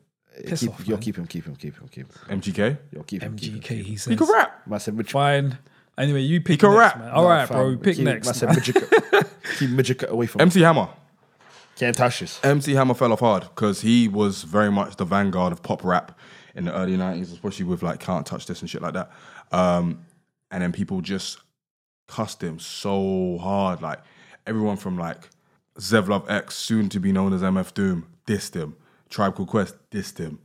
B: Piss
A: keep,
B: off,
A: yo,
B: man.
A: keep him, keep him, keep him, keep him.
C: MGK.
A: Yo, keep him, keep him.
B: MGK, he says.
C: He could rap.
A: Man said, "Mitch-
B: Fine. Anyway, you pick
C: can
B: next,
C: rap.
B: man. All right,
A: fam,
B: bro. Pick
A: keep- Man
B: next.
A: said,
B: man.
A: Majika- keep Majika away from
C: MC Hammer.
A: Can't touch this.
C: MC Hammer fell off hard because he was very much the vanguard of pop rap in the early 90s, especially with like Can't Touch This and shit like that. Um, and then people just cussed him so hard. Like everyone from like Zevlov X, soon to be known as MF Doom, dissed him. Tribe Called Quest dissed him.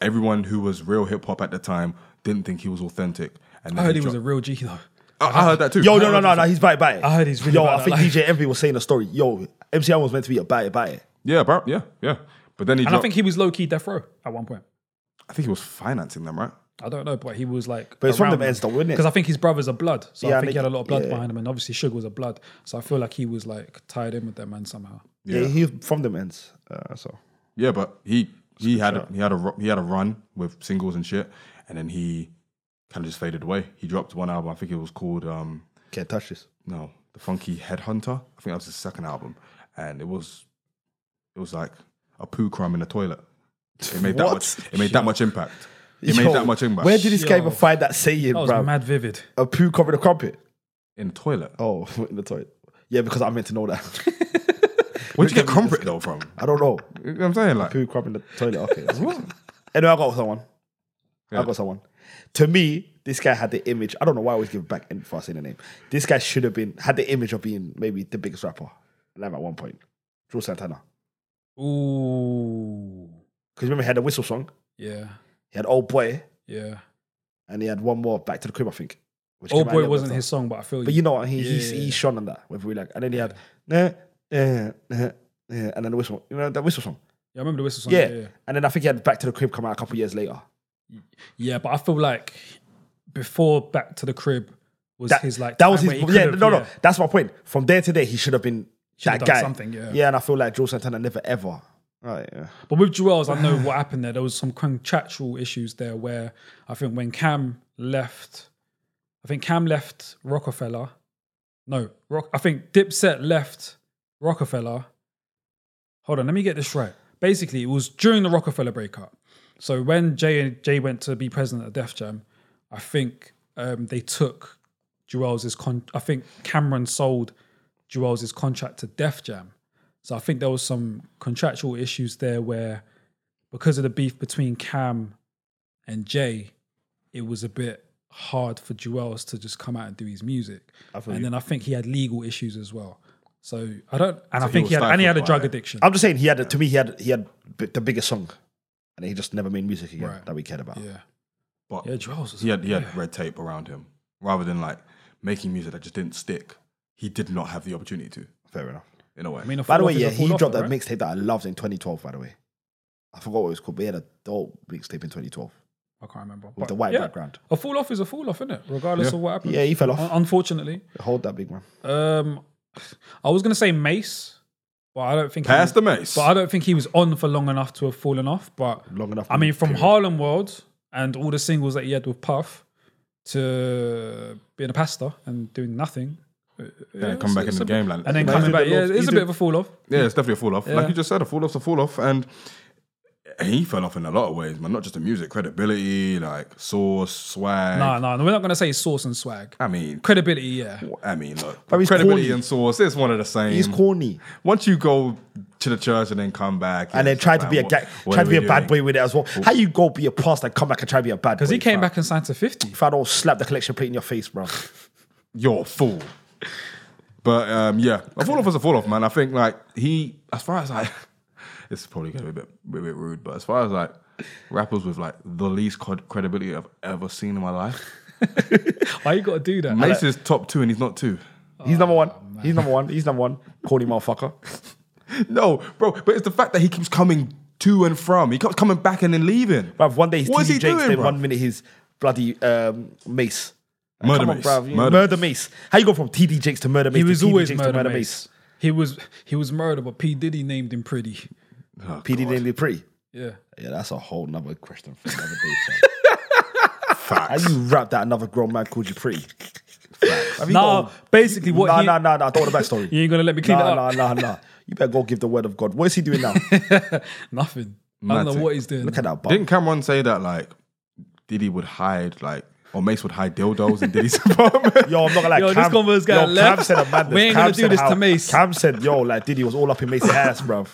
C: Everyone who was real hip hop at the time didn't think he was authentic. And
B: I
C: then
B: heard he
C: dro-
B: was a real G, though.
C: I- I heard that too.
A: Yo, no, no, no, no, he's bite bite.
B: I heard he's really
A: Yo,
B: about
A: I think
B: that, like-
A: DJ Envy was saying a story. Yo, MC Hammer was meant to be a bite bite.
C: Yeah, bro. Yeah, yeah. But then he.
B: And I
C: dropped-
B: think he was low key death row at one point.
C: I think he was financing them, right?
B: I don't know, but he was like.
A: But it's from the ends though, wouldn't it?
B: Because I think his brothers are blood. So
A: Yeah,
B: I
A: I
B: think he
A: think-
B: had a lot of blood
A: yeah.
B: behind him. And obviously, Sugar was a blood. So I feel like he was like tied in with that man somehow.
A: Yeah, he's from them ends. Uh, so
C: Yeah, but he he had a, he had a ru- he had a run with singles and shit, and then he kind of just faded away. He dropped one album. I think it was called um
A: can't touch this.
C: no the Funky Headhunter. I think that was his second album, and it was it was like a poo crumb in the toilet. It made that
A: What?
C: much. It made that much impact. It made
A: Yo,
C: that much impact.
A: Where did this guy
B: Yo.
A: even find that saying,
B: That was
A: bro?
B: mad vivid.
A: A poo covered a crumpet.
C: in the toilet?
A: Oh, in the toilet. Yeah, because I meant to know that.
C: Where'd you get comfort though from?
A: I don't know.
C: You know what I'm saying like
A: Poo crumpet in the toilet. Okay. that's- anyway, I got someone. I got someone. To me, this guy had the image. I don't know why I always give back in for saying the name. This guy should have been had the image of being maybe the biggest rapper alive at one point. Drew Santana.
B: Ooh.
A: Because remember he had a whistle song.
B: Yeah.
A: He had Old Boy,
B: Yeah.
A: and he had one more Back to the Crib, I think. Which
B: Old
A: came out
B: Boy
A: later,
B: wasn't
A: so-
B: his song, but I feel
A: But you know what? He he's,
B: Yeah.
A: he shone on that. Whether we like, and then he had nah, eh, eh, eh, and then the whistle. You know that whistle song.
B: Yeah, I remember the whistle song.
A: Yeah.
B: Yeah, yeah.
A: and then I think he had Back to the Crib come out a couple years later.
B: Yeah, but I feel like before Back to the Crib was
A: That,
B: his like
A: that was
B: time
A: his.
B: where he
A: Yeah,
B: could've-
A: no, no,
B: yeah.
A: that's my point. From there to there, he should have been
B: Should've
A: that
B: done
A: guy.
B: something, yeah.
A: yeah, and I feel like Joe Santana never ever. Right, yeah.
B: But with Jewels, I know what happened there. There was some contractual issues there where I think when Cam left, I think Cam left Rockefeller. No, Rock. I think Dipset left Rockefeller. Hold on, let me get this right. Basically, it was during the Rockefeller breakup. So when Jay and Jay went to be president of Def Jam, I think um, they took Jewels' con. I think Cameron sold Jewels' contract to Def Jam. So I think there was some contractual issues there where because of the beef between Cam and Jay, it was a bit hard for Jewels to just come out and do his music.
A: feel
B: And then I think he had legal issues as well. So I don't, and I
C: he
B: think
C: was
B: he had, and he had a
C: stifled by
B: drug
C: it.
B: addiction.
A: I'm just saying he had. To me, he had he had b- the biggest song, and he just never made music again
B: Right.
A: that we cared about.
B: Yeah,
C: But
B: yeah, Jewels. was-
C: he had he had red tape around him rather than like making music that just didn't stick. He did not have the opportunity to,
A: Fair enough.
C: in a way.
B: I mean, a
A: By the
B: fall
A: way,
B: off is
A: yeah,
B: a fall
A: he
B: off,
A: dropped a
B: right?
A: mixtape that I loved in 2012. By the way, I forgot what it was called, but he had a dope mixtape in 2012
B: I can't remember.
A: with
B: But
A: the white
B: yeah,
A: background.
B: A fall off is a fall off, isn't it? Regardless of what happens.
A: Yeah, he fell
B: Un-
A: off.
B: Unfortunately,
A: Hold that big man.
B: um, I was gonna say Mace, but I don't think he
C: Pass
B: was-
C: the mace.
B: but I don't think he was on for long enough to have fallen off. But
A: Long enough.
B: I mean, from
A: period.
B: Harlem World and all the singles that he had with Puff to being a pastor and doing nothing,
C: then come back in the game, like,
B: and then
C: like,
B: coming back,
A: did
B: yeah,
A: those-
B: it
A: he
B: is a
A: did-
B: bit of a fall off.
C: yeah, it's definitely a fall off.
B: Yeah.
C: Like you just said, a fall off's a fall off, and he fell off in a lot of ways, man. Not just the music, credibility, like source, swag.
B: No, no, no, we're not gonna say source and
A: Ah.
B: swag.
C: I mean,
B: Credibility, yeah.
C: I mean, look,
A: But he's
C: credibility
A: corny.
C: and source is one of the same.
A: he's
B: Mm.
A: corny,
C: Once you go to the church and then come back,
A: and then
C: it's
A: tried
C: like,
A: to be a
C: man,
A: guy,
C: what- what
A: tried to
C: are
A: be a
C: we
A: bad
C: doing?
A: boy with it as well. How you go be a pastor and come back and try to be a bad boy?
B: Because he came back and signed to fifty.
A: Fat old slap the collection plate in your face, bro.
C: you're a fool. But um, yeah, a fall off is a fall off, man. I think like he, as far as I, it's probably gonna be a bit, a bit rude, but as far as like rappers with like the least cod- credibility I've ever seen in my life.
B: Why you gotta do that?
C: Mace is top two and he's not two.
A: He's
B: Oh,
A: number one. He's number one. He's number one. Corny motherfucker.
C: No, bro, but it's the fact that he keeps coming to and from. He keeps coming back and then leaving.
A: Bruv, one day he's
C: What is
A: TD
C: he
A: Jakes,
C: doing,
A: then
C: bruv?
A: one minute he's bloody um, Mace. Like,
C: Murder
A: come on,
C: Mace.
A: bruv. You-
C: Murder
A: Murder, Mace. How you go from TD Jakes to Murder Mace?
B: he
A: to
B: was
A: TD
B: always
A: Jakes
B: murder mace. He was he was murder, but P Diddy named him pretty.
A: PD named it pretty.
B: Yeah.
A: Yeah, that's a whole nother question for another day. son.
C: Facts.
A: How you rap that another grown man called you pretty? Have you
B: Nah,
A: got a-
B: basically what
A: Nah,
B: he,
A: nah, nah, nah. I don't want the backstory.
B: You ain't gonna let me clean
A: nah,
B: it up.
A: Nah, nah, nah. You better go give the word of God. What is he doing now?
B: Nothing. I don't
C: Mad
B: know
C: thing.
B: what he's doing.
A: Look at that bum.
C: Didn't Cameron say that like Diddy would hide like or Mace would hide dildos in Diddy's apartment?
A: Yo, I'm not gonna lie.
B: Yo, this
A: Cam,
B: convo's
A: yo,
B: got
A: Cam
B: left.
A: said a madness.
B: We ain't
A: Cam
B: gonna do
A: said
B: this to
A: how-
B: Mace.
A: Cam said, "Yo, like Diddy was all up in Mace's ass, bruv."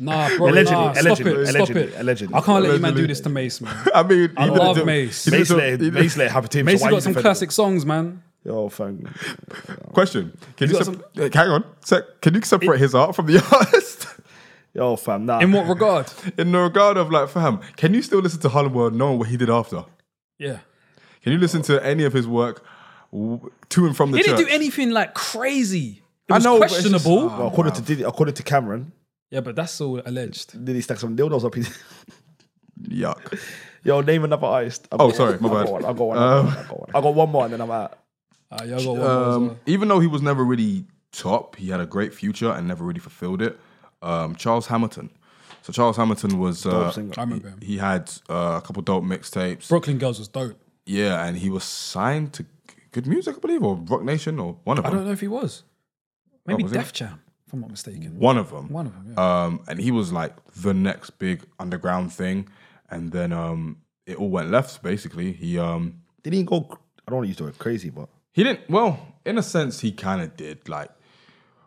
B: Nah, bro.
A: Allegedly,
B: nah,
A: allegedly,
B: stop it.
A: allegedly,
B: stop it.
A: allegedly.
B: I can't let you man
C: Allegedly.
B: do this to Mace, man.
C: I mean,
B: I
C: he didn't
B: love
C: do-
B: Mace.
C: he didn't
A: Mace
C: do-
A: let
C: he didn't-
A: Mace let it happen to him.
B: Mace
A: so why
B: has
A: you
B: got some
A: defending
B: classic songs, man.
A: him? Yo, thank.
C: Question: Can you
B: got
C: sep- uh, hang on? Sec, can you separate his art from the artist
A: Yo, fam. Nah.
B: In what regard?
C: in the regard of like, fam? Can you still listen to Harlem World knowing what he did after?
B: Yeah.
C: Can you listen to any of his work w- to and from the
B: He
C: church?
B: didn't do anything like crazy. It
C: I
B: was
C: know, but it's just- Ah.
B: questionable.
A: Well, according to Diddy, according to Cameron,
B: yeah, but that's all alleged.
A: Diddy stacked some dildos up his.
C: Yuck.
A: Yo, name another artist. I've
C: Oh,
A: got
C: sorry,
A: one.
C: my
A: I've
C: bad.
A: got one. I've got one.
C: Um,
A: I've got one. I've got one more, and then I'm out.
B: Uh, yeah, I got one more as
C: Um,
B: well.
C: even though he was never really top, he had a great future and never really fulfilled it. Um, Charles Hamilton. So Charles Hamilton was uh,
A: singer.
B: I remember him.
C: he had uh, a couple dope mixtapes.
B: Brooklyn Girls was dope.
C: Yeah, and he was signed to Good Music, I believe, or Rock Nation, or one of
B: I
C: them.
B: don't know if he was. Maybe
C: Oh, was he?
B: Def Jam, if I'm not mistaken.
C: One of them.
B: One of them, yeah.
C: Um, and he was like the next big underground thing, and then um, it all went left. Basically, he um,
A: Diddy didn't go. I don't want to use the word crazy, but
C: he didn't. Well, in a sense, he kind of did. Like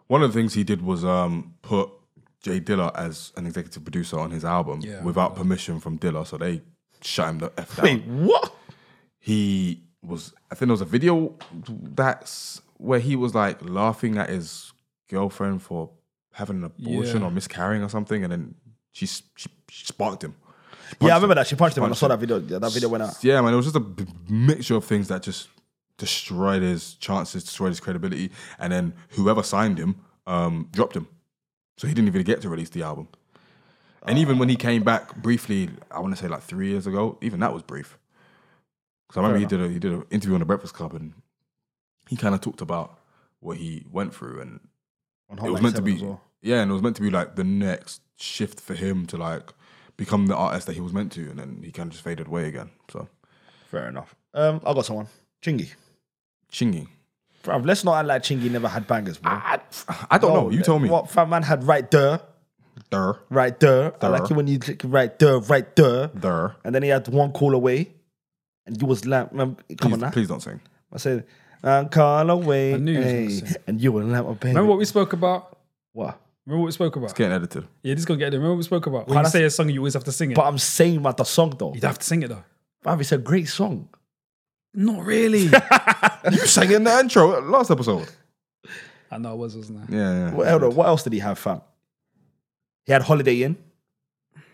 C: one of the things he did was um, put Jay Dilla as an executive producer on his album
B: Yeah, I
C: without permission from Dilla, so they shut him the f down.
A: wait, what?
C: he was i think there was a video that's where he was like laughing at his girlfriend for having an abortion
B: Yeah.
C: or miscarrying or something and then she, s- she, she sparked him
A: Yeah, I remember that. She punched him, and I
C: punched
A: saw
C: him.
A: that video. Yeah, that video went out.
C: yeah man it was just a b- mixture of things that just destroyed his chances destroyed his credibility and then whoever signed him um, dropped him so he didn't even get to release the album and even when he came back briefly i want to say like three years ago even that was brief because i remember he did, a, he did an interview on the breakfast club and he kind of talked about what he went through and
A: On
C: it was
A: Hotline
C: meant to
A: 7
C: be
A: as well.
C: yeah and it was meant to be like the next shift for him to like become the artist that he was meant to and then he kind of just faded away again so
A: Fair enough. Um, I got someone. Chingy.
C: chingy
A: Bruv, let's not act like Chingy never had bangers, bro.
C: I, I don't know. Oh, You tell me.
A: What fat man had right there,
C: There,
A: right there. I like
C: There.
A: it when you click right there, right there.
C: there.
A: And then he had one call away, and you was like, man, come on
C: Please,
A: now.
C: please don't sing.
A: I said, and call away,
B: knew you was gonna
A: hey,
B: say.
A: and you were like, oh, baby.
B: Remember what we spoke about?
A: what?
B: Remember what we spoke about?
C: Getting edited.
B: Yeah, this is gonna get there. Remember what we spoke about? When
A: Well,
B: you
A: that's-
B: say a song, you always have to sing it.
A: But I'm saying about the song though.
B: You'd have to sing it though.
A: Bruv, it's a great song.
B: Not really.
C: You sang in the intro last episode.
B: I know it was, wasn't it?
C: Yeah.
A: What, hold on, what else did he have, fam? He had Holiday Inn,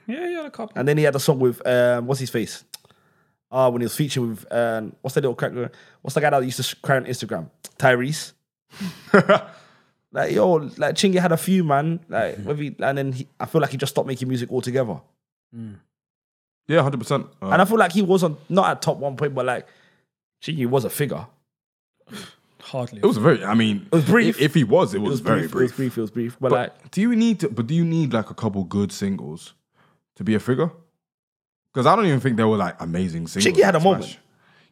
B: Yeah, yeah, a couple.
A: and then he had a song with um, what's his face? Ah, when he was featured with um, what's that little crack? What's the guy that used to cry on Instagram? Tyrese. Like yo, like Chingy had a few man. Like maybe, and then he, I feel like he just stopped making music altogether.
C: yeah, hundred percent. Uh,
A: And I feel like he wasn't not at top one point, but like Chingy was a figure.
B: Hardly.
C: It was very. I mean, it
A: was brief.
C: If he was, it was,
A: It was
C: very
A: brief,
C: brief.
A: It was brief. It was brief. But,
C: But
A: like,
C: do you need? To, but do you need like a couple good singles to be a figure? Because I don't even think they were like amazing singles.
A: Chingy had a
C: Smash.
A: moment.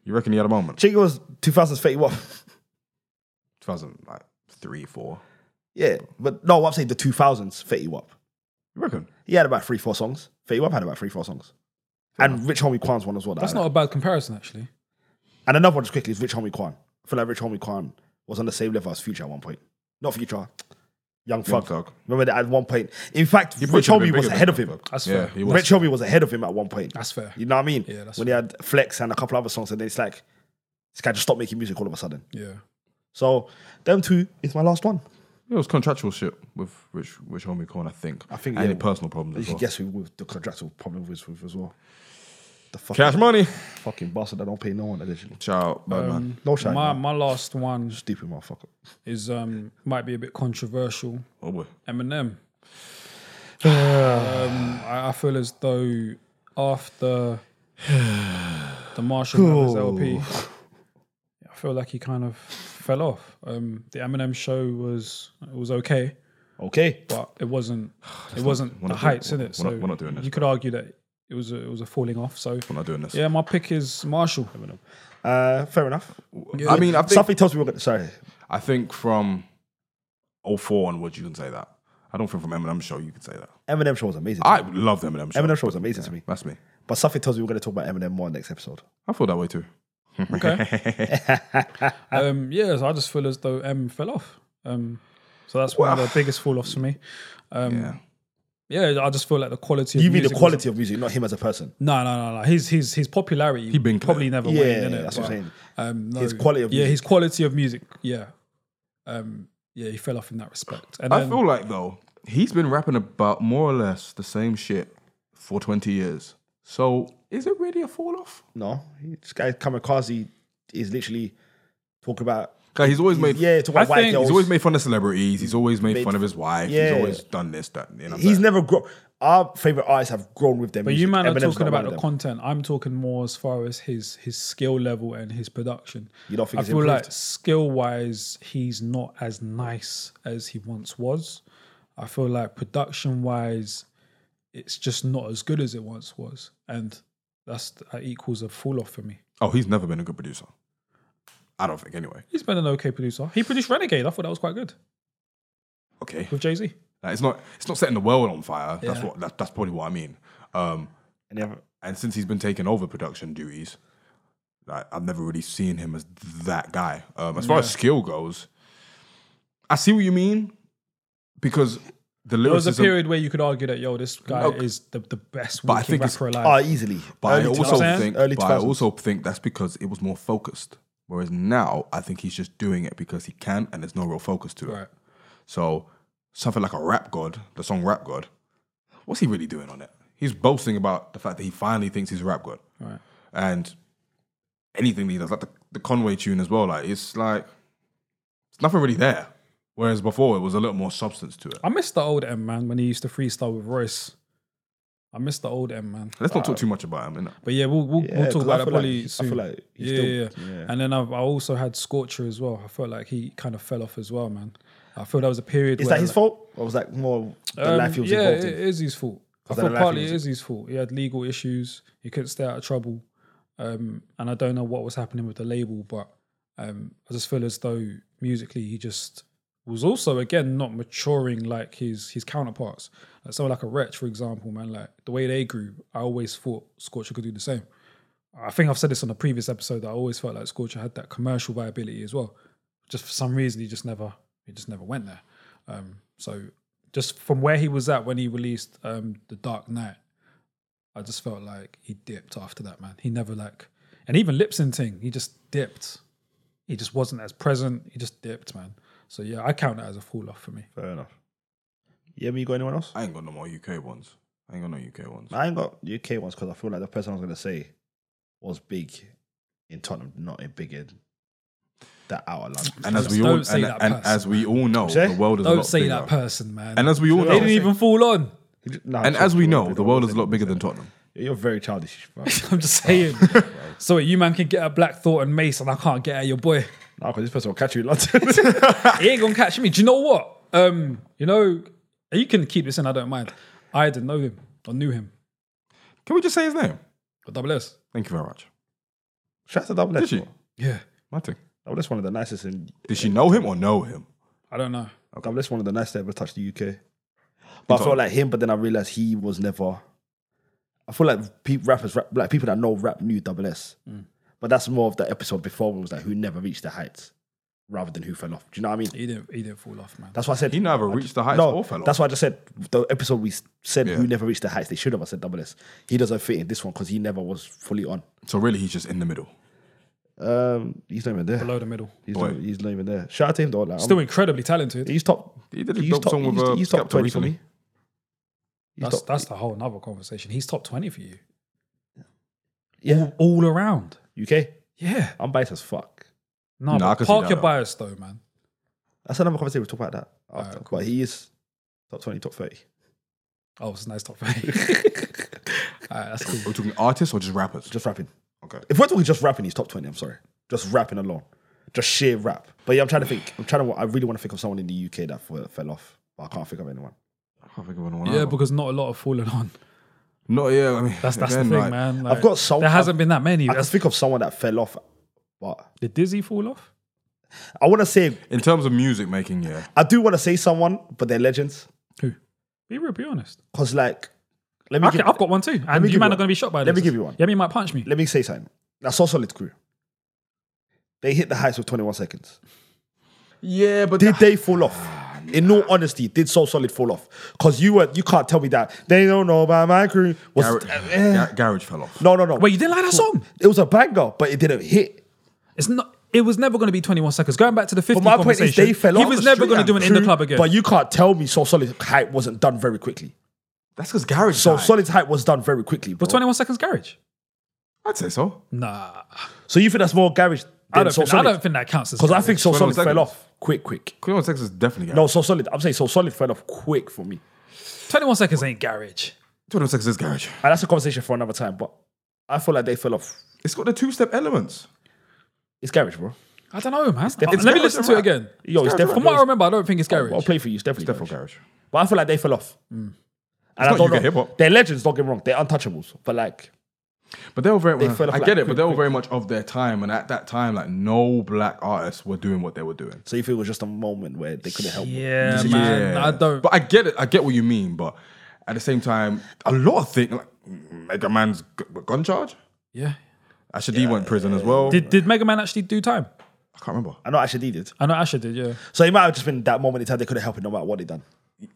C: You reckon he had a moment?
A: Chingy was 2031.
C: 2003, four.
A: yeah, but no, I'm saying the 2000s 30 Wap.
C: You reckon?
A: He had about three, four songs. 30 Wap had about three, four songs. And Rich Homie Kwan's one as well. that
B: That's
A: I like.
B: not a bad comparison, actually.
A: And another one just quickly is Rich Homie Kwan. I feel like Rich Homie Kwan was on the same level as Future at one point. Not Future. Young Thug.
C: Thug.
A: Remember that at one point. In fact,
C: He probably
A: Rich
C: should have been
A: Homie was
C: bigger
A: ahead
C: than
A: of him.
C: Thug.
B: That's
C: yeah,
B: fair.
C: he was.
A: Rich Homie was ahead of him at one point.
B: That's fair.
A: You know what I mean?
B: Yeah, that's
A: when he had Flex and a couple other songs, and then it's like this guy just stopped making music all of a sudden.
B: Yeah.
A: So them two is my last one.
C: It was contractual shit with Rich Rich Homie Corn, I think.
A: I think,
C: and
A: yeah.
C: the personal problems
A: You
C: as
A: should
C: well.
A: guess who with the contractual problem was with as well. The fucking,
C: Cash money.
A: fucking bastard that don't pay no one allegedly.
C: Ciao, bad man.
A: No shine.
B: my,
A: man.
B: my last one
A: Stupid motherfucker.
B: is um might be a bit controversial.
C: Oh boy.
B: Eminem. um, I, I feel as though after the Marshall Mathers LP, I feel like he kind of fell off. Um, the Eminem show was it was okay,
A: Okay.
B: but it wasn't it wasn't the
C: we're not doing-
B: heights in
C: we're
B: it.
C: not-
B: So
C: we're not doing this,
B: You could argue that it was a, it was a falling off. So
C: We're not doing this.
B: yeah, my pick is Marshall.
A: Uh, fair enough.
C: I mean, I think
A: Something tells me we're going to. Sorry.
C: I think from 04 onwards you can say that. I don't think from Eminem show you can say that.
A: Eminem show was amazing.
C: I love the Eminem show.
A: Eminem show was amazing to me.
C: That's me.
A: But something tells me we're going to talk about Eminem more next episode.
C: I feel that way too.
B: Um, yeah, so I just feel as though M fell off. Um, so that's one of the biggest fall offs for me.
A: Um,
C: yeah.
B: Yeah, I just feel like the quality.
A: You
B: of
A: mean the
B: music was-
A: quality of music, not him as a person.
B: No, no, no, no. His his his popularity he
C: binked
B: probably
C: it.
B: never
A: Yeah,
B: went. innit?
A: that's what I'm
B: But,
A: saying.
B: Um, no.
A: His quality of
B: yeah,
A: music.
B: his quality of music. Yeah, um, yeah, he fell off in that respect. And
C: I
B: then-
C: feel like though, he's been rapping about more or less the same shit for 20 years. So is it really a fall off?
A: No, this guy Kamikaze is literally talking about.
C: Like he's always made
A: Yeah, talking about
B: I
A: white
B: think
A: girls.
C: he's always made fun of celebrities, he's always made, fun of his wife,
A: Yeah.
C: he's always done this, that, you know.
A: He's
C: that.
A: never grown. Our favorite artists have grown with them.
B: but you man are talking about the content. I'm talking more as far as his his skill level and his production.
A: You don't think
B: I
A: he's
B: feel like
A: improved?
B: skill wise, he's not as nice as he once was. I feel like production wise, it's just not as good as it once was, and that's that equals a fall off for me.
C: Oh, he's never been a good producer. I don't think anyway.
B: He's been an okay producer. He produced Renegade. I thought that was quite good
C: Okay.
B: with Jay Z.
C: Like, it's not it's not setting the world on fire. That's
B: Yeah.
C: what that, that's probably what I mean. Um,
A: content.
C: and since he's been taking over production duties, like I've never really seen him as that guy. Um, as far as skill goes, I see what you mean because the
B: There was a
C: lyricism.
B: period where you could argue that yo, this guy
C: Look,
B: is the, the best
C: but I
B: walking
C: think it's-
B: rapper alive.
A: Oh, easily.
C: But I
A: Early
C: also
A: 2000s,
C: think,
A: early
C: but I
A: 2000s.
C: also think that's because it was more focused. Whereas now, I think he's just doing it because he can, and there's no real focus to it.
B: right.
C: So something like a rap god, the song Rap God, what's he really doing on it? He's boasting about the fact that he finally thinks he's a rap god.
B: Right.
C: And anything that he does, like the, the Conway tune as well, like it's like it's nothing really there. Whereas before it was a little more substance to it.
B: I miss the old M man when he used to freestyle with Royce. I miss the old M man.
C: Let's not talk too much about him, innit?
B: But yeah, we'll we'll,
A: Yeah,
B: we'll
A: 'cause
B: talk
A: I
B: about that
A: feel
B: probably
A: like- I
B: soon.
A: feel like he's
B: yeah,
A: still-
B: yeah, yeah.
A: yeah.
B: And then I've, I also had Scorcher as well. I felt like he kind of fell off as well, man. I feel that was a period.
A: Is
B: where
A: that his
B: like-
A: fault? Or was that more the
B: Um,
A: life he was
B: yeah,
A: involved
B: it
A: in?
B: is his fault. I
A: then
B: thought
A: the life he
B: partly
A: was
B: it is his fault. He had legal issues. He couldn't stay out of trouble, um, and I don't know what was happening with the label, but um, I just feel as though musically he just was also again not maturing like his his counterparts. Like someone like a Wretch, for example, man. Like the way they grew, I always thought Scorcher could do the same. I think I've said this on a previous episode that I always felt like Scorcher had that commercial viability as well. Just for some reason, he just never he just never went there. Um, so just from where he was at when he released um, the Dark Knight, I just felt like he dipped after that. Man, he never like, and even lip syncing, he just dipped. He just wasn't as present. He just dipped, man. So yeah, I count that as a fall off for me.
A: Fair enough. Yeah, me, you got anyone else?
C: I ain't got no more UK ones. I ain't got no UK ones.
A: I ain't got UK ones because I feel like the person I was going to say was big in Tottenham, not in big in that outer London.
C: And as we
B: Don't
C: all
B: say
C: and,
B: that
C: and
B: person,
C: as we all know,
A: Say?
C: the world is a
B: Don't
C: lot
B: say
C: bigger.
B: that person, man.
C: And as we all
B: they didn't
C: know,
B: even fall on.
A: No,
C: and
A: sorry,
C: as we
A: sorry,
C: know,
A: sorry,
C: the world
A: sorry.
C: is a lot bigger than Tottenham.
A: You're very childish. bro.
B: I'm just saying. so wait, you man can get a Black Thought and Mace, and I can't get at your boy.
A: no, because this person will catch you in London.
B: he ain't gonna catch me. Do you know what? Um, you know, you can keep this in. I don't mind. I didn't know him or knew him.
C: Can we just say his name?
B: Or double S.
C: Thank you very much.
A: Shout out to Double
C: Did
A: S.
C: she?
A: bro.
B: Yeah,
C: My thing.
A: Double S one of the nicest in
C: Did she know him or know him?
B: I don't know.
A: Double S one of the nicest that ever touched the UK. But I felt like him, but then I realized he was never. I feel like pe- rappers, rap, like people that know rap, knew Double S.
C: Mm.
A: But that's more of that episode before where it was like who never reached the heights, rather than who fell off. Do you know what I mean?
B: He didn't. He didn't fall off, man.
A: That's why I said
C: He never reached the heights
A: no.
C: or fell off.
A: That's why I just said the episode we s- said
C: Yeah.
A: who never reached the heights. They should have. I said Double S. He doesn't fit in this one because he never was fully on.
C: So really, he's just in the middle.
A: Um, he's not even there.
B: below the middle.
A: He's
C: Boy.
A: not, he's not even there. Shout out to him though. Like,
B: Still
A: I'm-
B: incredibly talented.
A: he's top.
C: He did a
A: He's
C: dope
A: top.
C: song with
A: He's,
C: uh,
A: he's top
C: Skepta
A: twenty for me.
C: recently.
A: He's
B: That's
A: top-
B: that's the whole another conversation. He's top twenty for you,
A: yeah.
B: all around.
A: UK.
B: Yeah,
A: I'm biased as fuck.
B: no,
C: Nah, I
B: but
C: can see
B: park
C: that,
B: your
C: though.
B: bias though, man.
A: That's another conversation. We'll talk about that after.
B: Alright, cool.
A: But he is top twenty, top thirty.
B: Oh, it's a nice top twenty. all right, that's
C: Are
B: cool.
C: we talking artists or just rappers?
A: Just rapping.
C: Okay.
A: If we're talking just rapping, he's top twenty. I'm sorry. Just rapping alone. Just sheer rap. But yeah, I'm trying to think. I'm trying to. I really want to think of someone in the UK that fell- fell off. But I can't think of anyone.
C: I can't think of anyone.
B: Yeah,
C: either.
B: because not a lot have fallen on.
C: no, yeah. I mean,
B: That's that's
C: again,
B: the thing,
C: like,
B: man.
A: I've
B: Like,
A: got some.
B: there hasn't been that many.
A: I can
B: That's,
A: think of someone that fell off. But
B: did Dizzy fall off?
A: I want to say
C: In terms of music making, yeah,
A: I do want to say someone, but they're legends.
B: Who? Be real. Be honest.
A: Cause like, let me
B: Okay,
A: give,
B: I've got one too,
A: me
B: and
A: give
B: you man
A: you
B: are going to be shot by
A: Let me
B: this.
A: give you one.
B: Yeah, you might punch me.
A: let me say something. That's so solid crew. They hit the heights with 21 seconds.
C: yeah, but
A: Did they fall off?
B: Ah,
A: In all honesty, did so solid fall off? Cause you were you can't tell me that they don't know about my crew. Was,
C: Gar-
A: eh,
C: Gar- Garage fell off.
A: no, no, no.
B: uh, Wait, you didn't like that song?
A: It was a banger, but it didn't hit.
B: It's not. It was never going to be 21 seconds. Going back to the 50
A: But my point
B: conversation,
A: is, they fell
B: he
A: off.
B: was never going to do an in the club again.
A: But you can't tell me so solid hype wasn't done very quickly.
C: That's because Garage.
A: So
C: died.
A: solid hype was done very quickly. Bro.
B: was 21 seconds garage?
C: I'd say so.
B: Nah,
A: so you think that's more garage?
B: I
A: Than
B: don't.
A: so
B: Think, I
A: solid?
B: don't think that counts as.
A: Because I
B: garage.
A: think So
C: 21
A: Solid
C: seconds.
A: fell off quick, quick.
C: Queen on Sex is definitely Garage.
A: No, So Solid. I'm saying So Solid fell off quick for me.
B: 21 seconds ain't garage.
C: Queen on Sex is Garage.
A: And that's a conversation for another time, but I feel like they fell off.
C: It's got the two-step elements.
A: It's garage, bro.
B: I don't know, man.
A: definitely-
B: Let me
C: Garage
B: listen
C: and
B: to it
C: rap.
B: again.
A: Yo, it's,
C: It's
A: definitely.
B: From what I remember, I don't think it's garage.
A: I'll play for you. It's definitely, Mm.
C: Definitely
A: garage.
C: Garage.
A: But I feel like they fell off. And I
C: not
A: don't
C: UK
A: know.
C: hip-hop.
A: They're legends, don't get me wrong. They're untouchables. But like,
C: But they were very. uh,
A: fell off
C: I
A: like
C: get it, but
A: quick,
C: they were very much of their time, and at that time, like no black artists were doing what they were doing.
A: so you feel it was just a moment where they couldn't help. it.
B: Yeah, man. I don't.
C: But I get it. I get what you mean. But at the same time, a lot of things like Mega Man's g- gun charge.
B: yeah.
C: Actually, D went prison as well.
B: Did Did Mega Man actually do time?
C: I can't remember.
A: I know actually did.
B: I know Asher did. Yeah.
A: So it might have just been that moment in time they couldn't help it no matter what they done.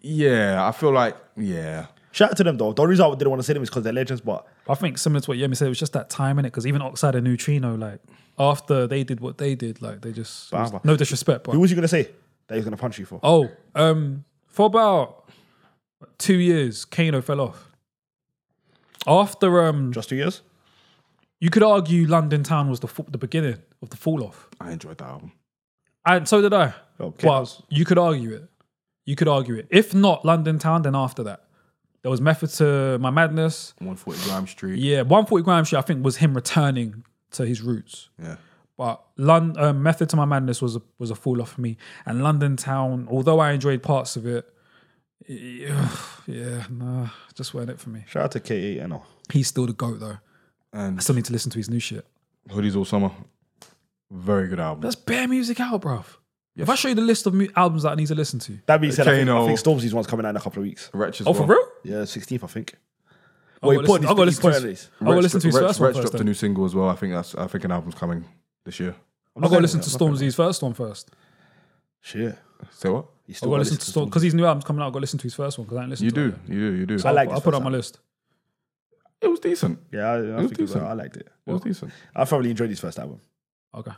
C: Yeah, I feel like yeah.
A: Shout out to them though. The only reason I didn't want to say them is because they're legends, but
B: I think similar to what Yemi said, it was just that time in it. Because even Oxide and Neutrino, like after they did what they did, like they just it was-
A: Baba.
B: no disrespect, but
A: who was you gonna say that he was gonna punch you for?
B: oh, um, for about two years, Kano fell off. After um,
A: Just two years?
B: you could argue London Town was the fa- the beginning of the fall off,
C: I enjoyed that album.
B: and so did I.
A: Okay.
B: But you could argue it. You could argue it. If not London Town, then after that, there was Method to My Madness.
C: 140 Grime Street.
B: Yeah, 140 Grime Street, I think, was him returning to his roots.
C: Yeah.
B: But London uh, Method to My Madness was a was a fall off for me, and London Town. Although I enjoyed parts of it, yeah, yeah, nah, just weren't it for me.
A: Shout out to K A N O.
B: He's still the goat though. I
C: And
B: still need to listen to his new shit.
C: Hoodies All Summer. Very good album.
B: That's bare music out, bruv. If I show you the list of mu- albums that I need to listen to,
A: That being said, I think, I
C: Kano.
A: think Stormzy's one's coming out in a couple of weeks.
C: Wretch as
B: oh
C: well.
B: for real?
A: Yeah, 16th, I think.
B: I'll
A: Wait,
B: go
A: put
B: listen- I'll go
A: on his-
B: listen
A: put
B: to
A: on
B: his-
A: his.
B: I'll go listen to his
C: Wretch,
B: first one
C: Wretch
B: first.
C: dropped a
B: then.
C: new single as well. I think that's I think an album's coming this year.
B: I'll go listen to
A: Storm.
B: Stormzy's first one first.
A: Shit.
C: Say what?
A: You
B: I'll
A: still
B: go
A: gotta
B: listen to Storm because his new album's coming out. I'll go listen to his first one because I ain't listened
C: You
B: to it
C: do,
B: yet.
C: you do, you do.
A: I like
B: I'll,
A: this
B: I'll put it on
A: first
B: my list.
C: it was decent.
A: Yeah, I, I,
C: was
A: think it was,
C: decent.
A: I liked it.
C: It was decent.
A: I thoroughly enjoyed his first album.
B: Okay.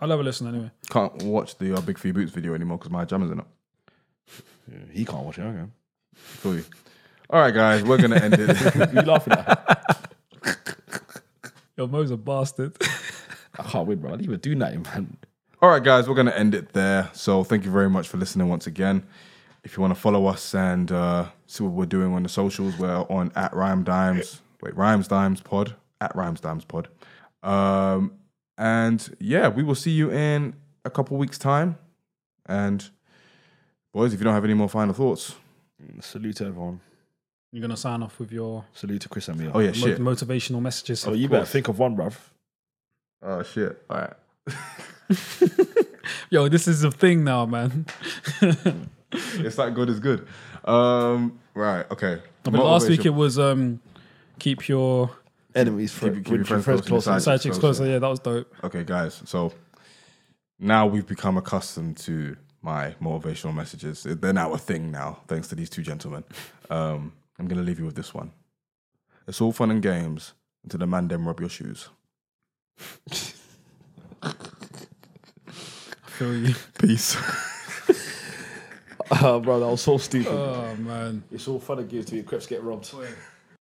B: I'll have a listen anyway.
C: Can't watch the uh, Big Few Boots video anymore because my jam is in it.
A: He can't watch it. Okay.
C: Feel you. All right, guys, we're gonna end it.
A: you laughing at?
B: Yo, Mo's a bastard.
A: I can't wait, bro. I didn't even do nothing, man.
C: All right, guys, we're gonna end it there. So thank you very much for listening once again. If you want to follow us and uh, see what we're doing on the socials, we're on at Rhyme Dimes. Wait, Rhymes Dimes Pod at Rhymes Dimes Pod. Um, and yeah, we will see you in a couple weeks' time. And boys, if you don't have any more final thoughts,
A: Salute to everyone.
B: You're gonna sign off with your
A: Salute to Chris and me.
C: oh yeah,
B: mo-
C: shit.
B: motivational messages.
A: Oh, you better think of one, bruv.
C: Oh shit. All right.
B: Yo, this is a thing now, man.
C: It's that good is good. Um, right. Okay.
B: But last week
C: Motivation.
B: it was um, keep your
A: Enemies for
C: keep your friends close to your
A: closer.
C: side.
B: side chicks
C: closer.
B: closer. Yeah, that was dope.
C: Okay, guys. So now we've become accustomed to my motivational messages. They're now a thing now, thanks to these two gentlemen. Um, I'm going to leave you with this one. It's all fun and games until the man them rub your shoes.
A: feel you.
E: Peace.
B: Oh, bro, that was so stupid.
A: Oh man.
B: Oh, it's all fun and games till your creps get robbed.